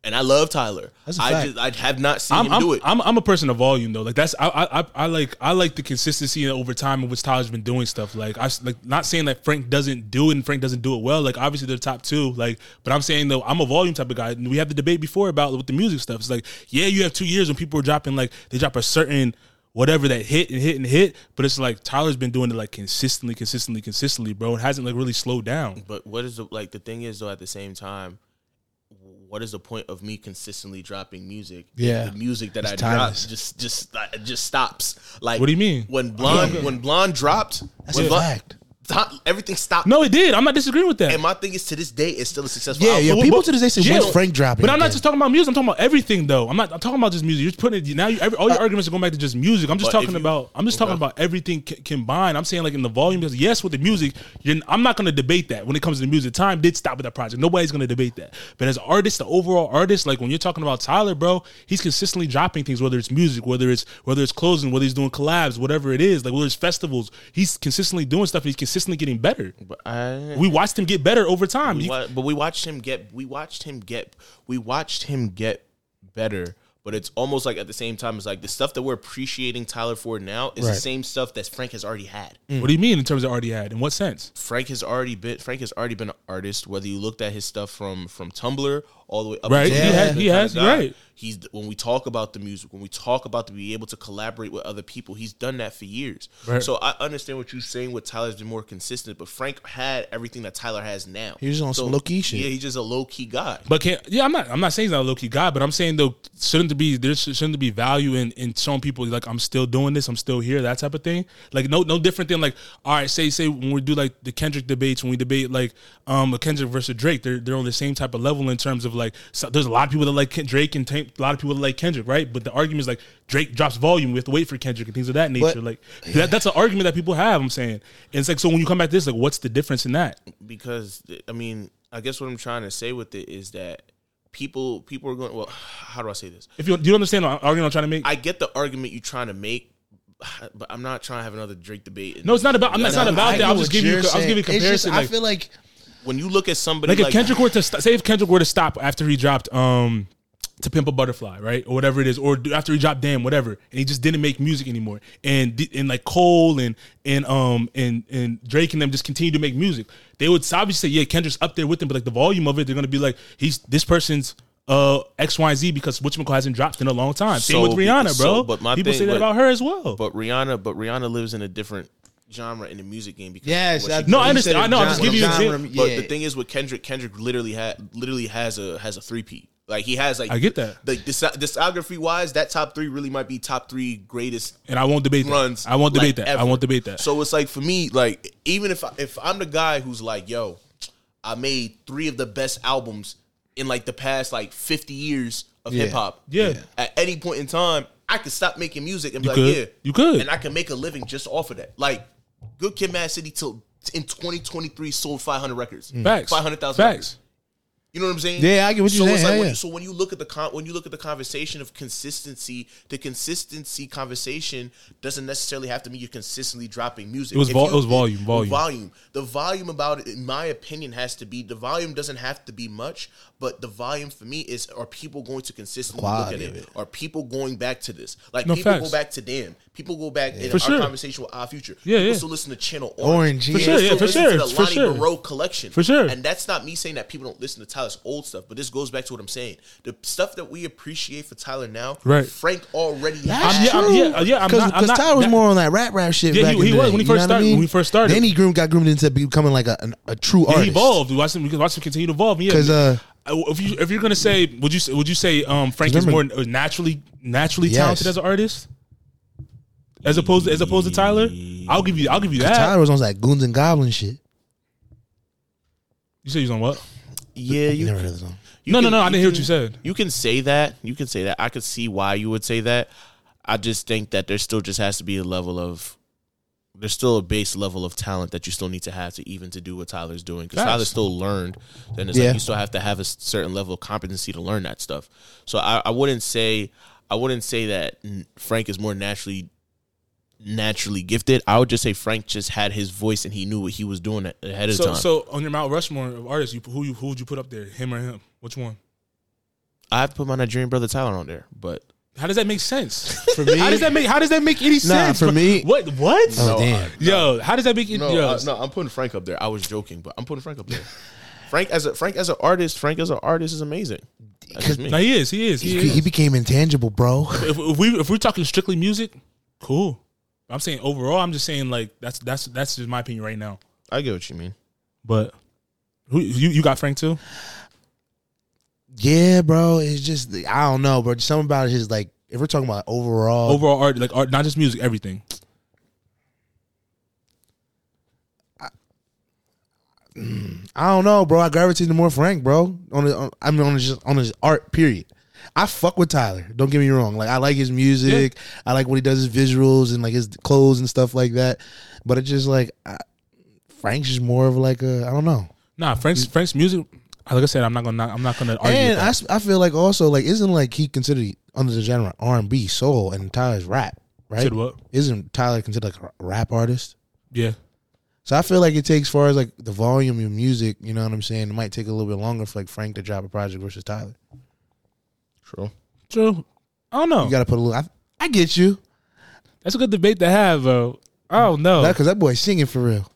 And I love Tyler. That's a I fact. just I have not seen I'm him I'm, do it. I'm I'm a person of volume though. Like that's I I, I, I like I like the consistency and over time in which Tyler's been doing stuff. Like I s- like not saying that Frank doesn't do it and Frank doesn't do it well. Like obviously they're top two. Like but I'm saying though I'm a volume type of guy. And we had the debate before about with the music stuff. It's like yeah you have two years when people are dropping like they drop a certain whatever that hit and hit and hit. But it's like Tyler's been doing it like consistently, consistently, consistently, bro. It hasn't like really slowed down. but what is the like the thing is though at the same time, what is the point of me consistently dropping music? if Yeah. the music that It's I timeless. drop just just uh, just stops. Like What do you mean? When blonde when blonde dropped, That's when a Blonde- fact. Time- everything stopped. No, it did. I'm not disagreeing with that. And my thing is, to this day, it's still a successful. Yeah, album. yeah. But- People but- to this day say, yeah, "When's Frank dropping?" But I'm not again?" just talking about music. I'm talking about everything, though. I'm not. I'm talking about just music. You're just putting it now. You, every, all Uh, your arguments are going back to just music. I'm just But if talking you- about. I'm just talking about everything c- combined. I'm saying like in the volume. Because yes, with the music, you're, I'm not going to debate that. When it comes to the music, time did stop with that project. Nobody's going to debate that. But as artists, the overall artist, like when you're talking about Tyler, bro, he's consistently dropping things. Whether it's music, whether it's whether it's closing, whether he's doing collabs, whatever it is, like whether it's festivals, he's consistently doing stuff. He's consistently getting better. But I- We watched him get better over time. We You- wa- but we watched him get we watched him get we watched him get better but it's almost like at the same time it's like the stuff that we're appreciating tyler for now is the Right. same stuff that frank has already had what do you mean in terms of already had? In what sense? frank has already been frank has already been an artist whether you looked at his stuff from from tumblr all the way up Right, until he now, has- the he kind has, of guy. right. he's when we talk about the music when we talk about to be able to collaborate with other people he's done that for years Right. so i understand what you're saying with tyler's been more consistent but frank had everything that tyler has now He was on So, some low-key shit. yeah he's just a low-key guy But can't yeah, I'm not I'm not saying he's not a low key guy, but I'm saying though shouldn't there be there sh- shouldn't there be value in, in showing people like I'm still doing this, I'm still here, that type of thing. Like no no different than like all right, say say when we do like the Kendrick debates, when we debate like um a Kendrick versus Drake, they're they're on the same type of level in terms of like so, there's a lot of people that like Ken- Drake and Tank- a lot of people that like Kendrick, right? But the argument is like Drake drops volume, we have to wait for Kendrick and things of that nature. like that, that's an argument that people have. I'm saying and it's like so when you come back to this, like what's the difference in that? because th- I mean, I guess what I'm trying to say with it is that people people are going. Well, how do I say this? If you do you understand the argument I'm trying to make? I get the argument you're trying to make, but I'm not trying to have another Drake debate. No, it's not about. I'm not, it's not No, about I that. get I was just what giving you. you're I was saying. giving a It's comparison. just- I like, feel like When you look at somebody like like, if Kendrick were to st- say if Kendrick were to stop after he dropped um to Pimp a Butterfly, right, or whatever it is, or do- after he dropped Damn, whatever, and he just didn't make music anymore, and di- and like Cole and and um and and Drake and them just continue to make music, they would obviously say, yeah, Kendrick's up there with them, but like the volume of it, they're gonna be like, he's this person's. Uh, X, Y, and Z because Which McCall hasn't dropped in a long time. Same So, with Rihanna, so, bro. but my People thing- say that but- about her as well. but Rihanna, but Rihanna lives in a different genre in the music game. Because Yes, what she- No, I understand. I know, I'm just giving you an example. But the thing is with Kendrick, Kendrick literally had literally has a has a three P. Like he has like I get that. Like dis- discography wise, that top three really might be top three greatest and I won't debate that. runs. I won't debate like, that. I ever. won't debate that. So it's like for me, like even if I, if I'm the guy who's like, yo, I made three of the best albums in like the past like 50 years of Yeah. hip hop. Yeah. Yeah. At any point in time, I could stop making music and be You like, could. yeah, You could. and I can make a living just off of that. Like, Good Kid, Mad City till in 2023 sold 500 records, facts, 500,000 records. facts. You know what I'm saying? Yeah, I get what so you're It's saying. like Yeah, when, yeah. So when you look at the con- when you look at the conversation of consistency, the consistency conversation doesn't necessarily have to mean you're consistently dropping music. It was If vol- you- it was volume, the volume. volume. The volume about it, in my opinion, has to be the volume doesn't have to be much, but the volume for me is are people going to consistently look at Quality it? of Are people going back to this? Like No, people facts. go back to damn. People go back in For our sure. conversation with our future. Yeah, people yeah. still listen to Channel Orange, Orange. For yeah. sure, They yeah, still for listen sure, to the for Lonnie sure. Barreau collection. For sure. And that's not me saying that people don't listen to Tyler's old stuff, but this goes back to what I'm saying. The stuff that we appreciate for Tyler now, Right. Frank already I'm- yeah, has. I'm- yeah, yeah, I'm not- I'm because not- Tyler was that- more on that rap rap shit. Yeah, back he- in he the was day, when he you first know what I started- mean? when he first started. Then he groomed, got groomed into becoming like a, an- a true Yeah, artist. he evolved. We watched him. We watched him continue to evolve. Yeah, 'Cause, uh, I- if you if you're gonna say, would you say- would you say um, Frank is more remember- naturally naturally Yes. talented as an artist, as opposed to, as opposed to Tyler? I'll give you I'll give you that. Tyler was on that goons and goblins shit. you said you was on what? Yeah, You never heard of this song. you no, no, can- no. I didn't hear what can- you said. You can say that. You can say that. I could see why you would say that. I just think that there still just has to be a level of there's still a base level of talent that you still need to have to even to do what Tyler's doing because Facts. Tyler still learned. Then it's Yeah. like you still have to have a s- certain level of competency to learn that stuff. So I, I wouldn't say I wouldn't say that n- Frank is more naturally naturally gifted. I would just say Frank just had his voice and he knew what he was doing a- ahead of So time. so on your Mount Rushmore of artists, you, who you who would you put up there? Him or him? Which one? I have to put my Nigerian brother Tyler on there, but How does that make sense? For me, how does that make How does that make any sense? for me- what what? Oh damn! Yo, how does that make? it? No, yo, uh, no, I'm putting Frank up there. I was joking, but I'm putting Frank up there. Frank as a Frank as an artist, Frank as an artist is amazing. That's just me. no, he is. He is. He, He, is. he became intangible, bro. if, if we if we're talking strictly music, cool. I'm saying overall. I'm just saying like that's that's that's just my opinion right now. I get what you mean. But who you you got Frank too? Yeah, bro. It's just I don't know, bro. Just something about his like. If we're talking about overall, Overall art, like art, not just music, everything. I don't know, bro. I gravitated more Frank, bro. On, the, on I mean, on his on his art, period. I fuck with Tyler. Don't get me wrong. Like I like his music. I like what he does his visuals and like his clothes and stuff like that. But it's just like I, Frank's just more of like a I don't know. Nah, Frank's Frank's music. Like I said, I'm not gonna I'm not gonna argue. with And I, that. s- I feel like also like isn't like he considered under the genre R and B soul and Tyler's rap right? Said what? Isn't Tyler considered like a rap artist? yeah, So I feel like it takes far as like the volume of music. You know what I'm saying? It might take a little bit longer for like Frank to drop a project versus Tyler. True. true. I don't know. You got to put a little. I, I get you That's a good debate to have, bro. Oh no, because that boy's singing for real.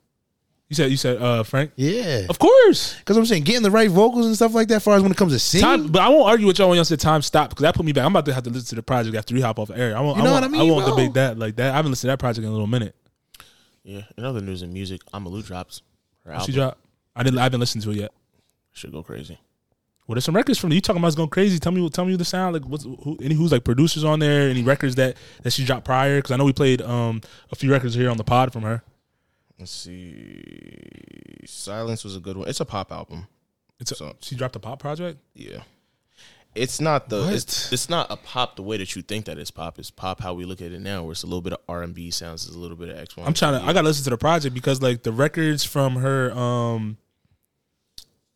you said you said uh, Frank. Yeah, Of course, because Oh. I'm saying getting the right vocals and stuff like that. Far as when it comes to singing, time. But I won't argue with y'all when y'all said time stop because that put me back. I'm about to have to listen to the project after we hop off air. I won't. You I know won't, what I I mean, won't bro? debate that like that. I haven't listened to that project in a little minute. Yeah. In other news and music, Amalu drops. Her She album dropped. I didn't. I haven't listened to it yet. should go crazy. Well, there's some records from you talking about it's going crazy. Tell me, tell me the sound. Like, what's who, any who's like producers on there? Any records that that she dropped prior? Because I know we played um a few records here on the pod from her. Let's see. Silence was a good one. It's a pop album. It's a, So- she dropped a pop project. Yeah. It's not the it's, What? it's not a pop the way that you think that it's pop. It's pop how we look at it now, where it's a little bit of R and B sounds, it's a little bit of X one. I'm trying to. I gotta listen to the project because like the records from her. um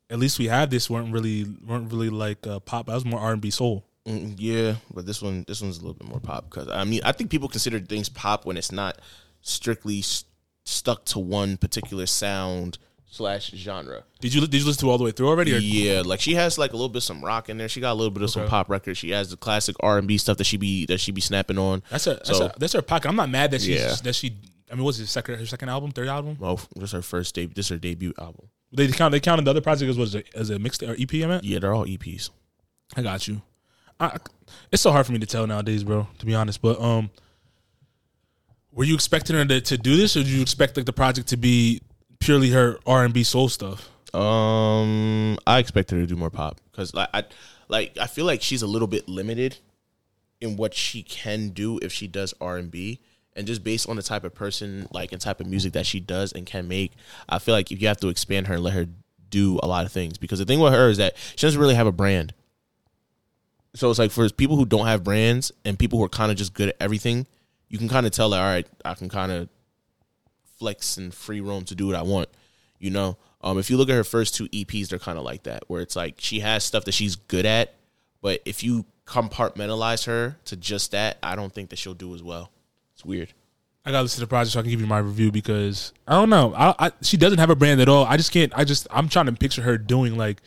At least we had this weren't really weren't really like uh, pop. That was more R and B soul. Mm, yeah, but this one this one's a little bit more pop because I mean I think people consider things pop when it's not strictly s stuck to one particular sound slash genre. Did you did you listen to all the way through already? Or, Yeah, like she has like a little bit some rock in there. She got a little bit of some Okay. pop records. She has the classic R and B stuff that she be that she be snapping on. That's her. That's, So- her, that's her pocket. I'm not mad that she's Yeah. that she. I mean, what's it second her second album, third album? Well, this is her first debut. This is her debut album. They count they counted the other project as was as a mixed or EP. I meant. Yeah, they're all E EPs. I got you. I, it's so hard for me to tell nowadays, bro. To be honest, but um, were you expecting her to, to do this, or did you expect like the project to be purely her R and B soul stuff? Um, I expect her to do more pop because like I, like I feel like she's a little bit limited in what she can do if she does R and B, and just based on the type of person like and type of music that she does and can make, I feel like if you have to expand her and let her do a lot of things because the thing with her is that she doesn't really have a brand. So it's like for people who don't have brands and people who are kind of just good at everything, you can kind of tell that all right, I can kind of flex and free roam to do what I want. You know, um, if you look at her first two EPs, they're kind of like that, where it's like she has stuff that she's good at, but if you compartmentalize her to just that, I don't think that she'll do as well. It's weird. I gotta listen to the project so I can give you my review because I don't know. I, I she doesn't have a brand at all. I just can't. I just I'm trying to picture her doing like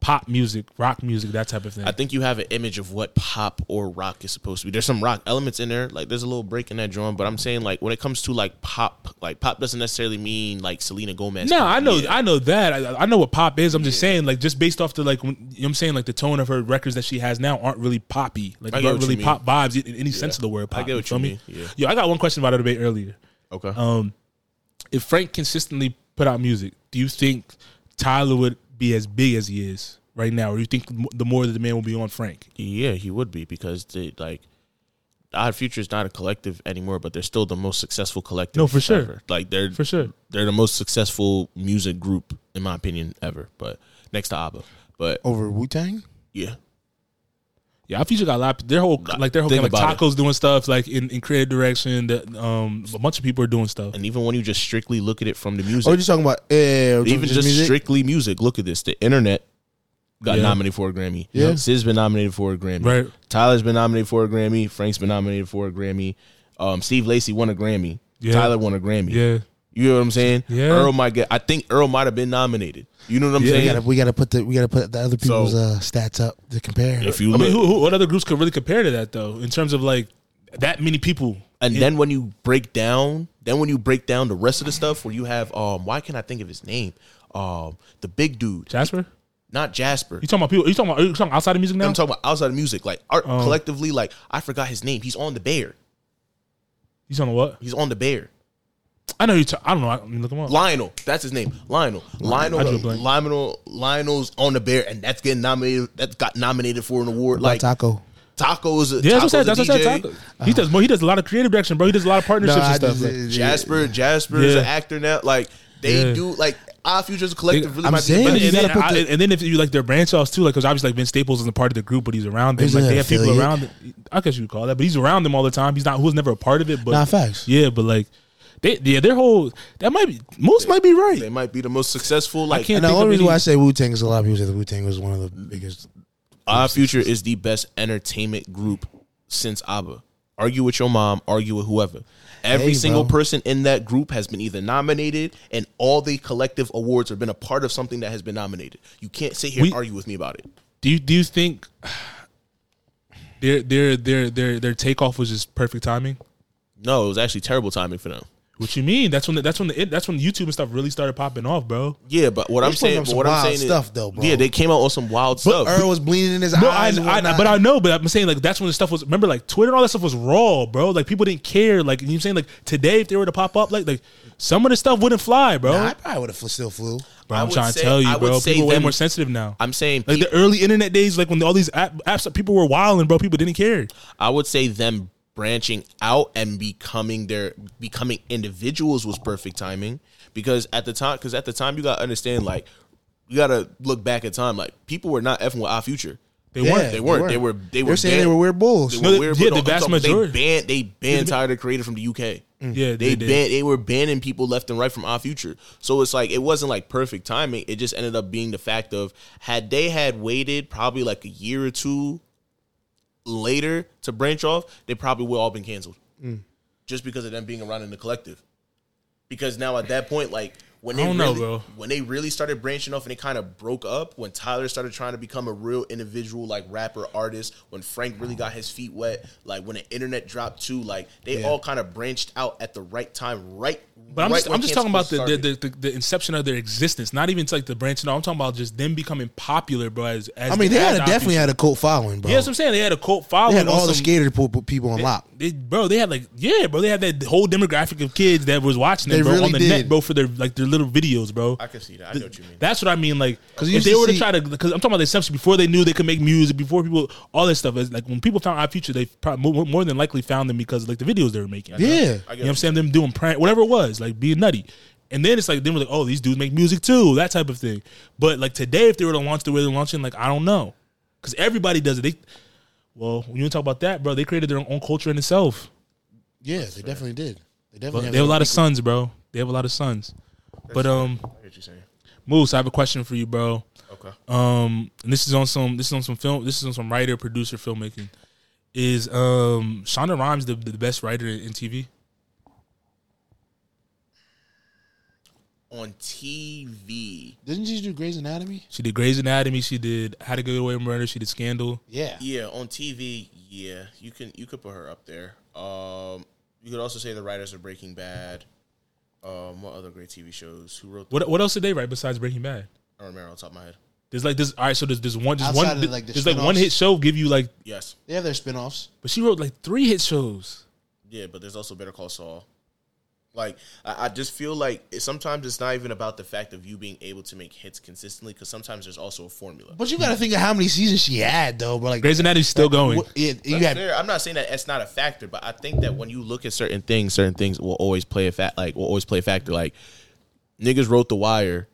pop music, rock music, that type of thing. I think you have an image of what pop or rock is supposed to be. There's some rock elements in there, like there's a little break in that drum, but I'm saying like when it comes to like pop, like pop doesn't necessarily mean like Selena Gomez. No, pop. I know, Yeah. I know that. I, I know what pop is. I'm just saying, like, just based off the like, when, you know, what I'm saying, like, the tone of her records that she has now aren't really poppy, like, I get aren't what you really mean. pop vibes in, in any sense of the word. Pop, I get what feel you me? mean, yeah. Yo, I got one question about our debate earlier. Okay. Um, if Frank consistently put out music, do you think Tyler would be as big as he is right now, or do you think m- the more that the man will be on Frank? Yeah, he would be because they like Odd Future is not a collective anymore, but they're still the most successful collective. No, for sure. ever. Like they're For sure. they're the most successful music group in my opinion ever. But next to ABBA, but over Wu Tang. yeah, Yeah, I future got a lot. Their whole like their whole Think like about it. tacos doing stuff like in, in creative direction. The, um, a bunch of people are doing stuff. and even when you just strictly look at it from the music, Oh, you're talking about eh, we're talking even just music? strictly music. Look at this. The internet got Yeah. nominated for a Grammy. Yeah. Sid's been nominated for a Grammy. Right. Tyler's been nominated for a Grammy. Frank's been nominated for a Grammy. Um, Steve Lacey won a Grammy. Yeah. Tyler won a Grammy. Yeah. You know what I'm saying? Yeah. Earl might get. I think Earl might have been nominated. You know what I'm Yeah. saying? We gotta, we gotta put the we gotta put the other people's So- uh, stats up to compare. If you I look, mean, who, who, what other groups could really compare to that though? In terms of like that many people, and then when you break down, then when you break down the rest of the stuff, where you have um, why can't I think of his name? Um, the big dude, Jasper. not Jasper. You talking about people? You talking about? Are you talking outside of music now? I'm talking about outside of music, like art Oh. collectively. Like I forgot his name. He's on the bear. you talking about what? He's on the bear. I know you. Ta- I don't know. I, let me look them up. Lionel, that's his name. Lionel, Lionel, I drew a blank. Lionel, Lionel's on the bear, and that's getting nominated. That's got nominated for an award. like Like taco. tacos, yeah, that's what I tacos. said. That's what I said. Taco. He does. more- He does a lot of creative direction, bro. He does a lot of partnerships I and stuff. just- like- yeah. Jasper, Jasper is Yeah. an actor now. Like they Yeah. do like Odd Future as a collective really I'm might be saying- the And, best. You and then, gotta put I- the- and then if you like their branch offs too, like because obviously like Vince Staples isn't a part of the group, but he's around them. He's Like an they have people affiliate. around. Them. I guess you would call that, but he's around them all the time. He's not who's never a part of it. But Nah, facts. Yeah, but like they yeah their whole that might be most might be right. They might be the most successful. Like can't- And the think of only reason why I any- say Wu Tang is a lot of people say the Wu Tang was one of the biggest. Odd Future is the best entertainment group since ABBA. Argue with your mom, argue with whoever. Every Hey, single bro. person in that group has been either nominated, and all the collective awards have been a part of something that has been nominated. You can't sit here We- and argue with me about it. Do you do you think their their their their their takeoff was just perfect timing? No, it was actually terrible timing for them. What you mean? That's when the, that's when the that's when YouTube and stuff really started popping off, bro. Yeah, but what I'm putting saying, up but some what I'm wild saying is- stuff, though, bro. Yeah, they came out on some wild But stuff. Earl was bleeding in his No, I, eyes. and I, whatnot. but I know, but I'm saying like that's when the stuff was. Remember, like Twitter and all that stuff was raw, bro. Like people didn't care. Like you know what I'm saying, like today if they were to pop up, like like some of the stuff wouldn't fly, bro. Nah, I probably would have still flew. bro I I'm would trying say- to tell I you, would bro. say People are way them- more sensitive now. I'm saying like peop- the early internet days, like when all these app, apps, people were wilding, bro. People didn't care. I would say them branching out and becoming their becoming individuals was perfect timing because at the time because at the time you gotta understand like you gotta look back at time like people were not effing with our future. They Yeah, weren't. They weren't. They were. They were. saying they banned- were weird bulls. They No, were they- weird, yeah, but the I'm vast talking- majority. They banned. They banned Tyler the Creator from the UK. Yeah, they they did. banned. They were banning people left and right from our future. So it's like it wasn't like perfect timing. It just ended up being the fact of had they had waited probably like a year or two later to branch off, they probably would all been canceled just because of them being around in the collective. Because now at that point, like I when they don't know, really, bro. when they really started branching off and it kind of broke up, when Tyler started trying to become a real individual like rapper artist, when Frank really got his feet wet, like when the internet dropped too, like they all kind of branched out at the right time, right? But I'm right just, when I'm just talking Cancel about the the, started. the, the the inception of their existence, not even like the branching. off. I'm talking about just them becoming popular, bro. As, as I mean, they as had a, our definitely future. had a cult following, bro. Yeah, that's what I'm saying. They had a cult following. they had on all the some- skater po- po- people on lock. They, bro, they had like yeah, bro. They had that whole demographic of kids that was watching them, They bro, really on the did. net, bro, for their like their little videos, bro. I can see that. I know what you mean. That's what I mean. Like, 'Cause you if used they to were to see- try to, because I'm talking about the assumption before they knew they could make music, before people, all this stuff is like when people found Our Future, they probably more, more than likely found them because like the videos they were making. Yeah. I you know get what I'm saying? Them doing prank, whatever it was, like being nutty. And then it's like, then we're like, oh, these dudes make music too, that type of thing. But like today, if they were to launch the way they're launching, like, I don't know. Because everybody does it. They, well, when you talk about that, bro, they created their own culture in itself. Yeah, they definitely did. They But definitely they have a lot of sons, bro. They have a lot of sons. But um, what you're saying. Moose, I have a question for you, bro. Okay. Um, and this is on some this is on some film. This is on some writer, producer, filmmaking. Is um Shonda Rhimes the, the best writer in TV? On TV, Didn't you do Grey's Anatomy? She did Grey's Anatomy. She did How to Get Away with Murder. She did Scandal. Yeah. yeah, on TV, yeah, you can you could put her up there. Um, you could also say the writers of Breaking Bad. Um, what other great TV shows? Who wrote? The, What what else did they write besides Breaking Bad? I don't remember on top of my head. There's like this. All right, so there's this one. Just Outside one. of, like, the there's like spin-offs. one hit show give you like, Yes, They have their spin-offs. but she wrote like three hit shows. yeah, but there's also Better Call Saul. Like, I, I just feel like it- sometimes it's not even about the fact of you being able to make hits consistently, because sometimes there's also a formula. But you got to think of how many seasons she had, though. But like, Grey's Anatomy still going. what- yeah, you That's had fair. I'm not saying that it's not a factor, but I think that when you look at certain things, certain things will always play a fact. Like, will always play a factor. Like, niggas wrote The Wire.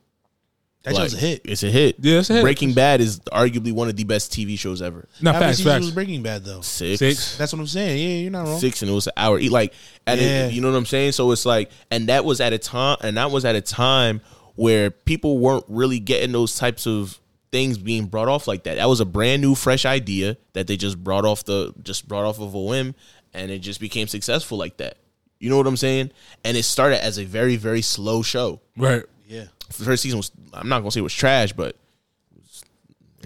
that like, show's a hit. It's a hit. Yeah, it's a hit. Breaking Bad is arguably one of the best TV shows ever. Not How many facts, seasons facts. was Breaking Bad though? Six. Six. That's what I'm saying. Yeah, you're not wrong. Six and it was an hour. Eat like and it- Yeah. you know what I'm saying. So it's like, and that was at a time, and that was at a time where people weren't really getting those types of things being brought off like that. That was a brand new, fresh idea that they just brought off the, just brought off of a whim, and it just became successful like that. You know what I'm saying? And it started as a very, very slow show. Right. Yeah. First season was, I'm not gonna say it was trash, but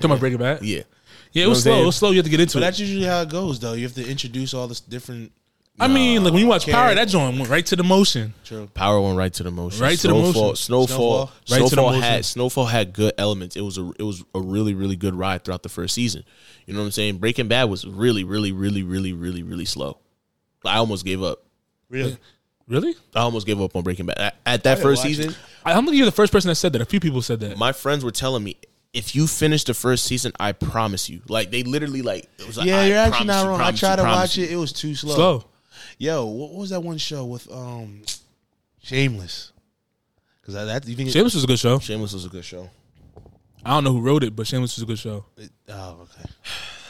Come on, Breaking Bad. yeah. Yeah, it was know what I'm slow. It was slow. You have to get into But it. that's usually how it goes, though. You have to introduce all this different. I mean, like when you watch okay. Power, that joint went right to the motion. Power went right to the motion. Right to the Snowfall, motion. Snowfall. Snowfall. Right to the Snowfall, motion. had Snowfall had good elements. It was a it was a really really good ride throughout the first season. You know what I'm saying? Breaking Bad was really really really really really really slow. I almost gave up. Really? Really? I almost gave up on Breaking Bad at, at that first watch it. season. I don't think you're the first person that said that. A few people said that. My friends were telling me if you finish the first season, I promise you. Like they literally like it was like, Yeah, I you're actually promise not you, wrong. I promise you, tried to promise watch you. it. It was too slow. Slow. Yo, what was that one show with um, Shameless? Because that you think Shameless was a good show. Shameless was a good show. I don't know who wrote it, but Shameless was a good show. oh, okay.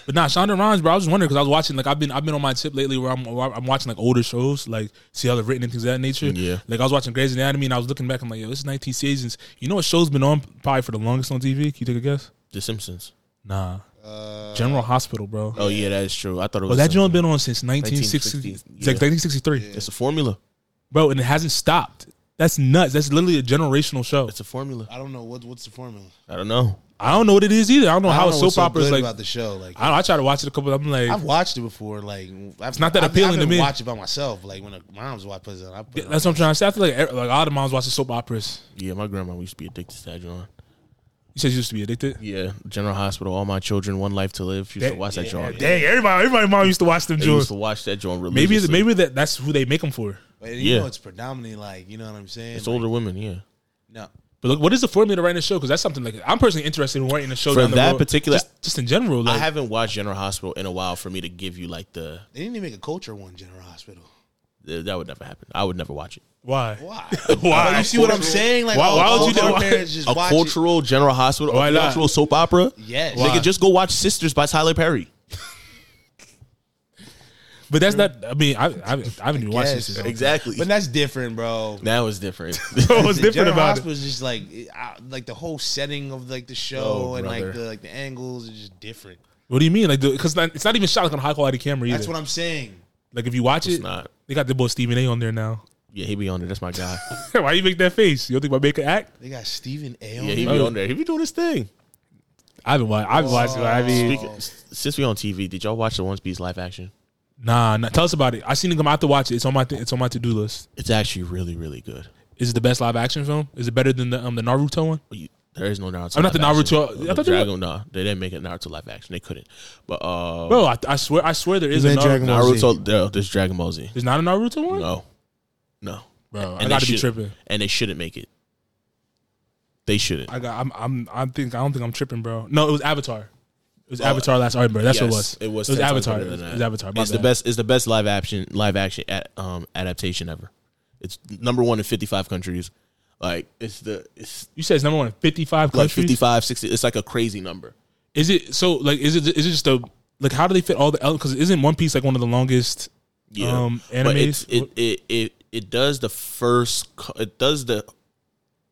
But nah, Shonda Rhimes, bro. I was just wondering because I was watching like I've been I've been on my tip lately where I'm where I'm watching like older shows like see how they're written and things of that nature. Yeah. Like I was watching Grey's Anatomy and I was looking back. I'm like, yo, this is 19 seasons. You know what show's been on probably for the longest on TV? Can you take a guess? The Simpsons. Nah. Uh, General Hospital, bro. Oh yeah, that is true. I thought it was. But the that joint Simpsons. been on since 1960, 1960, it's like yeah. 1963, It's a formula. bro, and it hasn't stopped. That's nuts. That's literally a generational show. It's a formula. I don't know what what's the formula. I don't know. I don't know what it is either. I don't know I how don't a know what's soap so opera is good like. about the show. Like I, I try to watch it a couple. I'm like, I've watched it before. Like I've, not that I've- appealing to I've me. Watch it by myself. Like when a mom's watch puts it, on, I put it that's what I'm trying to say. I feel like like all the moms watching soap operas. Yeah, my grandma used to be addicted to that joint. You said you used to be addicted. Yeah, General Hospital, All My Children, One Life to Live. She used to watch that joint. Dang, everybody, everybody, mom used to watch them They used joints. to watch that joint Maybe, religiously. it's- maybe that that's who they make them for. But you Yeah. know, it's predominantly like you know what I'm saying. it's Like, older women. Yeah, no, But look, what is the formula to writing a show? Because that's something like I'm personally interested in writing a show For down the that road. particular- just, just in general. Like, I haven't watched General Hospital in a while for me to give you like the, they didn't even make a culture one. General Hospital. the- that would never happen. I would never watch it. why? Why? Why? you see what I'm saying? Like Why- all- why would all you do- our why- parents just A watch it. cultural General Hospital, Why a not? cultural soap opera. Yes. Why? Nigga, just go watch Sisters by Tyler Perry. But that's not. I mean, I, I, haven't- I haven't even watched Yes. this. Exactly. But that's different, bro. That was different. So what's different General about it? Hospital is just like it- I- like the whole setting of like the show Oh, and like brother. the like the angles is just different. What do you mean? Like, because it's not even shot like on a high quality camera either. That's what I'm saying. like, if you watch It's it, not. they got the boy Stephen A. on there now. yeah, he be on there. That's my guy. Why you make that face? You don't think my make an act? They got Stephen A. on Yeah, he it? be on there. He be doing his thing. I haven't watched. I've watched. it, I mean, Speaking- Since we on TV, did y'all watch the One Piece live action? nah, nah. Tell us about it. I seen it come out to watch it. It's on my. Th- it's on my to do list. It's actually really, really good. Is it the best live action film? Is it better than the um the Naruto one? But you- there is no Naruto. I'm not the live Naruto- action. I thought they were- Dragon. Nah, they didn't make a Naruto live action. They couldn't. But uh, Bro, I, I swear, I swear there is a meant Naruto. Dragon Ball. Naruto, there- there's Dragon Ball Z. There's not a Naruto one. No, no. Bro, I they gotta be should- tripping. And they shouldn't make it. They shouldn't. I got. I'm. I'm. I think. I don't think I'm tripping, bro. No, it was Avatar. It was Avatar last Iron That's what it was. Oh, Yes, It was, It was 10 times Avatar. better It was, than it was that. Avatar. My It's the bad. best. It's the best live action live action at, um, adaptation ever. It's number one in 55 countries. Like it's the it's You said it's number one in 55 like countries. 55, 60. It's like a crazy number. Is it so? Like, is it? Is it just a like? How do they fit all the elements? Because isn't One Piece like one of the longest? Yeah, Um, But it's, animes? it, it it it does the first. co- It does the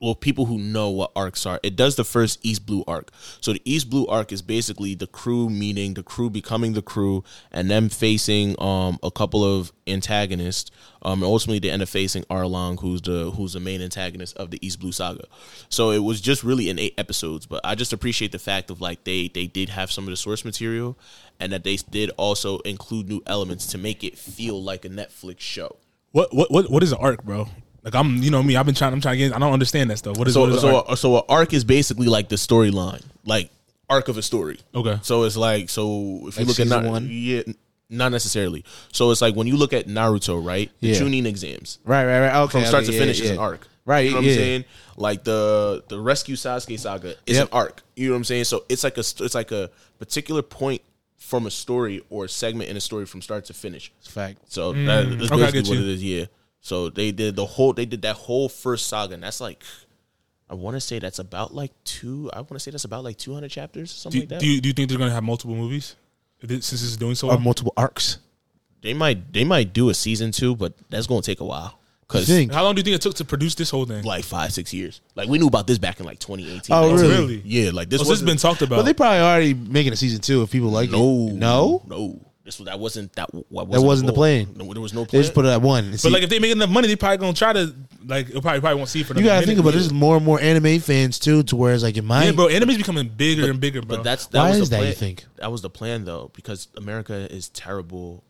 well. People who know what arcs are, it does the first East Blue arc. So the East Blue arc is basically the crew meeting, the crew becoming the crew, and them facing um a couple of antagonists. Um, and ultimately they end up facing Arlong, who's the who's the main antagonist of the East Blue saga. So it was just really in eight episodes, but I just appreciate the fact of like they they did have some of the source material, and that they did also include new elements to make it feel like a Netflix show. What? What? What? What is an arc, bro? Like I'm, you know me. I've been trying. I'm trying to get. I don't understand that stuff. What is? So what is an so arc? a, so a arc is basically like the storyline, like arc of a story. Okay. So it's like so if you Like look at season Na- one? yeah, n- not necessarily. So it's like when you look at Naruto, right? The Yeah. tuning exams. Right, right, right. Okay, From start okay, to yeah, finish yeah. is an arc. Right, You know what yeah. I'm saying? Like the the rescue Sasuke saga is Yep. an arc. You know what I'm saying? So it's like a st- it's like a particular point from a story or segment in a story from start to finish. Fact. So that, that's Okay, I basically get what you. it is. Yeah. So they did the whole. They did that whole first saga, and that's like, I want to say that's about like two. I want to say that's about like two hundred chapters, something do, like that. do you do you think they're gonna have multiple movies? If it- Since it's doing so, well? multiple arcs. they might. They might do a season two, but that's gonna take a while. Cause Think. how long do you think it took to produce this whole thing? like five, six years. Like we knew about this back in like twenty eighteen. Oh, really? Yeah. Like this Oh, so this has wasn't- been talked about. But they probably already making a season two if people like No. it. No, No. This was that wasn't that. That wasn't, wasn't the goal. plan. No, there was no they plan. just put it at one. and see- but like, if they make enough money, they probably gonna try to like. It probably probably won't see it for you another gotta think minute. about it, there's more and more anime fans too, to where it's like it might. Yeah, bro, anime's becoming bigger and bigger, bro. But that's that Why was is the that, plan. you think? that was the plan though, because America is terrible.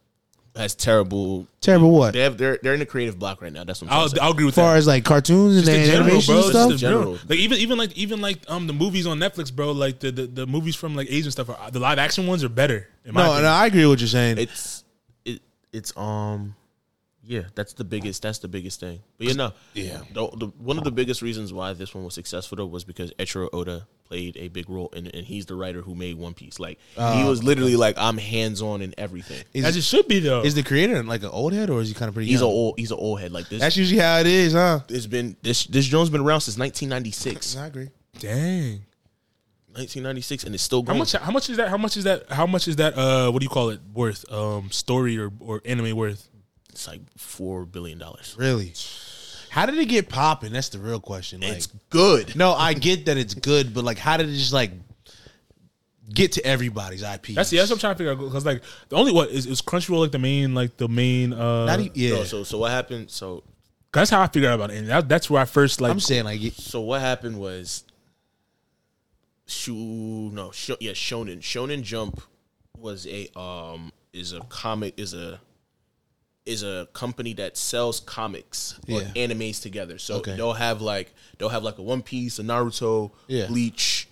Has terrible. Terrible what? They have they're they're in a creative block right now. That's what I'm I'll, trying to say. I'll agree as with far that. as like cartoons and Just in general, animation bro. and Just stuff. in General. general. Like even even like even like um the movies on Netflix, bro. Like the the, the movies from like Asian stuff are the live action ones are better. In my no, opinion. no, I agree with what you're saying. it's it, it's um Yeah, that's the biggest. That's the biggest thing. But you know, Yeah. the, the, one of the biggest reasons why this one was successful though was because Eiichiro Oda played a big role, and and he's the writer who made One Piece. Like he was literally like, I'm hands on in everything. Is, As it should be though. is the creator like an old head or is he kind of pretty? He's young? an old. He's an old head. Like this. That's usually how it is, huh? it's been this. This Jones been around since 1996. I agree. Dang. 1996, and it's still How going. much? How much is that? How much is that? How much is that? Uh, what do you call it? Worth? Um, story or or anime worth? It's like four billion dollars. Really? How did it get popping? That's the real question. Like, It's good. no, I get that it's good, but like, how did it just like get to everybody's IP? That's yeah. That's what I'm trying to figure out. Because like the only what is, is Crunchyroll like the main like the main. Uh, Not e- yeah. No, so so what happened? So 'cause that's how I figured out about it. And that, that's where I first like. I'm saying like it- So what happened was, Shu no sh- yeah Shonen Shonen Jump was a um is a comic is a is a company that sells comics or Yeah. animes together. So Okay. they'll have like they'll have like a One Piece, a Naruto, Yeah. Bleach,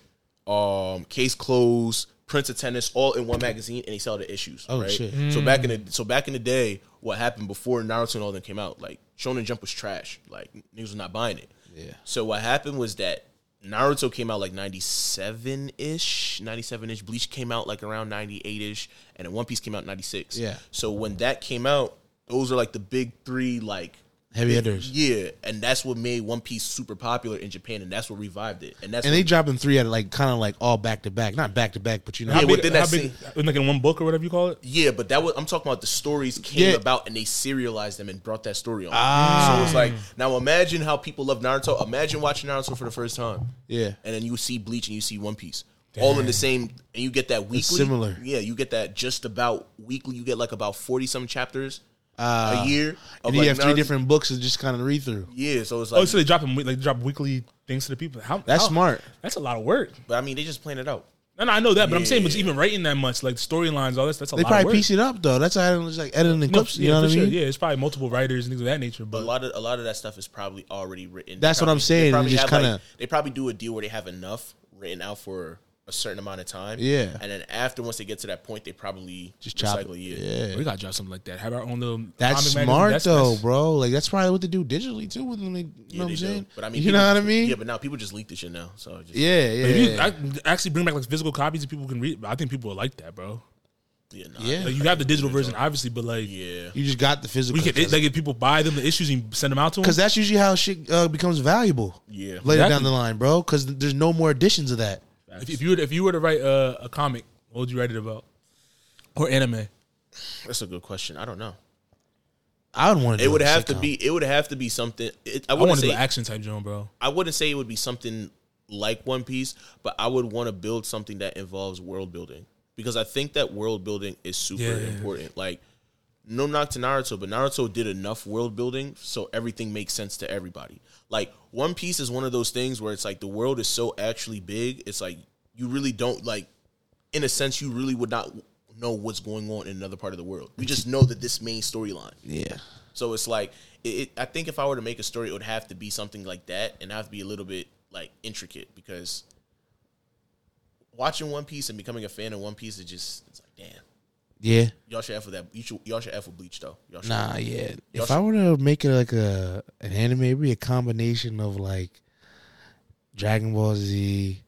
um, Case Closed, Prince of Tennis, all in one magazine, and they sell the issues. Oh, right? shit. So back in the so back in the day, what happened before Naruto and all them came out, like Shonen Jump was trash. Like niggas was not buying it. Yeah. So what happened was that Naruto came out like 97 ish, 97 ish. Bleach came out like around 98 ish, and then One Piece came out in 96. Yeah. So when that came out, those are like the big three, like heavy hitters, yeah, and that's what made One Piece super popular in Japan, and that's what revived it. And that's and they what- dropping three at like kind of like all back to back, not back to back, but you know, Yeah, how well, big- within how that big- like in one book or whatever you call it. Yeah, but that was I'm talking about the stories came Yeah. Ah. about and they serialized them and brought that story on. So it's like now imagine how people love Naruto. Imagine watching Naruto for the first time. Yeah. And then you see Bleach and you see One Piece. All in the same and you get that weekly. similar. Yeah, you get that just about weekly. You get like about forty some chapters a year. of, Ah. and you like, have three Naruto- different books to just kind of read through. Yeah, so it's like Oh, so they drop them like drop weekly things to the people. How That's how- smart. That's a lot of work. but I mean they just playing it out. No, no, I know that, but I'm saying, but even writing that much, like storylines, all this, that's a They lot of probably work. piece it up though. That's how it's like editing the No, clips. You yeah, know what for I sure. mean? Yeah, it's probably multiple writers and things of that nature. A But lot of a lot of that stuff is probably already written. They That's what probably- I'm saying, They probably, you just have, like- kinda- they probably do a deal where they have enough written out for a certain amount of time. Yeah. and then after once they get to that point, they probably Just chop it. recycle it. Yeah. we gotta drop something like that. Have our own little. That's comic magazine. smart That's- though, that's- bro. Like that's probably what they do digitally too. With them, they, you Yeah, know what they I'm do. saying? But I mean, you know people- what I mean? Yeah, but now people just leak this shit now. So just, yeah, yeah. If you yeah. ac- actually bring back like physical copies and people can read, I think people will like that, bro. yeah, nah. Yeah. Like, you have the digital version, obviously, but like, yeah. You just got the physical. we can they, like if people buy them the issues and send them out to them. Because that's usually how shit uh, becomes valuable. Yeah. Later down Exactly. the line, bro. Because there's no more editions of that. If, if you were to- if you were to write uh, a comic, what would you write it about? Or anime? That's a good question. I don't know. I would want to. It would have to be. It would have to be something. It, I I want wouldn't to do say. an action type joint, bro. I wouldn't say it would be something like One Piece, but I would want to build something that involves world building because I think that world building is super Yeah. important. Like, no knock to Naruto, but Naruto did enough world building so everything makes sense to everybody. Like, One Piece is one of those things where it's like the world is so actually big, it's like you really don't like. In a sense, you really would not know what's going on in another part of the world. We just know that this main storyline. Yeah. So it's like it, it, I think if I were to make a story, it would have to be something like that, and I have to be a little bit like intricate because watching One Piece and becoming a fan of One Piece is just it's like damn. Yeah. Y'all should f with that. You should, y'all should f with Bleach though. Y'all should, Nah. Yeah. Y'all If I were to make it like a an anime, it'd be a combination of like Dragon Ball Z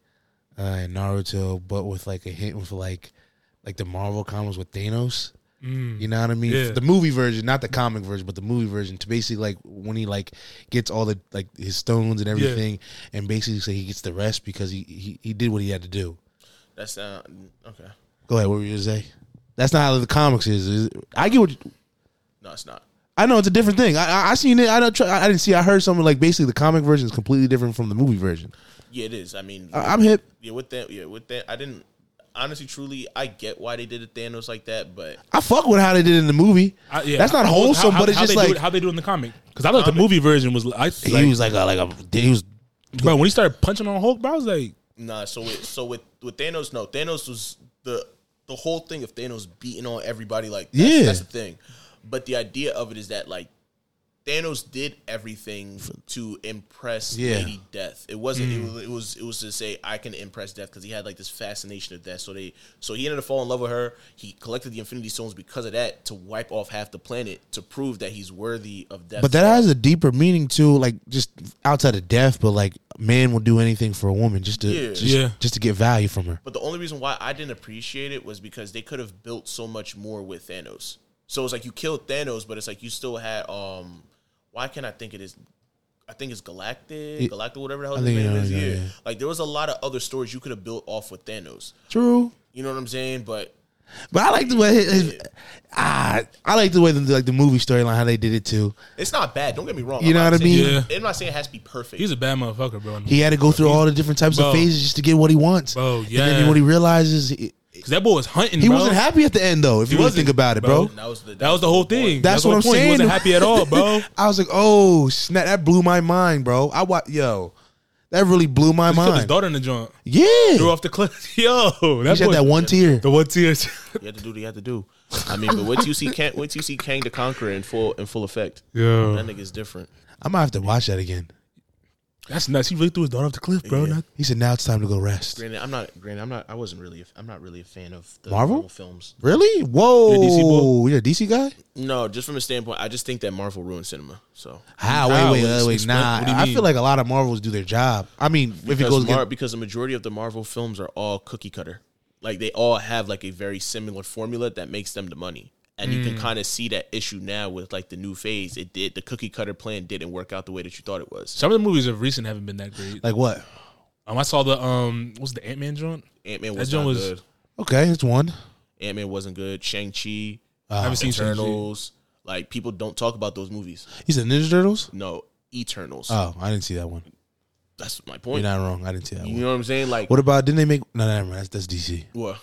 uh, and Naruto, but with like a hint with like like the Marvel comics with Thanos. You know what I mean? Yeah. The movie version, not the comic version, but the movie version to basically like when he like gets all the like his stones and everything, and basically say he gets the rest because he, he he did what he had to do. That's uh, okay. Go ahead. What were you gonna say? That's not how the comics is. is I get what No, it's not. I know. It's a different thing. I I, I seen it. I don't. Try, I didn't see. I heard something like basically the comic version is completely different from the movie version. Yeah, it is. I mean, I, I'm hip. yeah, with that, yeah, with that, I didn't honestly, truly, I get why they did the Thanos like that, but I fuck with how they did it in the movie. I- yeah, That's not how- wholesome, how- but it's how just they do like it- how they do it in the comic. Because I thought the movie version was I, he like- was like a, like a he was bro. When he started punching on Hulk, bro, I was like, Nah, so with so with with Thanos, no, Thanos was the the whole thing of Thanos beating on everybody. Like, that's, Yeah. that's the thing. But the idea of it is that like Thanos did everything to impress Yeah. Mm. Lady Death. It wasn't. It, was, it was. It was to say I can impress Death because he had like this fascination of death. So they. So he ended up falling in love with her. He collected the Infinity Stones because of that to wipe off half the planet to prove that he's worthy of death. But that has a deeper meaning too, like just outside of death, but like man will do anything for a woman just to Yeah. Just, Yeah. just to get value from her. But the only reason why I didn't appreciate it was because they could have built so much more with Thanos. So it's like you killed Thanos, but it's like you still had um why can't I think it is I think it's Galactic, Galactic, whatever the hell I his think name I is. know, yeah. yeah. Like there was a lot of other stories you could have built off with Thanos. True. You know what I'm saying? But But I like the way his, his- ah, I like the way the like the movie storyline how they did it too. it's not bad. Don't get me wrong. You know not what I saying- mean? I'm not saying it has to be perfect. He's a bad motherfucker, bro. He had to go through all the different types Bro. of phases just to get what he wants. Bro, And yeah. then when he realizes he, Because that boy was hunting. he bro. wasn't happy at the end though. If you really wasn't, think about it, bro. bro. And that was the That was the whole thing. That's, the what whole point. I'm saying. He wasn't happy at all, bro. I was like, oh snap! That blew my mind, bro. I wa- yo, that really blew my He killed his mind. daughter in the joint. Yeah, Threw off the cliff. Yo, that he had boy. that one tear. the one tear. You had to do what you had to do. I mean, but once you see Kang, once you see Kang the Conqueror in full in full effect, that Yo, nigga's different. I might have to watch that again. that's nuts. He really threw his daughter off the cliff, bro. Yeah. Not- He said, now it's time to go rest. Granted, I'm not. Granted, I'm not. I wasn't really. a- I'm not really a fan of the Marvel? films. Really? Whoa! You're a DC boy? You're a DC guy? No, just from a standpoint, I just think that Marvel ruined cinema. So How? How? Ah, Wait, wait, Ex- wait, wait. explain- Nah, what do you I mean? feel like a lot of Marvels do their job. I mean, if it goes Mar- against, because the majority of the Marvel films are all cookie cutter. Like they all have like a very similar formula that makes them the money, and you Mm. can kind of see that issue now with like the new phase. It did the cookie cutter plan didn't work out the way that you thought it was. Some of the movies of recent haven't been that great. like what? Um, I saw the um, what's the Ant Man joint? Ant Man That was joint not was- good. Okay, it's one. Ant Man wasn't good. Shang Chi, Ah, I haven't seen Shang-Chi. Eternals. Like people don't talk about those movies. He said Ninja Turtles. No, Eternals. Oh, I didn't see that one. That's my You're point. not wrong. I didn't see that You one. know what I'm saying? Like What about? Didn't they make? No, no, never mind. That's, that's DC. what?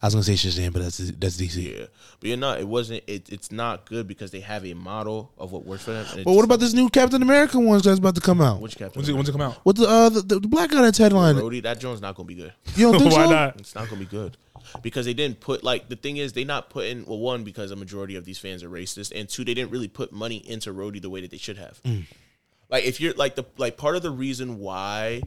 I was gonna say Shazam, but that's that's DC. Yeah, but you're not. It wasn't. It, it's not good because they have a model of what works for them. and it But what just- about this new Captain America one that's about to come out? which Captain? When's it, when's it come out? With the uh the, the black guy that's headline. Brody, that Jones not gonna be good. You don't think Why so? not? It's not gonna be good because they didn't put like the thing is they not putting well one because a majority of these fans are racist and two they didn't really put money into Rhodey the way that they should have. Mm. Like if you're like the like part of the reason why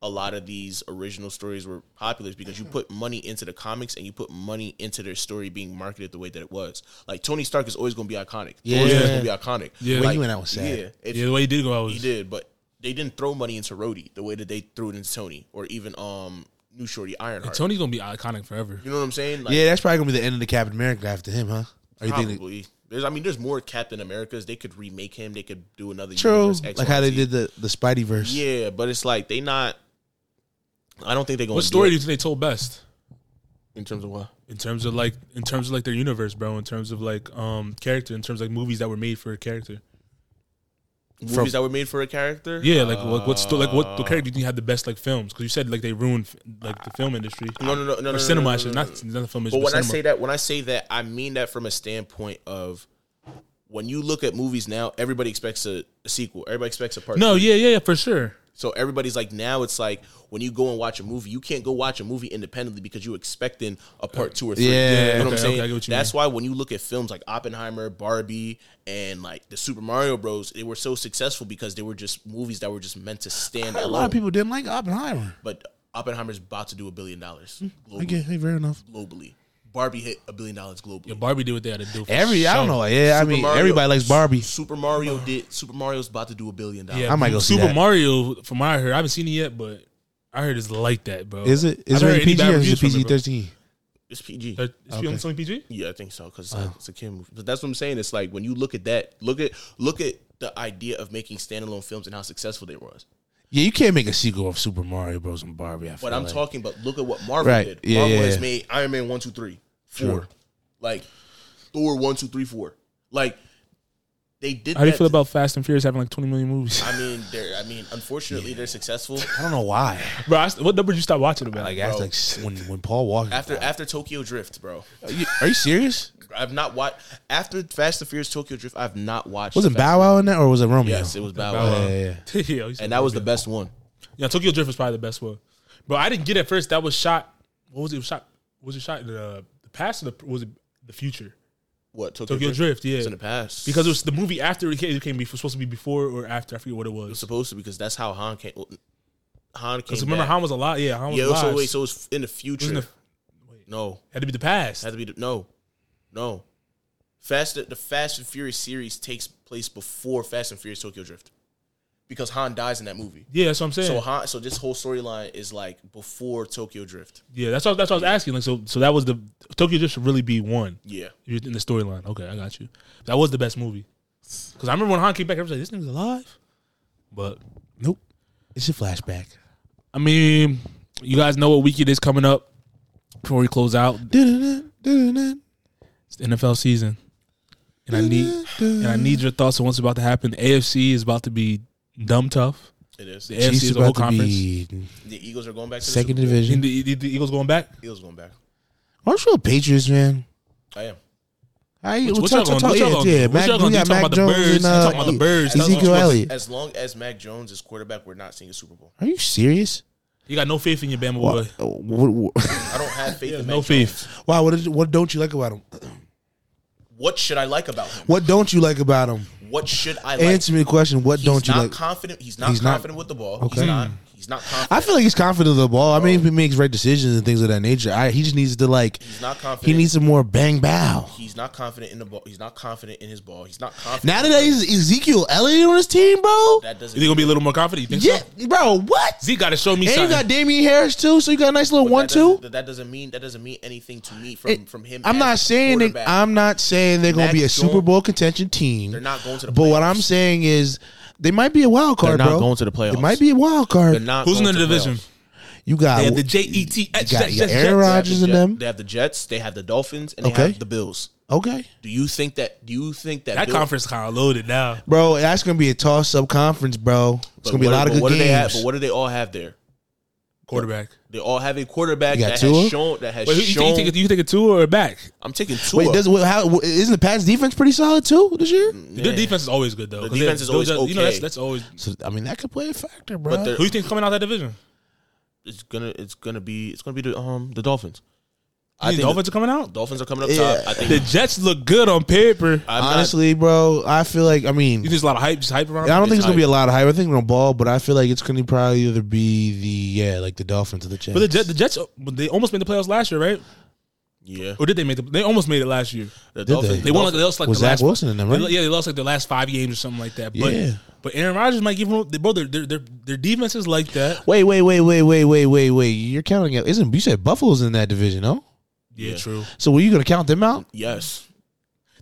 a lot of these original stories were popular is because you put money into the comics and you put money into their story being marketed the way that it was. Like Tony Stark is always gonna be iconic. Yeah, always Yeah. gonna be iconic. Yeah. When Like, you went out was sad. Yeah, if- Yeah, the way he did go, I he was. did, but they didn't throw money into Rhodey the way that they threw it into Tony or even um New Shorty Ironheart. Tony's gonna be iconic forever. you know what I'm saying? Like, Yeah, that's probably gonna be the end of the Captain America after him, huh? Or you think probably. There's, I mean, there's more Captain Americas. They could remake him. They could do another. true? universe, X, Like Y, how they Z. did the the Spidey verse. Yeah, but it's like they not. I don't think they're going. What story do you think they told best in terms of what? in terms of like in terms of like their universe, bro? In terms of like um character, in terms of like movies that were made for a character. Movies that were made for a character. Yeah, like what what's the, like what, what character do you think had the best like films? Because you said like they ruined f- like the film industry. No, no, no, no, no, no, or no, cinema. no, I should no, no, not not the film But industry. when I cinema. say that, when I say that, I mean that from a standpoint of when you look at movies now, everybody expects a, a sequel. Everybody expects a part. no, three. yeah, yeah, yeah, for sure. So everybody's like, now it's like when you go and watch a movie, you can't go watch a movie independently because you're expecting a part two or three. Yeah, you know what okay, I'm saying. okay, I get what you That's why when you look at films like Oppenheimer, Barbie, and like the Super Mario Bros, they were so successful because they were just movies that were just meant to stand A alone. lot of people didn't like Oppenheimer. but Oppenheimer's about to do a billion dollars Hmm, globally. Okay, hey, fair enough. globally. Barbie hit a billion dollars globally. Yeah, Barbie did what they had to do. For Every I sure. don't know. Yeah, I Super mean Mario- everybody likes Barbie. Super Mario did. Super Mario's about to do a billion dollars. Yeah, I might go see Super that. Mario. From what I heard, I haven't seen it yet, but I heard it's like that, bro. Is it is I haven't it heard any PG bad or is it reviews from PG it, bro. thirteen? It's PG. Uh, Is it Okay. something PG? Yeah, I think so because it's a kid movie. But that's what I'm saying. It's like when you look at that, look at look at the idea of making standalone films and how successful they was. Yeah, you can't make a sequel of Super Mario Bros. and Barbie. I feel But I'm like. talking about look at what Marvel Right. did. Yeah, Marvel yeah, has yeah. made Iron Man one, two, three, four, True. like Thor one, two, three, four. Like they did. How do you that- feel about Fast and Furious having like 20 million movies? I mean, they're. I mean, unfortunately, they're successful. I don't know why. bro, I, what number did you stop watching about? Like that's like s- when when Paul Walker. After after Tokyo Drift, bro, are you, are you serious? I've not watched after Fast and Furious Tokyo Drift. I've not watched. Wasn't Fast- Bow Wow in that or was it Romeo? Yes, it was Bow Bow Wow, Wow. Yeah, yeah, yeah. yeah, you said and that was the Tokyo. best one. Yeah, Tokyo Drift was probably the best one. But I didn't get it at first. That was shot. What was it? it was shot. Was it shot in the, the past or the, was it the future? What Tokyo, Tokyo Drift, yeah. It's in the past because it was the movie after it came. It came before, supposed to be before or after. I forget what it it's was. supposed to because that's how Han came. well, Han came. Because remember, back. Han was alive. Yeah, Han was Yeah, alive. so wait, so it's in the future. Wasn't the- no, had to be the past. had to be the, no, no. Fast the Fast and Furious series takes place before Fast and Furious Tokyo Drift, because Han dies in that movie. yeah, that's what I'm saying. So Han, so this whole storyline is like before Tokyo Drift. yeah, that's what, that's what I was asking. Like, so so that was the Tokyo Drift should really be one Yeah, You're in the storyline. Okay, I got you. That was the best movie. Because I remember when Han came back, I was like, this nigga's alive. But Nope. It's a flashback. I mean, you guys know what week it is coming up. Before we close out, Dun-dun-dun, dun-dun-dun. it's the NFL season, and I need and I need your thoughts on what's about to happen. The AFC is about to be dumb tough. it is. The The, AFC Chiefs is the whole about to conference. be Eagles are going back to the second Super Bowl. And division. the, the- the Eagles going back. Eagles going back. I'm sure Patriots, man. I am. I, What- what y'all gonna- what y'all gonna- yeah, yeah, what Mac, y'all gonna we do? got Talking Mac about the Jones birds, and, uh, talking about the birds. Ezekiel Elliott. As long as Mac Jones is quarterback, we're not seeing a Super Bowl. Are you serious? You got no faith in your Bama boy. What, what, I don't have faith in Mac No faith. why? What, is, what don't you like about him? What should I like about him? What don't you like about him? What should I like? Answer me the question. What He's don't you not like? confident. He's not He's not- confident with the ball. Okay. He's not. He's not confident. I feel like he's confident of the ball. I mean, if he makes right decisions and things of that nature, I, he just needs to like. he's not He confident. needs some more bang bow. He's not confident in the ball. He's not confident in his ball. He's not confident. Now that he's Ezekiel Elliott on his team, bro. that doesn't You think gonna be a little more confident? You think Yeah, so? bro. What? Zeke got to show me And you something. got Damian Harris too, so you got a nice little but that one-two. doesn't- That, doesn't mean that doesn't mean anything to me from from him. I'm as not saying they, quarterback. I'm not saying they're going to Mac be a Jones- Super Bowl contention team. They're not going to the But what playoffs. I'm saying is they might be a wild card. They're not bro. going to the playoffs. They might be a wild They're card. not Who's in going the to division? playoffs. you got They have the J E T You got your Aaron They have Rodgers the and Jet- them. They have the Jets. They have the Dolphins, and Okay. they have the Bills. okay, Do you think that? Do you think that? That Bill- conference kind of loaded now. bro. That's going to be a toss-up conference, bro. It's but going to be a what- lot of but good what games. Do they have, but what do they all have there? Quarterback. They all have a quarterback You got that Tua? has shown that has Wait, who, you, shown. think, you, take, you take a two or a back? I'm taking Tua. Wait, does, what, how, isn't the Pats defense pretty solid too this year? Their defense is always good though. The 'cause defense they- is always those are- You know that's, okay. that's always. So I mean, that could play a factor, bro. But they're- Who you think's coming out that division? it's gonna it's gonna be it's gonna be the um the Dolphins. I think Dolphins are the coming out. Dolphins are coming up Yeah. top. I The think Jets look good on paper. I'm not- Honestly, bro, I feel like I mean, You think there's a lot of hype, just hype around. I don't them? think it's gonna be a lot of hype. I think we're gonna ball, but I feel like it's gonna probably either be the yeah, like the Dolphins or the Jets. But the, Jet, the Jets, they almost made the playoffs last year, right? yeah, Or did they make the? They almost made it last year. the they? Dolphins. They won. Like, they lost like Was the Zach last, Wilson in them, they- right? yeah, they lost like the last five games or something like that. But Yeah. but Aaron Rodgers might give them. They, bro, their their their, their defense is like that. wait, wait, wait, wait, wait, wait, wait, wait. You're counting out? Isn't you said Buffalo's in that division? No. Yeah, true. So were you gonna count them out? yes.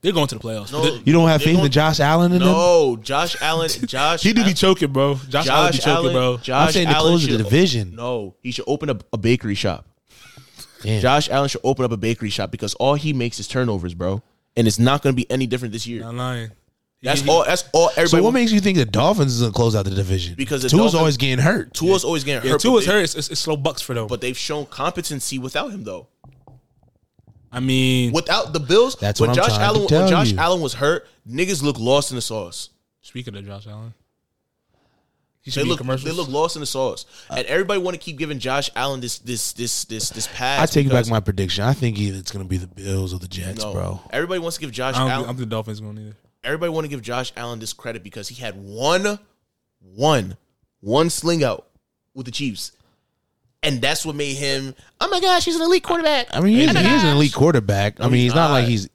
They're going to the playoffs. No, They- You don't have They faith in don't- Josh Allen and them. Oh, No, Josh Allen. Josh. he do be choking, bro. Josh, Allen be Josh choking, Allen. bro. Josh I'm saying to Allen close the should- division. No, he should open up a bakery shop. Damn. Josh Allen should open up a bakery shop because all he makes is turnovers, bro. And it's not going to be any different this year. Not lying. That's He- all. That's all. Everybody. So what wants. makes you think the Dolphins is gonna close out the division? Because the Tua's Dolphins- always getting hurt. Tua's always getting Yeah, hurt. two but is they- hurt. It's, it's, it's slow bucks for them. but they've shown competency without him though. I mean, Without the Bills, That's when what I'm Josh trying to Allen tell when Josh you. Allen was hurt, niggas look lost in the sauce. speaking of Josh Allen, he should They be look in commercials. they look lost in the sauce, Uh, and everybody want to keep giving Josh Allen this this this this this pass. I take back because- my prediction. I think either it's gonna be the Bills or the Jets, no. bro. Everybody wants to give Josh I don't, think- I Allen. don't think the Dolphins going to either. everybody want to give Josh Allen this credit because he had one, one, one sling out with the Chiefs, and that's what made him. Oh my gosh, he's an elite quarterback. I mean, he is, he is an elite quarterback. I mean, he's he's not not. like he's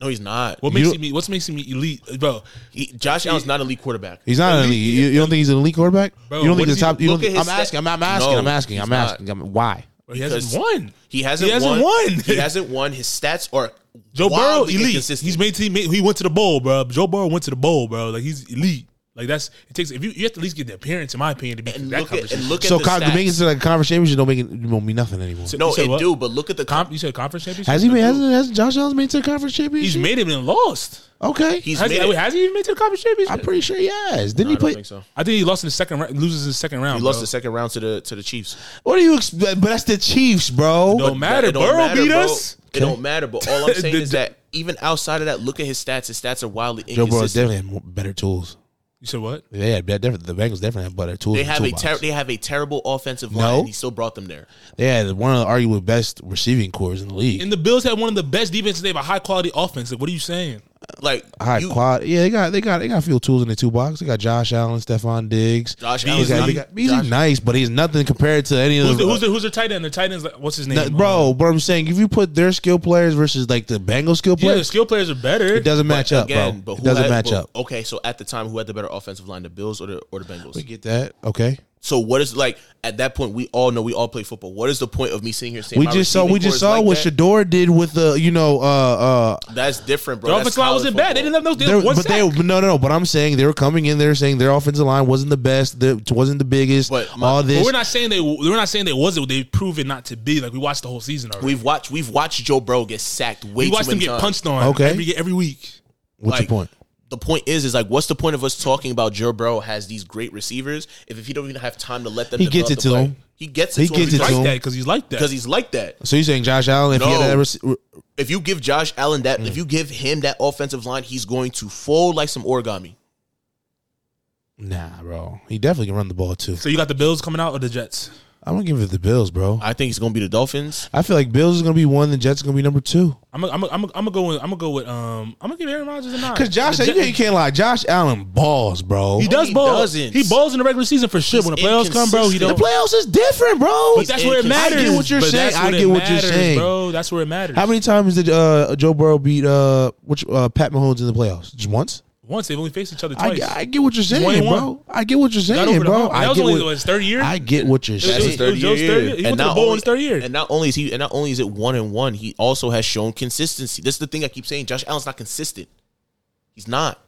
no, he's not. What You makes don't- me? What's makes me elite, bro? He, Josh Allen's not an elite quarterback. He's not an elite. You, you don't think he's an elite quarterback? Bro, you don't what think is he's top? he- You don't look think, at I'm his asking. I'm, stat- I'm asking. No, I'm asking. he's I'm not. asking. I'm- why? He hasn't Because- won. He hasn't. He hasn't won. he hasn't won. His stats are Joe Burrow wildly elite. inconsistent. He's made team. He went to the bowl, bro. Joe Burrow went to the bowl, bro. Like he's elite. Like that's it takes. If you you have to at least get the appearance, in my opinion, to be and that look at conversation. and look So at the Kyle, stats. to make it to like a conference championship don't make it, it won't mean nothing anymore. So- no, You said it what? do. But look at the Comp, you said conference championship. has he made? Has, has Josh Allen made it to the conference He's championship? made it and lost. okay, He's Has, made he, it. has he even made it to the conference championship? I'm pretty sure he has. Didn't he I don't play? think so. I think he lost in the second round. Loses in the second round. He lost bro. the second round to the to the Chiefs. What do you expect? But that's the Chiefs, bro. Don't matter. It don't Burrow matter, beat bro. us. It don't matter. But all I'm saying The- is that even outside of that, look at his stats. His stats are wildly Joe Burrow inconsistent. definitely had more, better tools. You You said what? They had they definitely, the Bengals definitely had better tools. They in the have a toolbox. ter- they have a terrible offensive line, No. and he still brought them there. They had one of the arguably best receiving cores in the league. And the Bills had one of the best defenses. They have a high quality offense. Like, what are you saying? Like High you, quality. Yeah, they got they got they got a few tools in the toolbox. They got Josh Allen, Stephon Diggs. Josh They Allen's got- they not- got- Beasley's Josh- nice, but he's nothing compared to any of Who's the. the, who's the, who's their tight end? The tight end's like, what's his name, No, bro, but I'm saying if you put their skill players versus like the Bengals skill Yeah, the players, skill players are better. it doesn't match up, again, bro. but it who doesn't had- match but- up. Okay, so at the time, who had the better offensive line, the Bills or the or the Bengals? We get that, okay? So what is like at that point? We all know we all play football. What is the point of me sitting here saying we my just saw receiving we core just is saw like what that? Shador did with the you know uh uh That's different, bro. The That's offensive line college wasn't bad. They football. didn't have no. They They had were- one but sack. they were- no, no, no. But I'm saying they were coming in there saying their offensive line wasn't the best, the, wasn't the biggest. But my- all this, But we're not saying they. We're not saying they wasn't. They proved it not to be. Like we watched the whole season already. We've watched we've watched Joe Burrow get sacked We way too watched them many get times. punched on. Okay. Every every week. what's like, your point? The point is, is like, what's the point of us talking about Joe Burrow has these great receivers if, if he don't even have time to let them? He gets develop it the to play? him. He gets it. He to gets him it to Like him. that because he's like that. because he's like that. So you're saying Josh Allen? If he had No. that rec- If you give Josh Allen that, Mm. if you give him that offensive line, he's going to fold like some origami. nah, bro, he definitely can run the ball too. So you got the Bills coming out or the Jets? I'm gonna give it the Bills, bro. I think he's going to be the Dolphins. I feel like Bills is gonna be one, the Jets is gonna be number two. I'm a, I'm a, I'm a, I'm gonna go with I'm gonna go with um I'm gonna give Aaron Rodgers a nine Cause Josh, The you Jet- can't- you can't lie. Josh Allen balls, bro. he does he ball. doesn't. He balls in the regular season for sure. He's when the playoffs come, bro, he inconsistent. the don't. playoffs is different, bro. But that's where it matters. inconsistent. I get what you're But that's saying. what I it get what you're matters, saying. bro. That's where it matters. How many times did uh, Joe Burrow beat uh, which uh, Pat Mahomes in the playoffs? Just once. Once they've only faced each other I, twice. I get what you're saying, 21. bro. I get what you're Got saying, over the bro. hump. That I was get only what- what, his third year. I get what you're That's That's his his saying. third third It was Joe's year. third year. He went to the bowl in his third year. And not only is he, and not only is it one and one, he also has shown consistency. This is the thing I keep saying. Josh Allen's not consistent. He's not.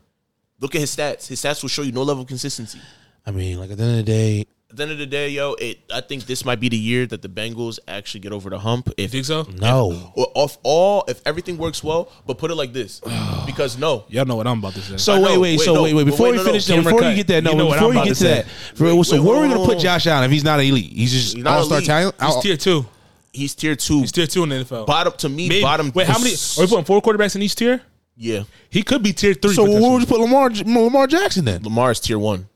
Look at his stats. His stats will show you no level of consistency. I mean, like at the end of the day, At the end of the day, yo, it. I think this might be the year that the Bengals actually get over the hump. If think so? no. or off all, if everything works well, but put it like this, because no, Y'all know what I'm about to say. So I know. wait, wait, Wait, so no. wait, wait. Wait, Before no, we no. finish, that, Camera before cut. you get that, no, You know what before I'm you about to get to say. that, for- Wait, so wait, where hold are we on, gonna put hold on. Josh Allen if he's not elite? He's just He's not all star elite. talent. he's Out- tier two. he's tier two. He's tier two in the NFL. bottom to me, Maybe. bottom. Wait, how many? Are we putting four quarterbacks in each tier? Yeah, He could be tier three. So where potentially. would you put Lamar Lamar Jackson then? Lamar is tier one.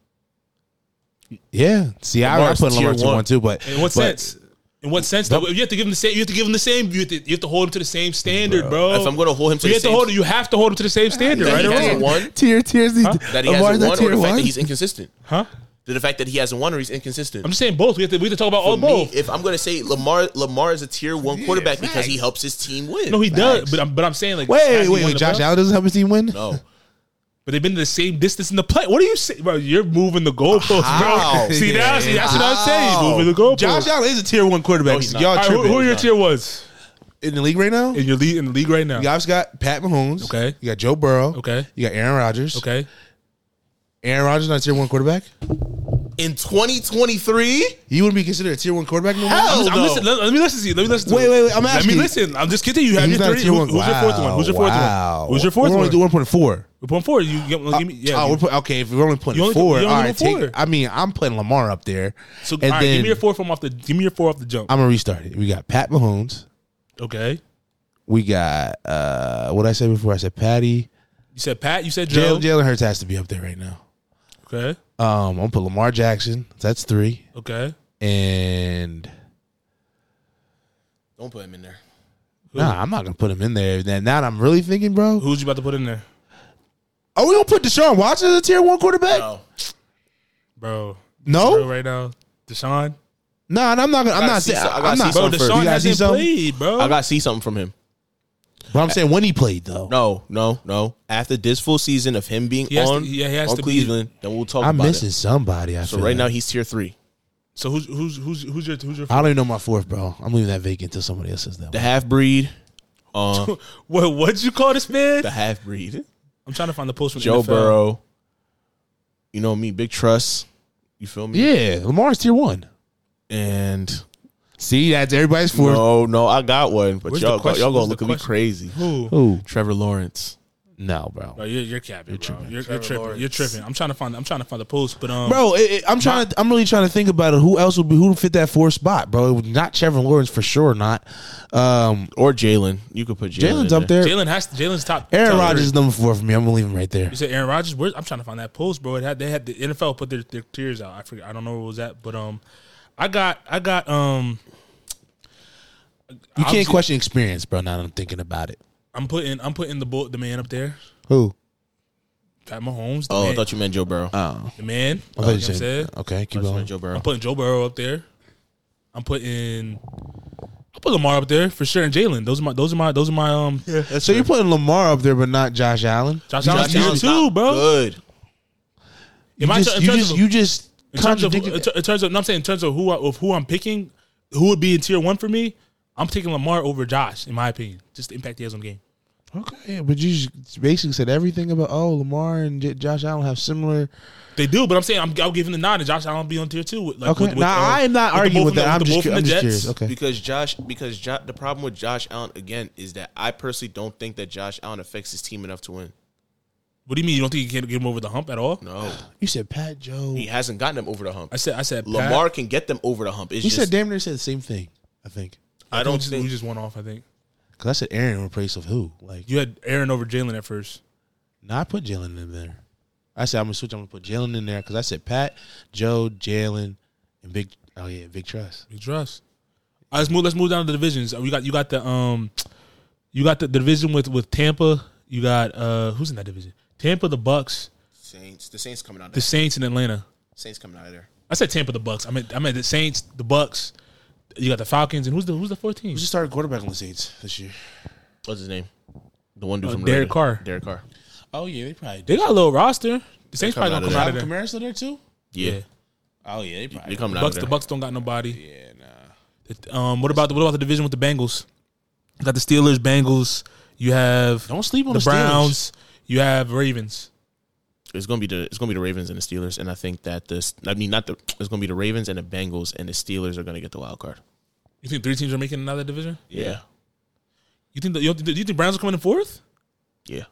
Yeah. See, I, I Lamar's put Lamar tier to one. one too, but In what but- sense? In what sense? though? you have to give him the same. You have to give him the same. You have to, you have to hold him to the same standard, bro. If I'm gonna hold him to you the have to same- hold. You have to hold him to the same standard, That right he or hasn't wrong? won. Tier tiers. the- That he Lamar's hasn't not won, tier or the fact that one? he's inconsistent. Huh? The fact that he hasn't won or he's inconsistent. I'm just saying both. We have to. We have to talk about all For me, both. if I'm gonna say Lamar, Lamar is a tier one quarterback because he helps his team win. No, he does. But I'm. But I'm saying like. has Wait, he wait, won wait. the Josh playoffs? Allen doesn't help his team win. no. But they've been to the same distance in the play. What are you saying, bro? You're moving the goalposts, bro. How? See now, see that's what I'm How? saying. Moving the goalposts. Josh Allen is a tier one quarterback. No, he's not. Y'all all right, who, tripping. who are your tier ones in the league right now? in your league in the league right now? You obviously got Pat Mahomes. Okay. You got Joe Burrow. Okay. You got Aaron Rodgers. Okay. Aaron Rodgers not a tier one quarterback. In 2023, You wouldn't be considered a tier one quarterback no more. Hell I'm no. listen, let, let me listen to you. Let me listen. To Wait, you. wait, wait, I'm asking Let you. me listen. I'm just kidding. You have He's your not a three. tier Who- one. who's your fourth one? Who's your fourth Wow. one? Who's your fourth we're one? only doing point four. We're putting four. You give, give me. Yeah. Oh, give- we're put, okay. If we're only putting You only- four, you all only right. doing Take, four. I mean, I'm putting Lamar up there. so and all right, then give me your four from off the. Give me your four off the jump. I'm gonna restart it. We got Pat Mahomes. Okay. We got uh, what I said before. I said Patty. You said Pat. You said Joe. Jalen Jalen Hurts has to be up there right now. Okay. Um, I'm gonna put Lamar Jackson. That's three. Okay. And don't put him in there. nah, I'm not gonna put him in there. Then now that I'm really thinking, bro. Who's you about to put in there, Are we gonna put Deshaun Watson as a tier one quarterback? No, bro? No? Real right now, Deshaun. No, and I'm not. Gonna, I'm gotta not see saying. some- I gotta I'm see not. some Bro, first. Deshaun You guys see hasn't something? played, bro. I gotta see something from him. But I'm saying when he played though. No, no, no. After this full season of him being He has to- on, yeah, he has on to be- Cleveland, then we'll talk I'm about missing it. somebody. I So feel right like. now he's tier three. so who's who's who's who's your who's your? I don't even know my fourth, bro. I'm leaving that vacant until somebody else says that. The One. half breed. Uh, What what'd you call this man? the half breed. I'm trying to find the post from Joe NFL. Burrow. You know me, big trust. You feel me? Yeah, Lamar's tier one. And See, that's everybody's fourth. no, no, I got one, but Where's the y'all, go- question? y'all gonna Where's look the at me question? crazy. Who? Who? Trevor Lawrence. No, bro. Bro, you're, you're capping, bro. tripping. You're, you're tripping. You're tripping. I'm trying to find. I'm trying to find the post, but um, Bro, it, it- I'm trying. to, I'm really trying to think about it. Who else would be who would fit that fourth spot, bro? It would Not Trevor Lawrence for sure. Not um, Or Jalen. You could put Jalen. Jalen's in up there. Jalen has Jalen's top. Aaron top Rodgers is three. number four for me. I'm gonna leave him right there. You said Aaron Rodgers. Where, I'm trying to find that post, bro. It had they had the NFL put their, their tears out. I forget. I don't know where it was at, but um, I got I got um. You can't obviously- question experience, bro. Now that I'm thinking about it. I'm putting I'm putting the bull, the man up there. Who? Pat Mahomes. The Oh, I man, thought you meant Joe Burrow. the man. I You thought know you what I'm saying? said. uh, Okay, I keep just meant going. Joe Burrow. I'm putting Joe Burrow up there. I'm putting. I'll put Lamar up there for sure, and Jalen. Those are my. Those are my. Those are my. Um, So you're putting Lamar up there, but not Josh Allen. Josh Allen's tier Allen's two, not bro. Good. You Am I just, tr- in you terms just, of- you just In terms of, contradicted- in ter- in terms of, no, I'm saying in terms of who I, of who I'm picking, who would be in tier one for me? I'm taking Lamar over Josh, in my opinion. Just the impact he has on the game. Okay, but you just basically said everything about oh Lamar and J- Josh Allen have similar. They do, but I'm saying I'm, I'll give him the nod, and Josh Allen will be on tier two. With, like, Okay, with, with, now uh, I am not the arguing both with from the- that. I'm the both just, from cu- I'm the just Jets. curious. Okay, Because Josh, because jo- the problem with Josh Allen again is that I personally don't think that Josh Allen affects his team enough to win. What do you mean you don't think you can get him over the hump at all? No, you said Pat Joe. he hasn't gotten them over the hump. I said, I said, Lamar Pat, can get them over the hump. It's You just said damn near said the same thing. I think I we don't just, think we just went off. I think because I said Aaron in place of who? Like, you had Aaron over Jalen at first. no, I put Jalen in there. I said I'm gonna switch. I'm gonna put Jalen in there because I said Pat Joe Jalen and Big. Oh yeah, Big Trust. Big trust. All right, let's move. Let's move down to the divisions. You got you got the um, you got the division with with Tampa. You got uh, who's in that division? Tampa, the Bucks, Saints. The Saints coming out. Of the there. Saints, and Atlanta. Saints coming out of there. I said Tampa, the Bucks. I meant I meant the Saints, the Bucks. You got the Falcons, and who's the who's the fourth team? Who's the starting quarterback on the Saints this year? What's his name? The one dude Uh, from Derek Raiders. Carr. Derek Carr. Oh yeah, they probably did. They got a little roster. The Saints probably coming gonna come out out of of there. Kamara still there too. Yeah, Oh yeah, they probably. they're coming out. Bucks, of the there. Bucks don't got nobody. Yeah, nah. Um, what about the, what about the division with the Bengals? You got the Steelers, Bengals. You have Don't sleep on the the, Browns. Browns. You have Ravens. It's gonna be the it's gonna be the Ravens and the Steelers, and I think that this. I mean, not the. It's gonna be the Ravens and the Bengals, and the Steelers are gonna get the wild card. You think three teams are making another division? Yeah, You think the, you, do you think Browns are coming in fourth? yeah.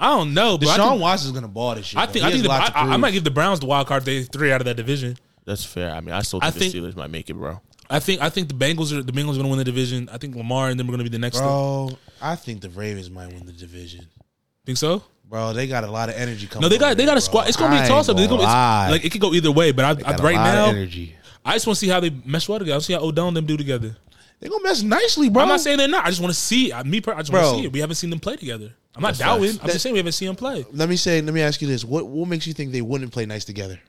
I don't know, but I Deshaun think Watson's gonna ball this year. I bro. think, He I, has think the, a lot I, to I- I prove. might give the Browns the wild card. if They three out of that division. That's fair. I mean, I still I think the think- Steelers might make it, bro. I think I think the Bengals are the Bengals are going to win the division. I think Lamar and them are going to be the next. Bro, I think the Ravens might win the division. Think so? Bro, they got a lot of energy coming. No, they got over they got there, a bro. squad. It's going to be I a ain't toss up. It's gonna- gonna lie. it's- Like it could go either way, but I, I Got a right lot of now energy. I just want to see how they mesh well together. I want to see how Odell and them do together. They gonna mess nicely, bro. I'm not saying they're not. I just want to see. I, me, per- I just want Bro. to see it. We haven't seen them play together. I'm not doubting. I'm That- just saying we haven't seen them play. Let me say. Let me ask you this: What what makes you think they wouldn't play nice together?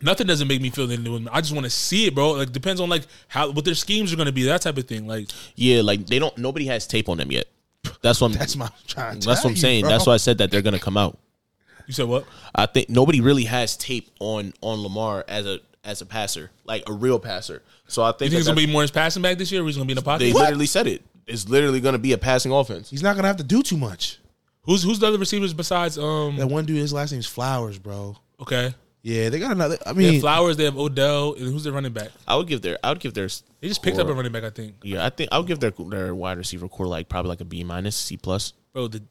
Nothing doesn't make me feel that they're doing. I just want to see it, bro. Like depends on like how what their schemes are going to be, that type of thing. Like Yeah, like they don't. Nobody has tape on them yet. That's what. I'm, That's my. I'm trying to That's tell what I'm you, saying. bro. That's why I said that they're gonna come out. you said, what? I think nobody really has tape on on Lamar as a as a passer, like a real passer. So I You think, think it's that going to be more his passing back this year, or he's going to be in the they pocket? literally said it. It's literally gonna be a passing offense. He's not gonna have to do too much. Who's who's the other receivers besides um? That one dude, his last name's Flowers, bro. Okay, Yeah, they got another. I they mean, have Flowers. They have Odell, and who's their running back? I would give their I would give their They just picked up a running back, I think. yeah I think I would give their their wide receiver core like probably like a B minus C plus. Bro, the,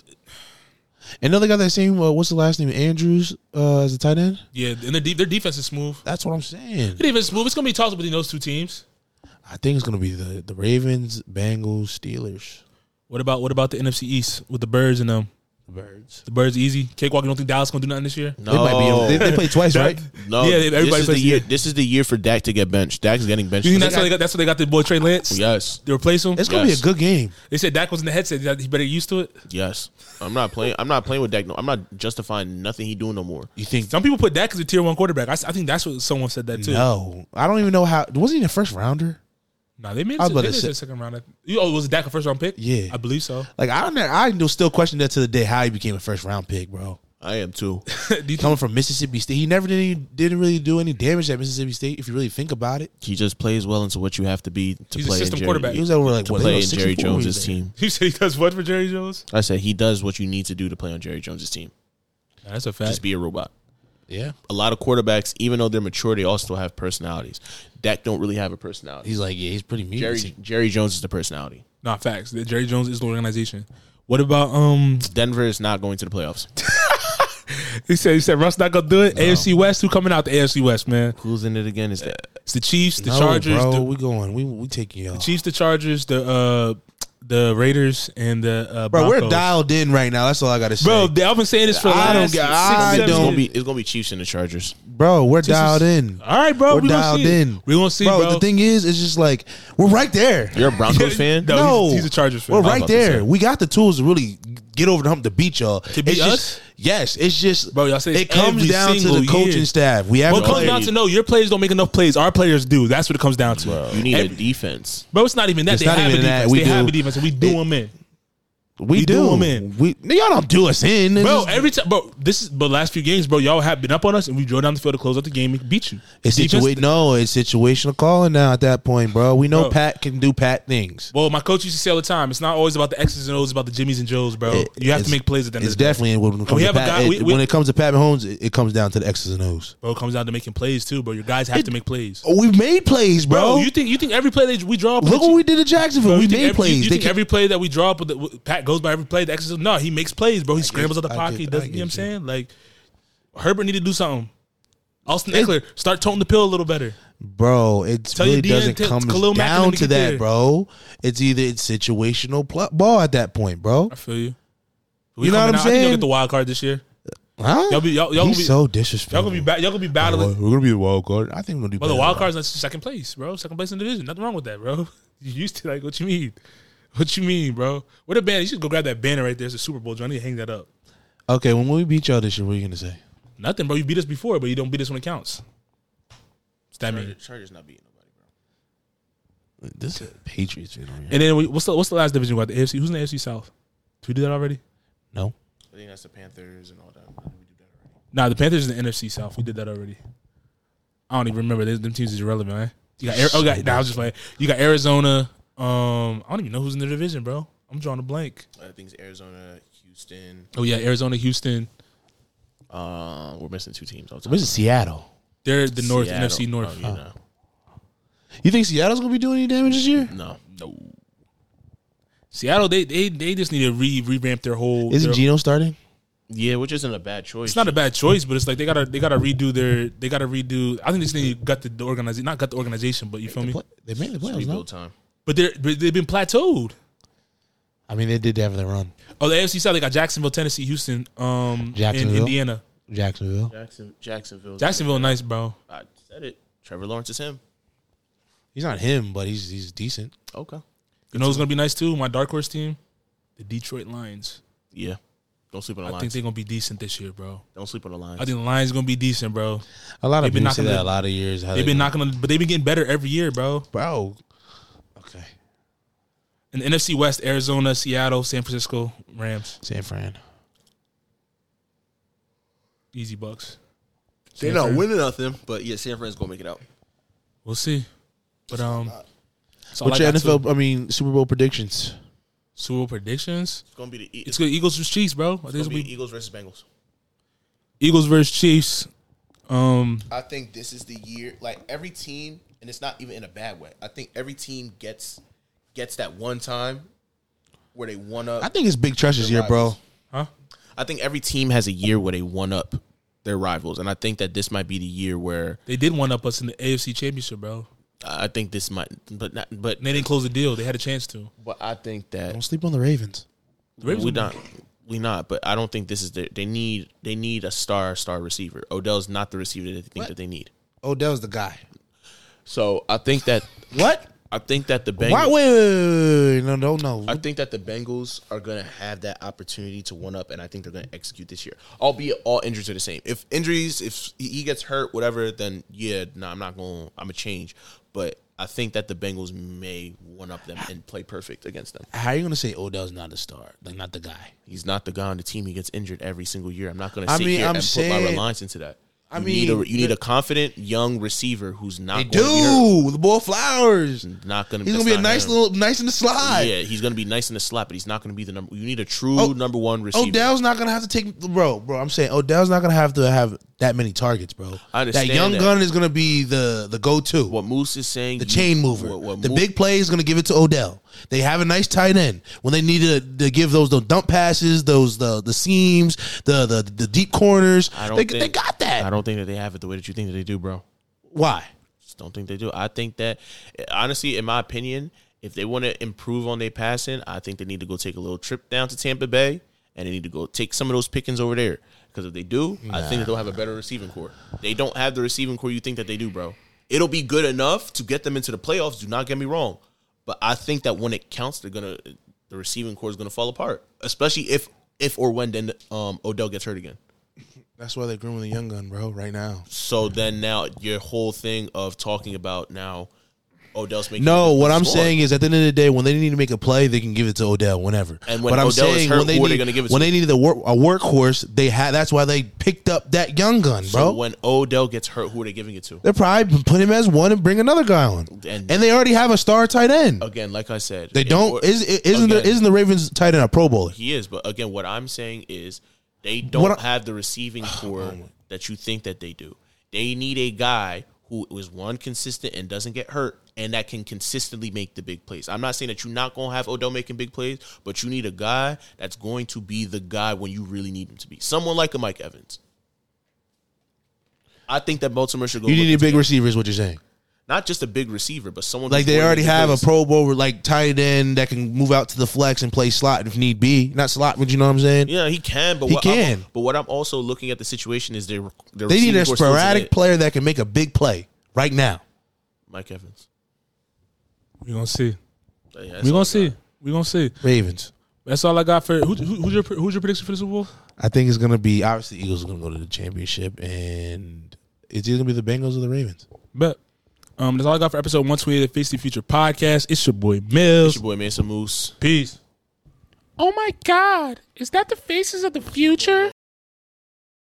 and then they got that same. Uh, what's the last name? Andrews uh, as a tight end. yeah, and their de- their defense is smooth. That's what I'm saying. Their defense is smooth. It's going to be tossed between those two teams. I think it's gonna be the the Ravens, Bengals, Steelers, What about what about the NFC East with the Birds and them? Birds. The Birds easy cakewalk. You don't think Dallas going to do nothing this year? No, They might be. able- They, they play twice, right? no. Yeah, everybody this everybody is the plays year. here. This is the year for Dak to get benched. Dak's getting benched. You think They that's, how they got, that's why they got the boy Trey Lance? got- yes, They replace him? It's gonna Yes. be a good game. They said Dak was in the headset. He got- He better get used to it. yes. I'm not playing. I'm not playing with Dak. No, I'm not justifying nothing he doing no more. You think? Some people put Dak as a tier one quarterback. I, s- I think that's what someone said that too. No, No, Oh, I don't even know how. Wasn't he a first rounder? they made I it was to, they about to made it to say- the second round. I th- You- Oh, was Dak a first round pick? Yeah. I believe so. Like I don't. know- I do still question that to the day how he became a first round pick, bro. I am too. Do you think- Coming from Mississippi State, he never did. Any, didn't really do any damage at Mississippi State. If you really think about it, He just plays well into what you have to be to He's a play. in system Jerry, quarterback. he was over like To what, play he in was Jerry 64 when he Jones' was there. team. you said he does what for Jerry Jones? I said he does what you need to do to play on Jerry Jones' team. That's a fact. Just be a robot. Yeah, A lot of quarterbacks, even though they're mature, they all still have personalities. Dak don't really have a personality. he's like yeah, he's pretty mean. Jerry Jerry Jones is the personality. Not facts. Jerry Jones is the organization. What about um? Denver is not going to the playoffs. He said he said Russ not gonna do it. AFC West, who coming out the AFC West, man? Who's in it again? Is that It's the Chiefs, the No, Chargers, bro, the we going. We we taking y'all. Chiefs, the Chargers, the uh, the Raiders, and the uh, Bro, we're Broncos. dialed in right now. That's all I gotta say. Bro, they- I've been saying this for the I last don't get- six, I seven it's don't- gonna years. be it's gonna be Chiefs and the Chargers. bro, we're dialed in. All right, bro. We're we dialed gonna see. in. We're gonna see, bro. bro, The thing is, it's just like we're right there. You're a Broncos fan. No, he's- he's a Chargers fan. I We're was right about to there. say. We got the tools to really get over the hump to beat y'all. To beat it's us? Just, yes, it's just Bro, y'all say it it's comes every down to single the coaching year. staff. We have Well, it comes players. down to no, your players don't make enough plays. Our players do. That's what it comes down to. You need Every- a defense. Bro, it's not even that. It's they not have even a defense. that. We they have do. a defense, and we do It- them in. we, we do. do 'em in. We y'all don't do us in, It's Bro, just- every time, bro, this is but last few games, bro, y'all have been up on us, and we drove down the field to close out the game and beat you. It's Defense- situa- no, it's situational calling now at that point, bro. We know Bro. Pat can do Pat things. Well, my coach used to say all the time, it's not always about the X's and O's, it's about the Jimmies and Joes, bro. It- you have to it's- make plays at the end It's of the day. definitely when it comes we to have a Pat, guy- it- we- we- when it comes to Pat Mahomes, it, it comes down to the X's and O's. Bro, it comes down to making plays too, bro. Your guys have to make plays. Oh, We've made plays, Bro, bro. you think you think every play that we draw up Look that what you- we did at Jacksonville. Bro, we you think made every, plays. You, you They think can- every play that we draw up, with the, with- Pat goes by every play. The X's and- no, he makes plays, bro. He scrambles out I the pocket. get- He I doesn't. You know get what I'm you. saying? Like Herbert need to do something. Austin Eckler, start toting the pill a little better. bro, it your really DN doesn't to- come Khalil Mack and down them to to get that, there. bro. It's either it's situational pl- ball at that point, bro. I feel you. We You know coming out. what I'm I think saying? y'all get the wild card this year. Huh? Y'all be- y'all- y'all gonna He's be- so disrespectful. Y'all gonna be ba- y'all gonna be battling. We're gonna be the wild card. I think we're gonna do. Well, the better. wild card's not second place, bro. Second place in the division. Nothing wrong with that, bro. You used to like what you mean. What you mean, bro? What a banner! You should go grab that banner right there. It's a Super Bowl. Joe. I need to hang that up. Okay, when we beat y'all this year, what are you gonna say? Nothing, bro. You beat us before, but you don't beat us when it counts. What's that mean? Chargers not beating nobody, bro. This is Patriots. You know, And then we, what's the what's the last division we got? The AFC. Who's in the AFC South? Did we do that already? no. I think that's the Panthers and all that. Nah, the Panthers is in the NFC South. We did that already. I don't even remember. Those- Them teams is irrelevant, man. You got Ari- oh, God, nah, I was just like you got Arizona. Um, I don't even know who's in the division, bro. I'm drawing a blank. I think it's Arizona, Houston. Oh yeah, Arizona, Houston. Uh, we're missing two teams. Where's it, Seattle? They're the North NFC North. Oh, You think Seattle's gonna be doing any damage this year? No, no. Seattle, they they they just need to re revamp their whole. Isn't their- Geno starting? Yeah, which isn't a bad choice. it's not a bad choice, but it's like they gotta they gotta redo their they gotta redo. I think they just need to gut the, the organization, not gut the organization, but you feel me. They made the playoffs. No? rebuild time. But they're but they've been plateaued. I mean, they did have their run. Oh, the AFC South they got Jacksonville, Tennessee, Houston, um, and Jacksonville. Indiana. Jacksonville. Jackson, Jacksonville. Jacksonville, nice, bro. I said it. Trevor Lawrence is him. He's not him, but he's he's decent. Okay. You know who's gonna be nice too? My dark horse team, the Detroit Lions. Yeah. Don't sleep on the I Lions. think they're gonna be decent this year, bro. Don't sleep on the Lions. I think the Lions gonna be decent, bro. A lot of They've been people say knocking that the- a lot of years. how They've they- been knocking on, but they've been getting better every year, bro. bro. Okay, And the NFC West, Arizona, Seattle, San Francisco, Rams, San Fran. easy bucks. They're not winning nothing, but yeah, San Fran's gonna make it out. We'll see. But um, that's all What's I your got NFL? too. I mean, Super Bowl predictions. Super Bowl predictions? It's gonna be the E- It's good. Eagles versus Chiefs, bro. I think It's it's gonna be be Eagles versus Bengals. Eagles versus Chiefs. Um, I think this is the year. Like every team, and it's not even in a bad way. I think every team gets gets that one time where they one up. I think it's Big Tresh's year, bro. huh? I think every team has a year where they one up their rivals, and I think that this might be the year where They did one up us in the AFC Championship, bro. I think this might, but not, but And they didn't close the deal. They had a chance to. but I think that Don't sleep on the Ravens. The Ravens we will be- not we not, but I don't think this is their. They need they need a star star receiver. Odell's not the receiver that they think that they need. Odell's the guy. So I think that What? I think that the Why? Wait, Bengals. wait, wait, wait, no, no, no. I think that the Bengals are going to have that opportunity to one up, and I think they're going to execute this year. Albeit all injuries are the same. if injuries, if he gets hurt, whatever, then yeah, no, I'm not going. to I'm a change, but I think that the Bengals may one up them and play perfect against them. How are you gonna say Odell's not the star? Like not the guy. He's not the guy on the team. He gets injured every single year. I'm not going to I sit mean, here I'm and put my saying- reliance into that. I you need a, mean, you need a confident young receiver who's not They going to do the boy Flowers. be hurt. Not going to. He's gonna be a nice little, nice in the slide. Yeah, he's going to be nice in the slap, but he's not going to be the number. You need a true Oh, number one receiver. Odell's not gonna have to take, bro, bro. I'm saying Odell's not gonna have to have that many targets, bro. I understand that young that. gun is gonna be the the go to. What Moose is saying, The chain mover. What, what the Moose- big play is going to give it to Odell. They have a nice tight end. When they need to, to give those those dump passes, those the the seams, the the, the deep corners, I don't they, think, they got that. I don't think that they have it the way that you think that they do, bro. Why? Just don't think they do. I think that honestly, in my opinion, if they want to improve on their passing, I think they need to go take a little trip down to Tampa Bay and they need to go take some of those pickings over there. Because if they do, I think that they'll have a better receiving core. They don't have the receiving core you think that they do, bro. It'll be good enough to get them into the playoffs. Do not get me wrong, but I think that when it counts, they're gonna the receiving core is gonna fall apart, especially if if or when then um, Odell gets hurt again. That's why they're grooming the young gun, bro. Right now. So then now your whole thing of talking about now Odell's making No, the what I'm squad. saying is, at the end of the day, when they need to make a play, they can give it to Odell whenever. And when but I'm Odell is saying hurt, when they who are they need, gonna give it when to? they needed a, work, a workhorse, they had. That's why they picked up that young gun, So bro. when Odell gets hurt, who are they giving it to? They're probably put him as one and bring another guy on, And- and, they already have a star tight end. Again, like I said, They it- don't. Is, isn't the again, isn't the Ravens tight end a Pro Bowler? he is? But again, what I'm saying is they don't What I- Oh have the receiving core that you think that they do. They need a guy who is one consistent and doesn't get hurt, and that can consistently make the big plays. I'm not saying that you're not gonna have Odell making big plays, but you need a guy that's going to be the guy when you really need him to be. Someone like a Mike Evans. I think that Baltimore should go. You look need a into big that. receiver, is what you're saying? not just a big receiver, but someone Like who's they going to already make the have a plays. Pro Bowler, like tight end that can move out to the flex and play slot if need be. Not slot, but you know what I'm saying? Yeah, he can, but He what I'm- can. but what I'm also looking at the situation is they're, they're they need a sporadic player that can make a big play right now. Mike Evans. We're gonna see. Yeah, that's all We're I gonna got. see. We're gonna see. Ravens. That's all I got for who, who, who's your who's your prediction for the Super Bowl? I think it's gonna be obviously the Eagles are gonna go to the championship, and it's either gonna be the Bengals or the Ravens. But um, that's all I got for episode 128 of Face the Future podcast. It's your boy Mills. It's your boy Mason Moose. Peace. Oh my god, is that the faces of the future?